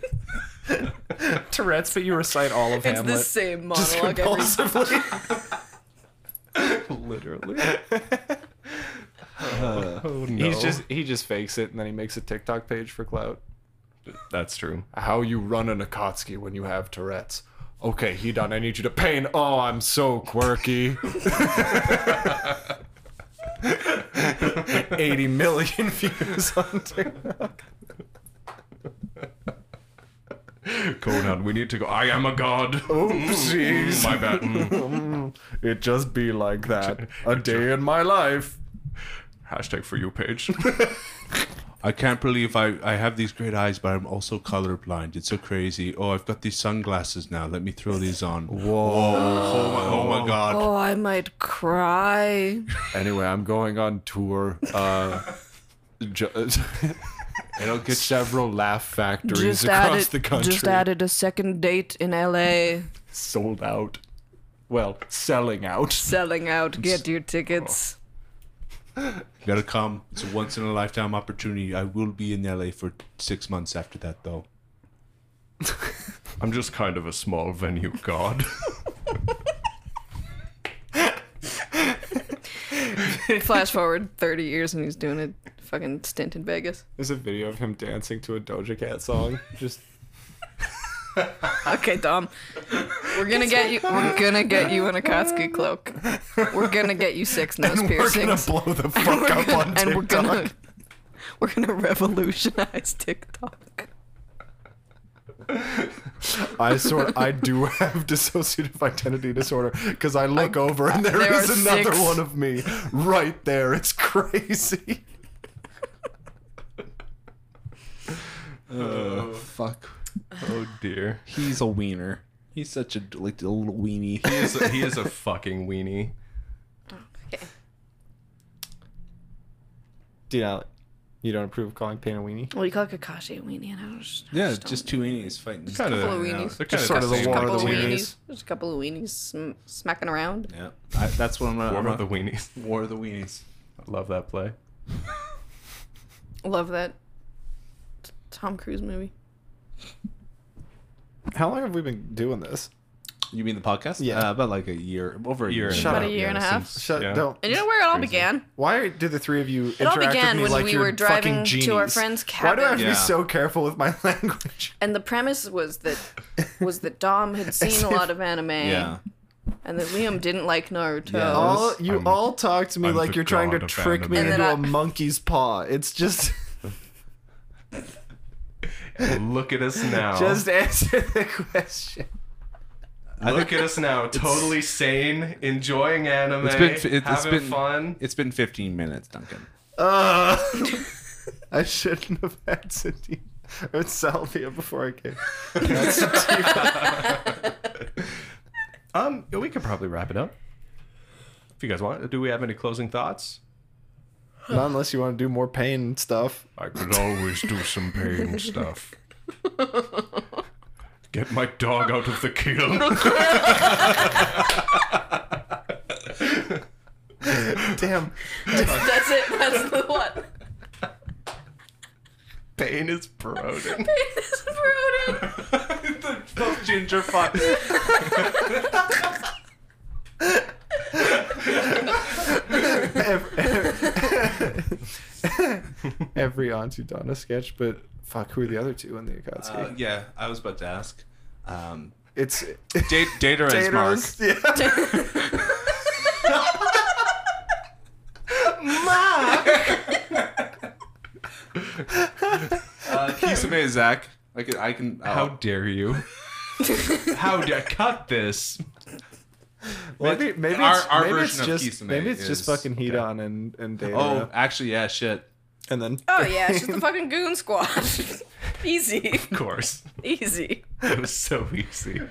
Speaker 1: Tourette's, but you recite all of
Speaker 3: it's
Speaker 1: Hamlet.
Speaker 3: the same
Speaker 1: Just
Speaker 3: monologue every
Speaker 1: compulsively.
Speaker 2: Literally. oh, no.
Speaker 1: He's just he just fakes it and then he makes a TikTok page for clout.
Speaker 2: That's true.
Speaker 1: How you run an Akatsuki when you have Tourette's? Okay, Hidan, I need you to pain. Oh, I'm so quirky. <laughs> Eighty million views on TikTok.
Speaker 2: Conan, we need to go. I am a god.
Speaker 5: Oh.
Speaker 1: Oopsies.
Speaker 2: My bad. Mm.
Speaker 1: It just be like that. A day in my life.
Speaker 2: Hashtag for you, page.
Speaker 4: I can't believe I, I have these great eyes, but I'm also colorblind. It's so crazy. Oh, I've got these sunglasses now. Let me throw these on. Whoa. Oh, my, oh my God.
Speaker 3: Oh, I might cry.
Speaker 1: Anyway, I'm going on tour.
Speaker 2: <laughs>
Speaker 1: Uh, ju- <laughs> It'll get several laugh factories
Speaker 3: Just
Speaker 1: across
Speaker 3: added,
Speaker 1: the country.
Speaker 3: just added a second date in LA.
Speaker 1: Sold out. Well, selling out.
Speaker 3: Selling out. Get your tickets.
Speaker 4: You gotta come. It's a once in a lifetime opportunity. I will be in LA for six months after that, though.
Speaker 2: <laughs> I'm just kind of a small venue
Speaker 5: <laughs>
Speaker 2: god.
Speaker 1: Oh.
Speaker 3: Flash forward 30 years and he's doing a fucking stint in Vegas.
Speaker 1: There's a video of him dancing to a Doja Cat song. Just
Speaker 3: <laughs> Okay, Dom. We're gonna get you. We're gonna get you an Akatsuki cloak. We're gonna get you six nose piercings.
Speaker 1: blow
Speaker 3: <laughs>
Speaker 1: the fuck
Speaker 3: We're gonna- and we're gonna we're gonna revolutionize TikTok.
Speaker 1: I sort I do have <laughs> dissociative identity disorder because I look over and
Speaker 3: <laughs> there
Speaker 1: there is
Speaker 3: are
Speaker 1: another
Speaker 3: six-
Speaker 1: one of me right there. It's <laughs> crazy.
Speaker 4: Oh, fuck.
Speaker 2: oh dear.
Speaker 4: He's a wiener. He's such a like a little weenie.
Speaker 2: He is a, he is a fucking weenie.
Speaker 1: Do you know, you don't approve of calling pain a weenie?
Speaker 3: What do you call Kakashi a weenie? And I was
Speaker 4: <laughs> Yeah, just two weenies fighting.
Speaker 2: Kind
Speaker 3: Couple of
Speaker 2: of.
Speaker 3: weenies.
Speaker 2: They're kind
Speaker 1: Just sort of the
Speaker 2: same
Speaker 1: war
Speaker 3: couple
Speaker 1: of
Speaker 3: of
Speaker 1: the
Speaker 2: tier.
Speaker 3: weenies.
Speaker 1: weenies.
Speaker 3: Just a couple of weenies sm- smacking around.
Speaker 4: Yeah, I, that's what I'm
Speaker 5: Uh-huh.
Speaker 4: gonna.
Speaker 2: War
Speaker 4: I'm
Speaker 2: of the
Speaker 4: gonna-
Speaker 2: weenies. <laughs>
Speaker 4: War of the weenies.
Speaker 2: I love that play.
Speaker 3: Love that t- Tom Cruise movie.
Speaker 1: How long have we been doing this?
Speaker 4: You mean the podcast?
Speaker 1: Yeah.
Speaker 4: Uh, about like a year, over a year. and a
Speaker 1: Shut
Speaker 4: half.
Speaker 1: up.
Speaker 3: About a year and a
Speaker 4: Uh, Yeah,
Speaker 3: half.
Speaker 4: seems-
Speaker 1: Shut,
Speaker 4: yeah.
Speaker 1: don't.
Speaker 3: And you know where it all began?
Speaker 1: Why did the three of you
Speaker 3: It all
Speaker 1: interact with
Speaker 3: began
Speaker 1: me
Speaker 3: when
Speaker 1: like
Speaker 3: we
Speaker 1: you're
Speaker 3: were driving
Speaker 1: fucking genies?
Speaker 3: to our friend's
Speaker 1: Why do I have
Speaker 3: cabin.
Speaker 1: to
Speaker 4: Yeah.
Speaker 1: be so careful with my <laughs> language?
Speaker 3: And the premise was that was that Dom had seen a lot of anime,
Speaker 4: Yeah.
Speaker 3: and that Liam didn't like Naruto.
Speaker 4: Yeah.
Speaker 1: All you
Speaker 2: I'm-
Speaker 1: all talk to me
Speaker 2: I'm
Speaker 1: like
Speaker 2: the
Speaker 1: you're trying to
Speaker 2: god of
Speaker 1: trick me
Speaker 3: anime. And
Speaker 1: into
Speaker 3: then
Speaker 1: a
Speaker 3: I-
Speaker 1: monkey's paw. It's just
Speaker 2: Look at us now.
Speaker 1: just answer the question.
Speaker 2: Look at us now, totally sane, enjoying anime,
Speaker 4: It's been, it, has
Speaker 2: having
Speaker 4: been
Speaker 2: fun.
Speaker 4: It's been 15 minutes, Duncan.
Speaker 1: Uh, I shouldn't have had Sativa. I had salvia before I came. That's sativa.
Speaker 2: Um, we could probably wrap it up if you guys want. Do we have any closing thoughts?
Speaker 1: Not unless you want to do more pain stuff.
Speaker 2: I could always do some <laughs> pain stuff. Get my dog out of the kennel.
Speaker 1: Damn.
Speaker 3: <laughs> That's it. That's the what.
Speaker 2: <laughs> pain is <laughs> brooding.
Speaker 3: Penis brooding.
Speaker 4: the ginger
Speaker 2: <laughs>
Speaker 4: fuck.
Speaker 1: Every Auntie Donna sketch, but fuck, who are the other two in the Akatsuki?
Speaker 4: Uh, yeah, I was about to ask. Um,
Speaker 1: it's
Speaker 4: data, data is Mark.
Speaker 1: Taters. <laughs> Yeah.
Speaker 4: <laughs> Uh, <laughs> Kisume is Zach. I can. I can
Speaker 2: How
Speaker 4: uh,
Speaker 2: dare <laughs> you? How dare cut this?
Speaker 1: Maybe maybe
Speaker 4: Our-
Speaker 1: it's,
Speaker 4: our
Speaker 1: maybe it's
Speaker 4: version of
Speaker 1: just
Speaker 4: Kisame
Speaker 1: maybe it's just
Speaker 4: is-
Speaker 1: fucking heat on and and Data.
Speaker 4: oh, actually, yeah, shit.
Speaker 1: and
Speaker 3: <laughs>
Speaker 1: then
Speaker 3: Oh yeah, it's just the fucking goon squad. <laughs> easy,
Speaker 2: Of course.
Speaker 3: easy.
Speaker 2: It was so easy.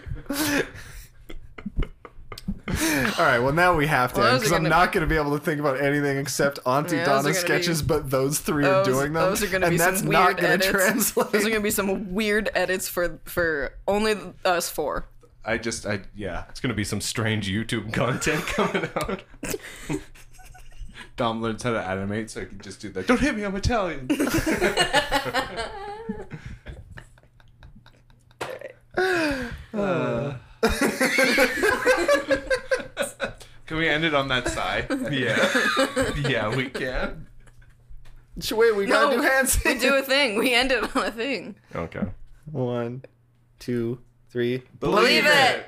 Speaker 1: All right, well now we have to
Speaker 3: Well, those
Speaker 1: because
Speaker 3: are
Speaker 1: I'm
Speaker 3: gonna-
Speaker 1: not going to be able to think about anything except Auntie
Speaker 3: Yeah, those are
Speaker 1: Donna
Speaker 3: gonna
Speaker 1: sketches,
Speaker 3: be-
Speaker 1: but those three
Speaker 3: Those-
Speaker 1: are doing them,
Speaker 3: those are gonna
Speaker 1: and
Speaker 3: be
Speaker 1: that's
Speaker 3: some
Speaker 1: not
Speaker 3: weird
Speaker 1: going
Speaker 3: edits.
Speaker 1: to translate.
Speaker 3: Those are gonna be some weird edits for for only us four.
Speaker 4: I just, I yeah.
Speaker 2: It's gonna be some strange YouTube content <laughs> coming out.
Speaker 4: Dom learns how to animate, so I can just do that. Don't hit me, I'm Italian. Uh. <laughs> Can we end it on that sigh?
Speaker 2: <laughs> Yeah. Yeah, we can.
Speaker 1: Sh- <laughs> Wait, we gotta
Speaker 3: No,
Speaker 1: do hands.
Speaker 3: We do a thing. We end it on a thing.
Speaker 2: Okay.
Speaker 1: One, two, three.
Speaker 3: Believe it.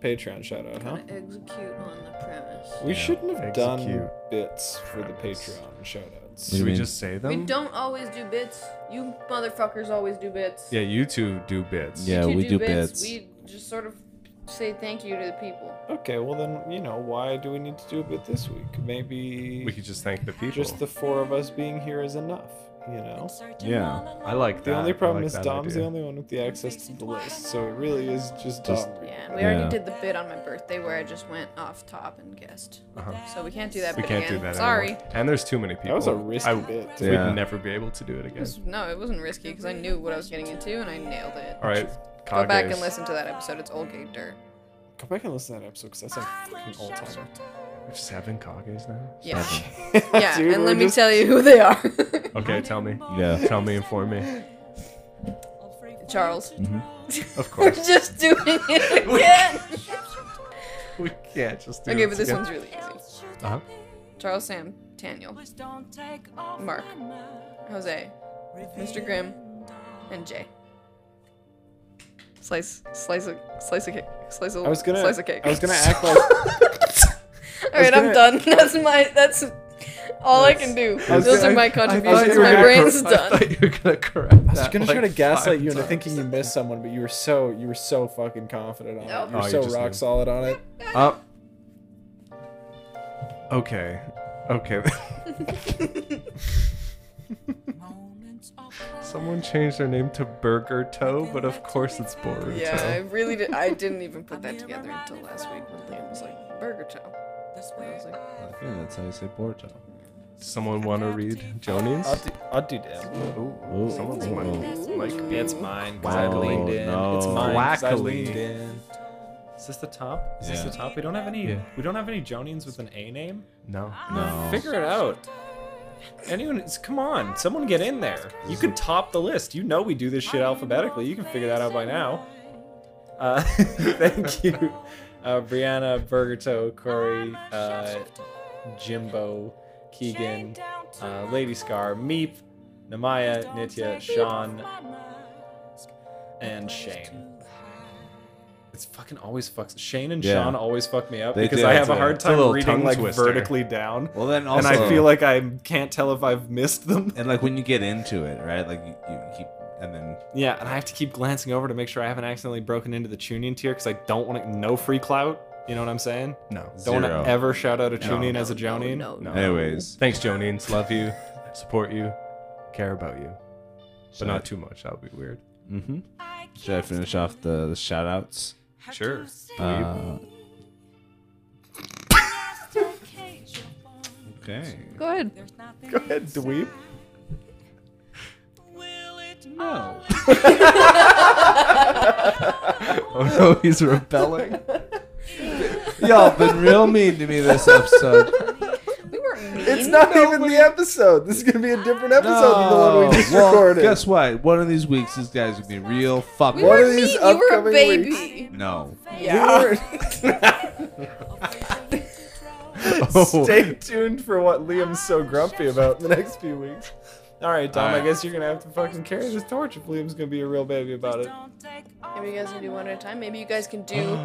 Speaker 7: Patreon shout out, huh?
Speaker 3: Execute on the premise.
Speaker 7: We shouldn't have done
Speaker 2: Execute.
Speaker 7: bits for the Patreon shout outs.
Speaker 2: Should we
Speaker 4: mean?
Speaker 2: just say them?
Speaker 3: We don't always do bits. You motherfuckers always do bits.
Speaker 2: Yeah, you two do bits.
Speaker 4: Yeah,
Speaker 3: You two
Speaker 4: we do bits.
Speaker 3: We just sort of say thank you to the people.
Speaker 7: Okay, well then, you know, why do we need to do a bit this week? Maybe
Speaker 2: We could just thank the people.
Speaker 7: just the four of us being here is enough, you know?
Speaker 4: Yeah.
Speaker 2: I like that.
Speaker 7: The only
Speaker 2: I
Speaker 7: problem
Speaker 2: like
Speaker 7: is
Speaker 2: that
Speaker 7: Dom's the
Speaker 2: idea.
Speaker 7: only one with the access to the list, so it really is just um, Dom.
Speaker 4: Just-
Speaker 3: Yeah, and we
Speaker 4: Yeah.
Speaker 3: already did the bit on my birthday where I just went off top and guessed. So we can't do that
Speaker 2: We
Speaker 3: bit
Speaker 2: can't
Speaker 3: again.
Speaker 2: do that.
Speaker 3: Sorry.
Speaker 2: Anymore. And there's too many people.
Speaker 7: That was a risky
Speaker 2: I-
Speaker 7: bit.
Speaker 4: Yeah.
Speaker 2: We'd never be able to do it again.
Speaker 3: No, it wasn't risky because I knew what I was getting into and I nailed it.
Speaker 2: All right.
Speaker 3: Go back and
Speaker 2: Kages.
Speaker 3: listen to that episode. It's old gay dirt.
Speaker 7: Go back and listen to that episode because that's a fucking old timer.
Speaker 2: Seven Kages now?
Speaker 3: Yeah. yeah,
Speaker 7: Dude,
Speaker 3: and
Speaker 7: we're
Speaker 3: let me
Speaker 7: just-
Speaker 3: tell you who they are. <laughs>
Speaker 2: Okay, tell me.
Speaker 4: Yeah.
Speaker 2: Tell me, inform me.
Speaker 3: Charles. <laughs>
Speaker 4: Mm-hmm.
Speaker 2: Of
Speaker 3: We're
Speaker 2: course.
Speaker 3: just doing
Speaker 2: <laughs>
Speaker 3: it again.
Speaker 2: we can't just do
Speaker 3: okay,
Speaker 2: it
Speaker 3: but this
Speaker 2: again.
Speaker 3: one's really easy.
Speaker 2: Uh-huh.
Speaker 3: Charles Sam, Daniel, Mark, Jose, Mr. Grimm, and Jay. Slice, slice a, slice a cake, slice a,
Speaker 7: I was gonna,
Speaker 3: slice a cake.
Speaker 7: I
Speaker 3: <laughs>
Speaker 7: was gonna act like
Speaker 3: All right, I'm
Speaker 7: gonna-
Speaker 3: done. <laughs> That's my, that's all I can do.
Speaker 7: was
Speaker 3: Those
Speaker 7: gonna-
Speaker 3: are
Speaker 7: I-
Speaker 3: my
Speaker 7: I
Speaker 2: thought
Speaker 3: contributions.
Speaker 2: you were
Speaker 3: My
Speaker 2: gonna
Speaker 3: brain's
Speaker 2: cor- I
Speaker 3: done.
Speaker 2: thought you were gonna correct.
Speaker 7: I was gonna try to gaslight you into
Speaker 2: times.
Speaker 7: thinking you missed someone, but you were so you were so fucking confident on
Speaker 3: Nope.
Speaker 7: it. You were
Speaker 2: Oh, you
Speaker 7: so
Speaker 2: just
Speaker 7: rock
Speaker 2: knew.
Speaker 7: solid on it.
Speaker 2: Uh, okay. Okay. <laughs>
Speaker 7: <laughs>
Speaker 2: Someone changed their name to Burger Toe, but of course it's Boruto.
Speaker 3: Yeah, I really did. I didn't even put that together until last week when Liam was like, "Burger Toe." Rousing.
Speaker 4: I think that's how you say Boruto.
Speaker 2: Someone want to read Joni's?
Speaker 8: do, I'll do that.
Speaker 2: Someone's like
Speaker 8: It's mine.
Speaker 2: Oh,
Speaker 8: Cause I leaned in. It's mine. 'cause I leaned in. Is this the top? Is this
Speaker 4: Yeah.
Speaker 8: the top? We don't have any.
Speaker 2: Yeah.
Speaker 8: We don't have any Jonians with an A name.
Speaker 2: no.
Speaker 4: No.
Speaker 8: Figure it out. Anyone, it's- come on, someone get in there. You can top the list. You know we do this shit alphabetically. You can figure that out by now. Uh, <laughs> thank you, uh, Brianna, Bergerto, Corey, uh, Jimbo, Keegan, uh, Lady Scar, Meep, Namaya, Nitya, Sean, and Shane. It's fucking always fucks. Shane and
Speaker 4: Yeah.
Speaker 8: Sean always fuck me up
Speaker 4: They
Speaker 8: because
Speaker 4: do,
Speaker 8: I have a
Speaker 4: yeah.
Speaker 8: hard
Speaker 2: It's a
Speaker 8: time
Speaker 2: little
Speaker 8: reading
Speaker 2: tongue
Speaker 8: like
Speaker 2: twister.
Speaker 8: vertically down
Speaker 4: Well, then also,
Speaker 8: and I feel like I can't tell if I've missed them.
Speaker 4: and like when you get into it, right? Like you, you keep, and then
Speaker 2: Uh-huh.
Speaker 8: Yeah, and I have to keep glancing over to make sure I haven't accidentally broken into the Chunin tier because I don't want to no free clout. You know what I'm saying?
Speaker 2: No.
Speaker 8: Don't
Speaker 4: Zero.
Speaker 8: want to ever shout out a Chunin
Speaker 3: No,
Speaker 8: as a
Speaker 3: no,
Speaker 8: Jonin.
Speaker 3: Oh, No, no.
Speaker 4: anyways,
Speaker 2: Thanks, Jonines. Love you, support you, care about you, but not too much. That would be weird.
Speaker 4: Mm-hmm. Should I finish off the, the shout outs?
Speaker 2: Sure.
Speaker 4: Uh, okay.
Speaker 3: Go ahead.
Speaker 7: <laughs>
Speaker 8: Go ahead, dweeb.
Speaker 4: No. <laughs> oh no, he's rebelling. <laughs> Y'all been real mean to me this episode.
Speaker 3: We were mean.
Speaker 1: It's not even the episode. This is gonna be a different episode than the one we just
Speaker 4: Well,
Speaker 1: recorded.
Speaker 8: <laughs>
Speaker 4: Guess what? One of these weeks, this guy's gonna be real fucking.
Speaker 3: we were
Speaker 1: are
Speaker 3: mean.
Speaker 1: these
Speaker 3: You were a
Speaker 1: upcoming
Speaker 3: baby.
Speaker 4: <laughs> No.
Speaker 1: <laughs>
Speaker 3: Yeah.
Speaker 4: <laughs>
Speaker 8: Stay tuned for what Liam's so grumpy about in the next few weeks. All right, Tom.
Speaker 4: All right.
Speaker 8: I guess you're gonna have to fucking carry this torch if Liam's gonna be a real baby about it.
Speaker 3: Maybe you guys can do one at a time. Maybe you guys can do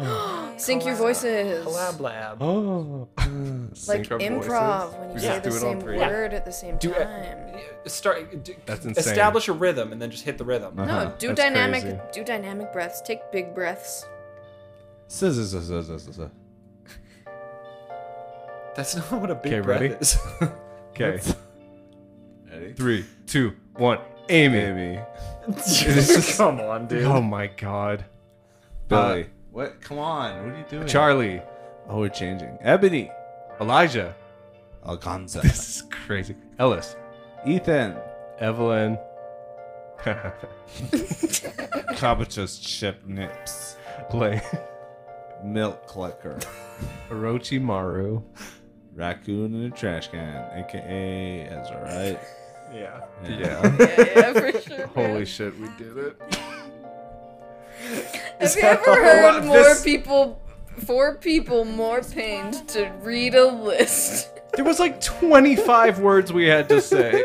Speaker 3: <gasps> sync your voices.
Speaker 8: Blab lab.
Speaker 2: Oh.
Speaker 3: Like
Speaker 2: Sync our
Speaker 3: improv
Speaker 2: voices.
Speaker 3: when you
Speaker 2: We
Speaker 3: say
Speaker 2: just
Speaker 3: the
Speaker 2: do it on
Speaker 3: same
Speaker 2: three.
Speaker 3: word at the same
Speaker 8: Do it.
Speaker 3: time.
Speaker 8: Start. d-
Speaker 2: That's insane.
Speaker 8: establish a rhythm and then just hit the rhythm.
Speaker 4: Uh-huh,
Speaker 3: No, do
Speaker 2: that's
Speaker 3: dynamic
Speaker 2: crazy.
Speaker 3: do dynamic breaths. Take big breaths.
Speaker 4: Scissors, scissors, scissors.
Speaker 8: That's not what a big
Speaker 2: Okay,
Speaker 8: breath
Speaker 2: ready?
Speaker 8: is.
Speaker 2: <laughs> Okay.
Speaker 4: Ready?
Speaker 2: Three, two, one. Amy.
Speaker 4: Maybe.
Speaker 8: Come on, dude.
Speaker 2: Oh my God.
Speaker 4: Billy. what? Come on. What are you doing?
Speaker 2: Charlie.
Speaker 4: Oh, we're changing. Ebony.
Speaker 2: Elijah.
Speaker 4: Algonza.
Speaker 2: This is crazy. Ellis.
Speaker 4: Ethan.
Speaker 2: Evelyn.
Speaker 4: Covetous chip nips.
Speaker 2: <laughs> Blaine.
Speaker 4: Milk collector.
Speaker 2: Orochimaru.
Speaker 4: Raccoon in a trash can, aka Ezra, right?
Speaker 8: Yeah.
Speaker 2: Yeah.
Speaker 4: <laughs>
Speaker 3: Yeah, <laughs> yeah, for sure.
Speaker 2: Holy shit, we did it.
Speaker 3: Have you ever heard more people four people more pained to read a list?
Speaker 2: There was like 25 words we had to say.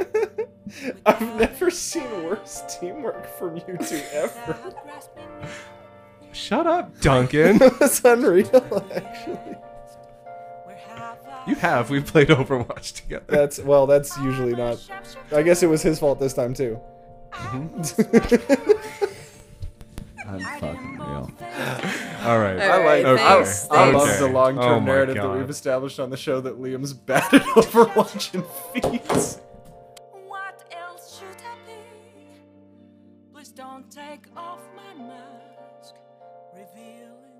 Speaker 8: I've never seen worse teamwork from you two <laughs> ever.
Speaker 2: <laughs> Shut up, <laughs> Duncan.
Speaker 1: That's unreal, actually.
Speaker 2: You have. We played Overwatch together.
Speaker 1: That's well. That's usually not. I guess it was his fault this time too.
Speaker 4: I'm fucking real.
Speaker 2: All right.
Speaker 3: All right,
Speaker 8: like-
Speaker 3: thanks,
Speaker 8: I
Speaker 2: Okay.
Speaker 3: thanks.
Speaker 8: love the long
Speaker 2: Oh
Speaker 8: term
Speaker 2: my
Speaker 8: narrative that
Speaker 2: God.
Speaker 8: we've established on the show that Liam's <laughs> bad at Overwatch and feeds.
Speaker 7: What else should I be? Please don't take off my mask. Reveal it.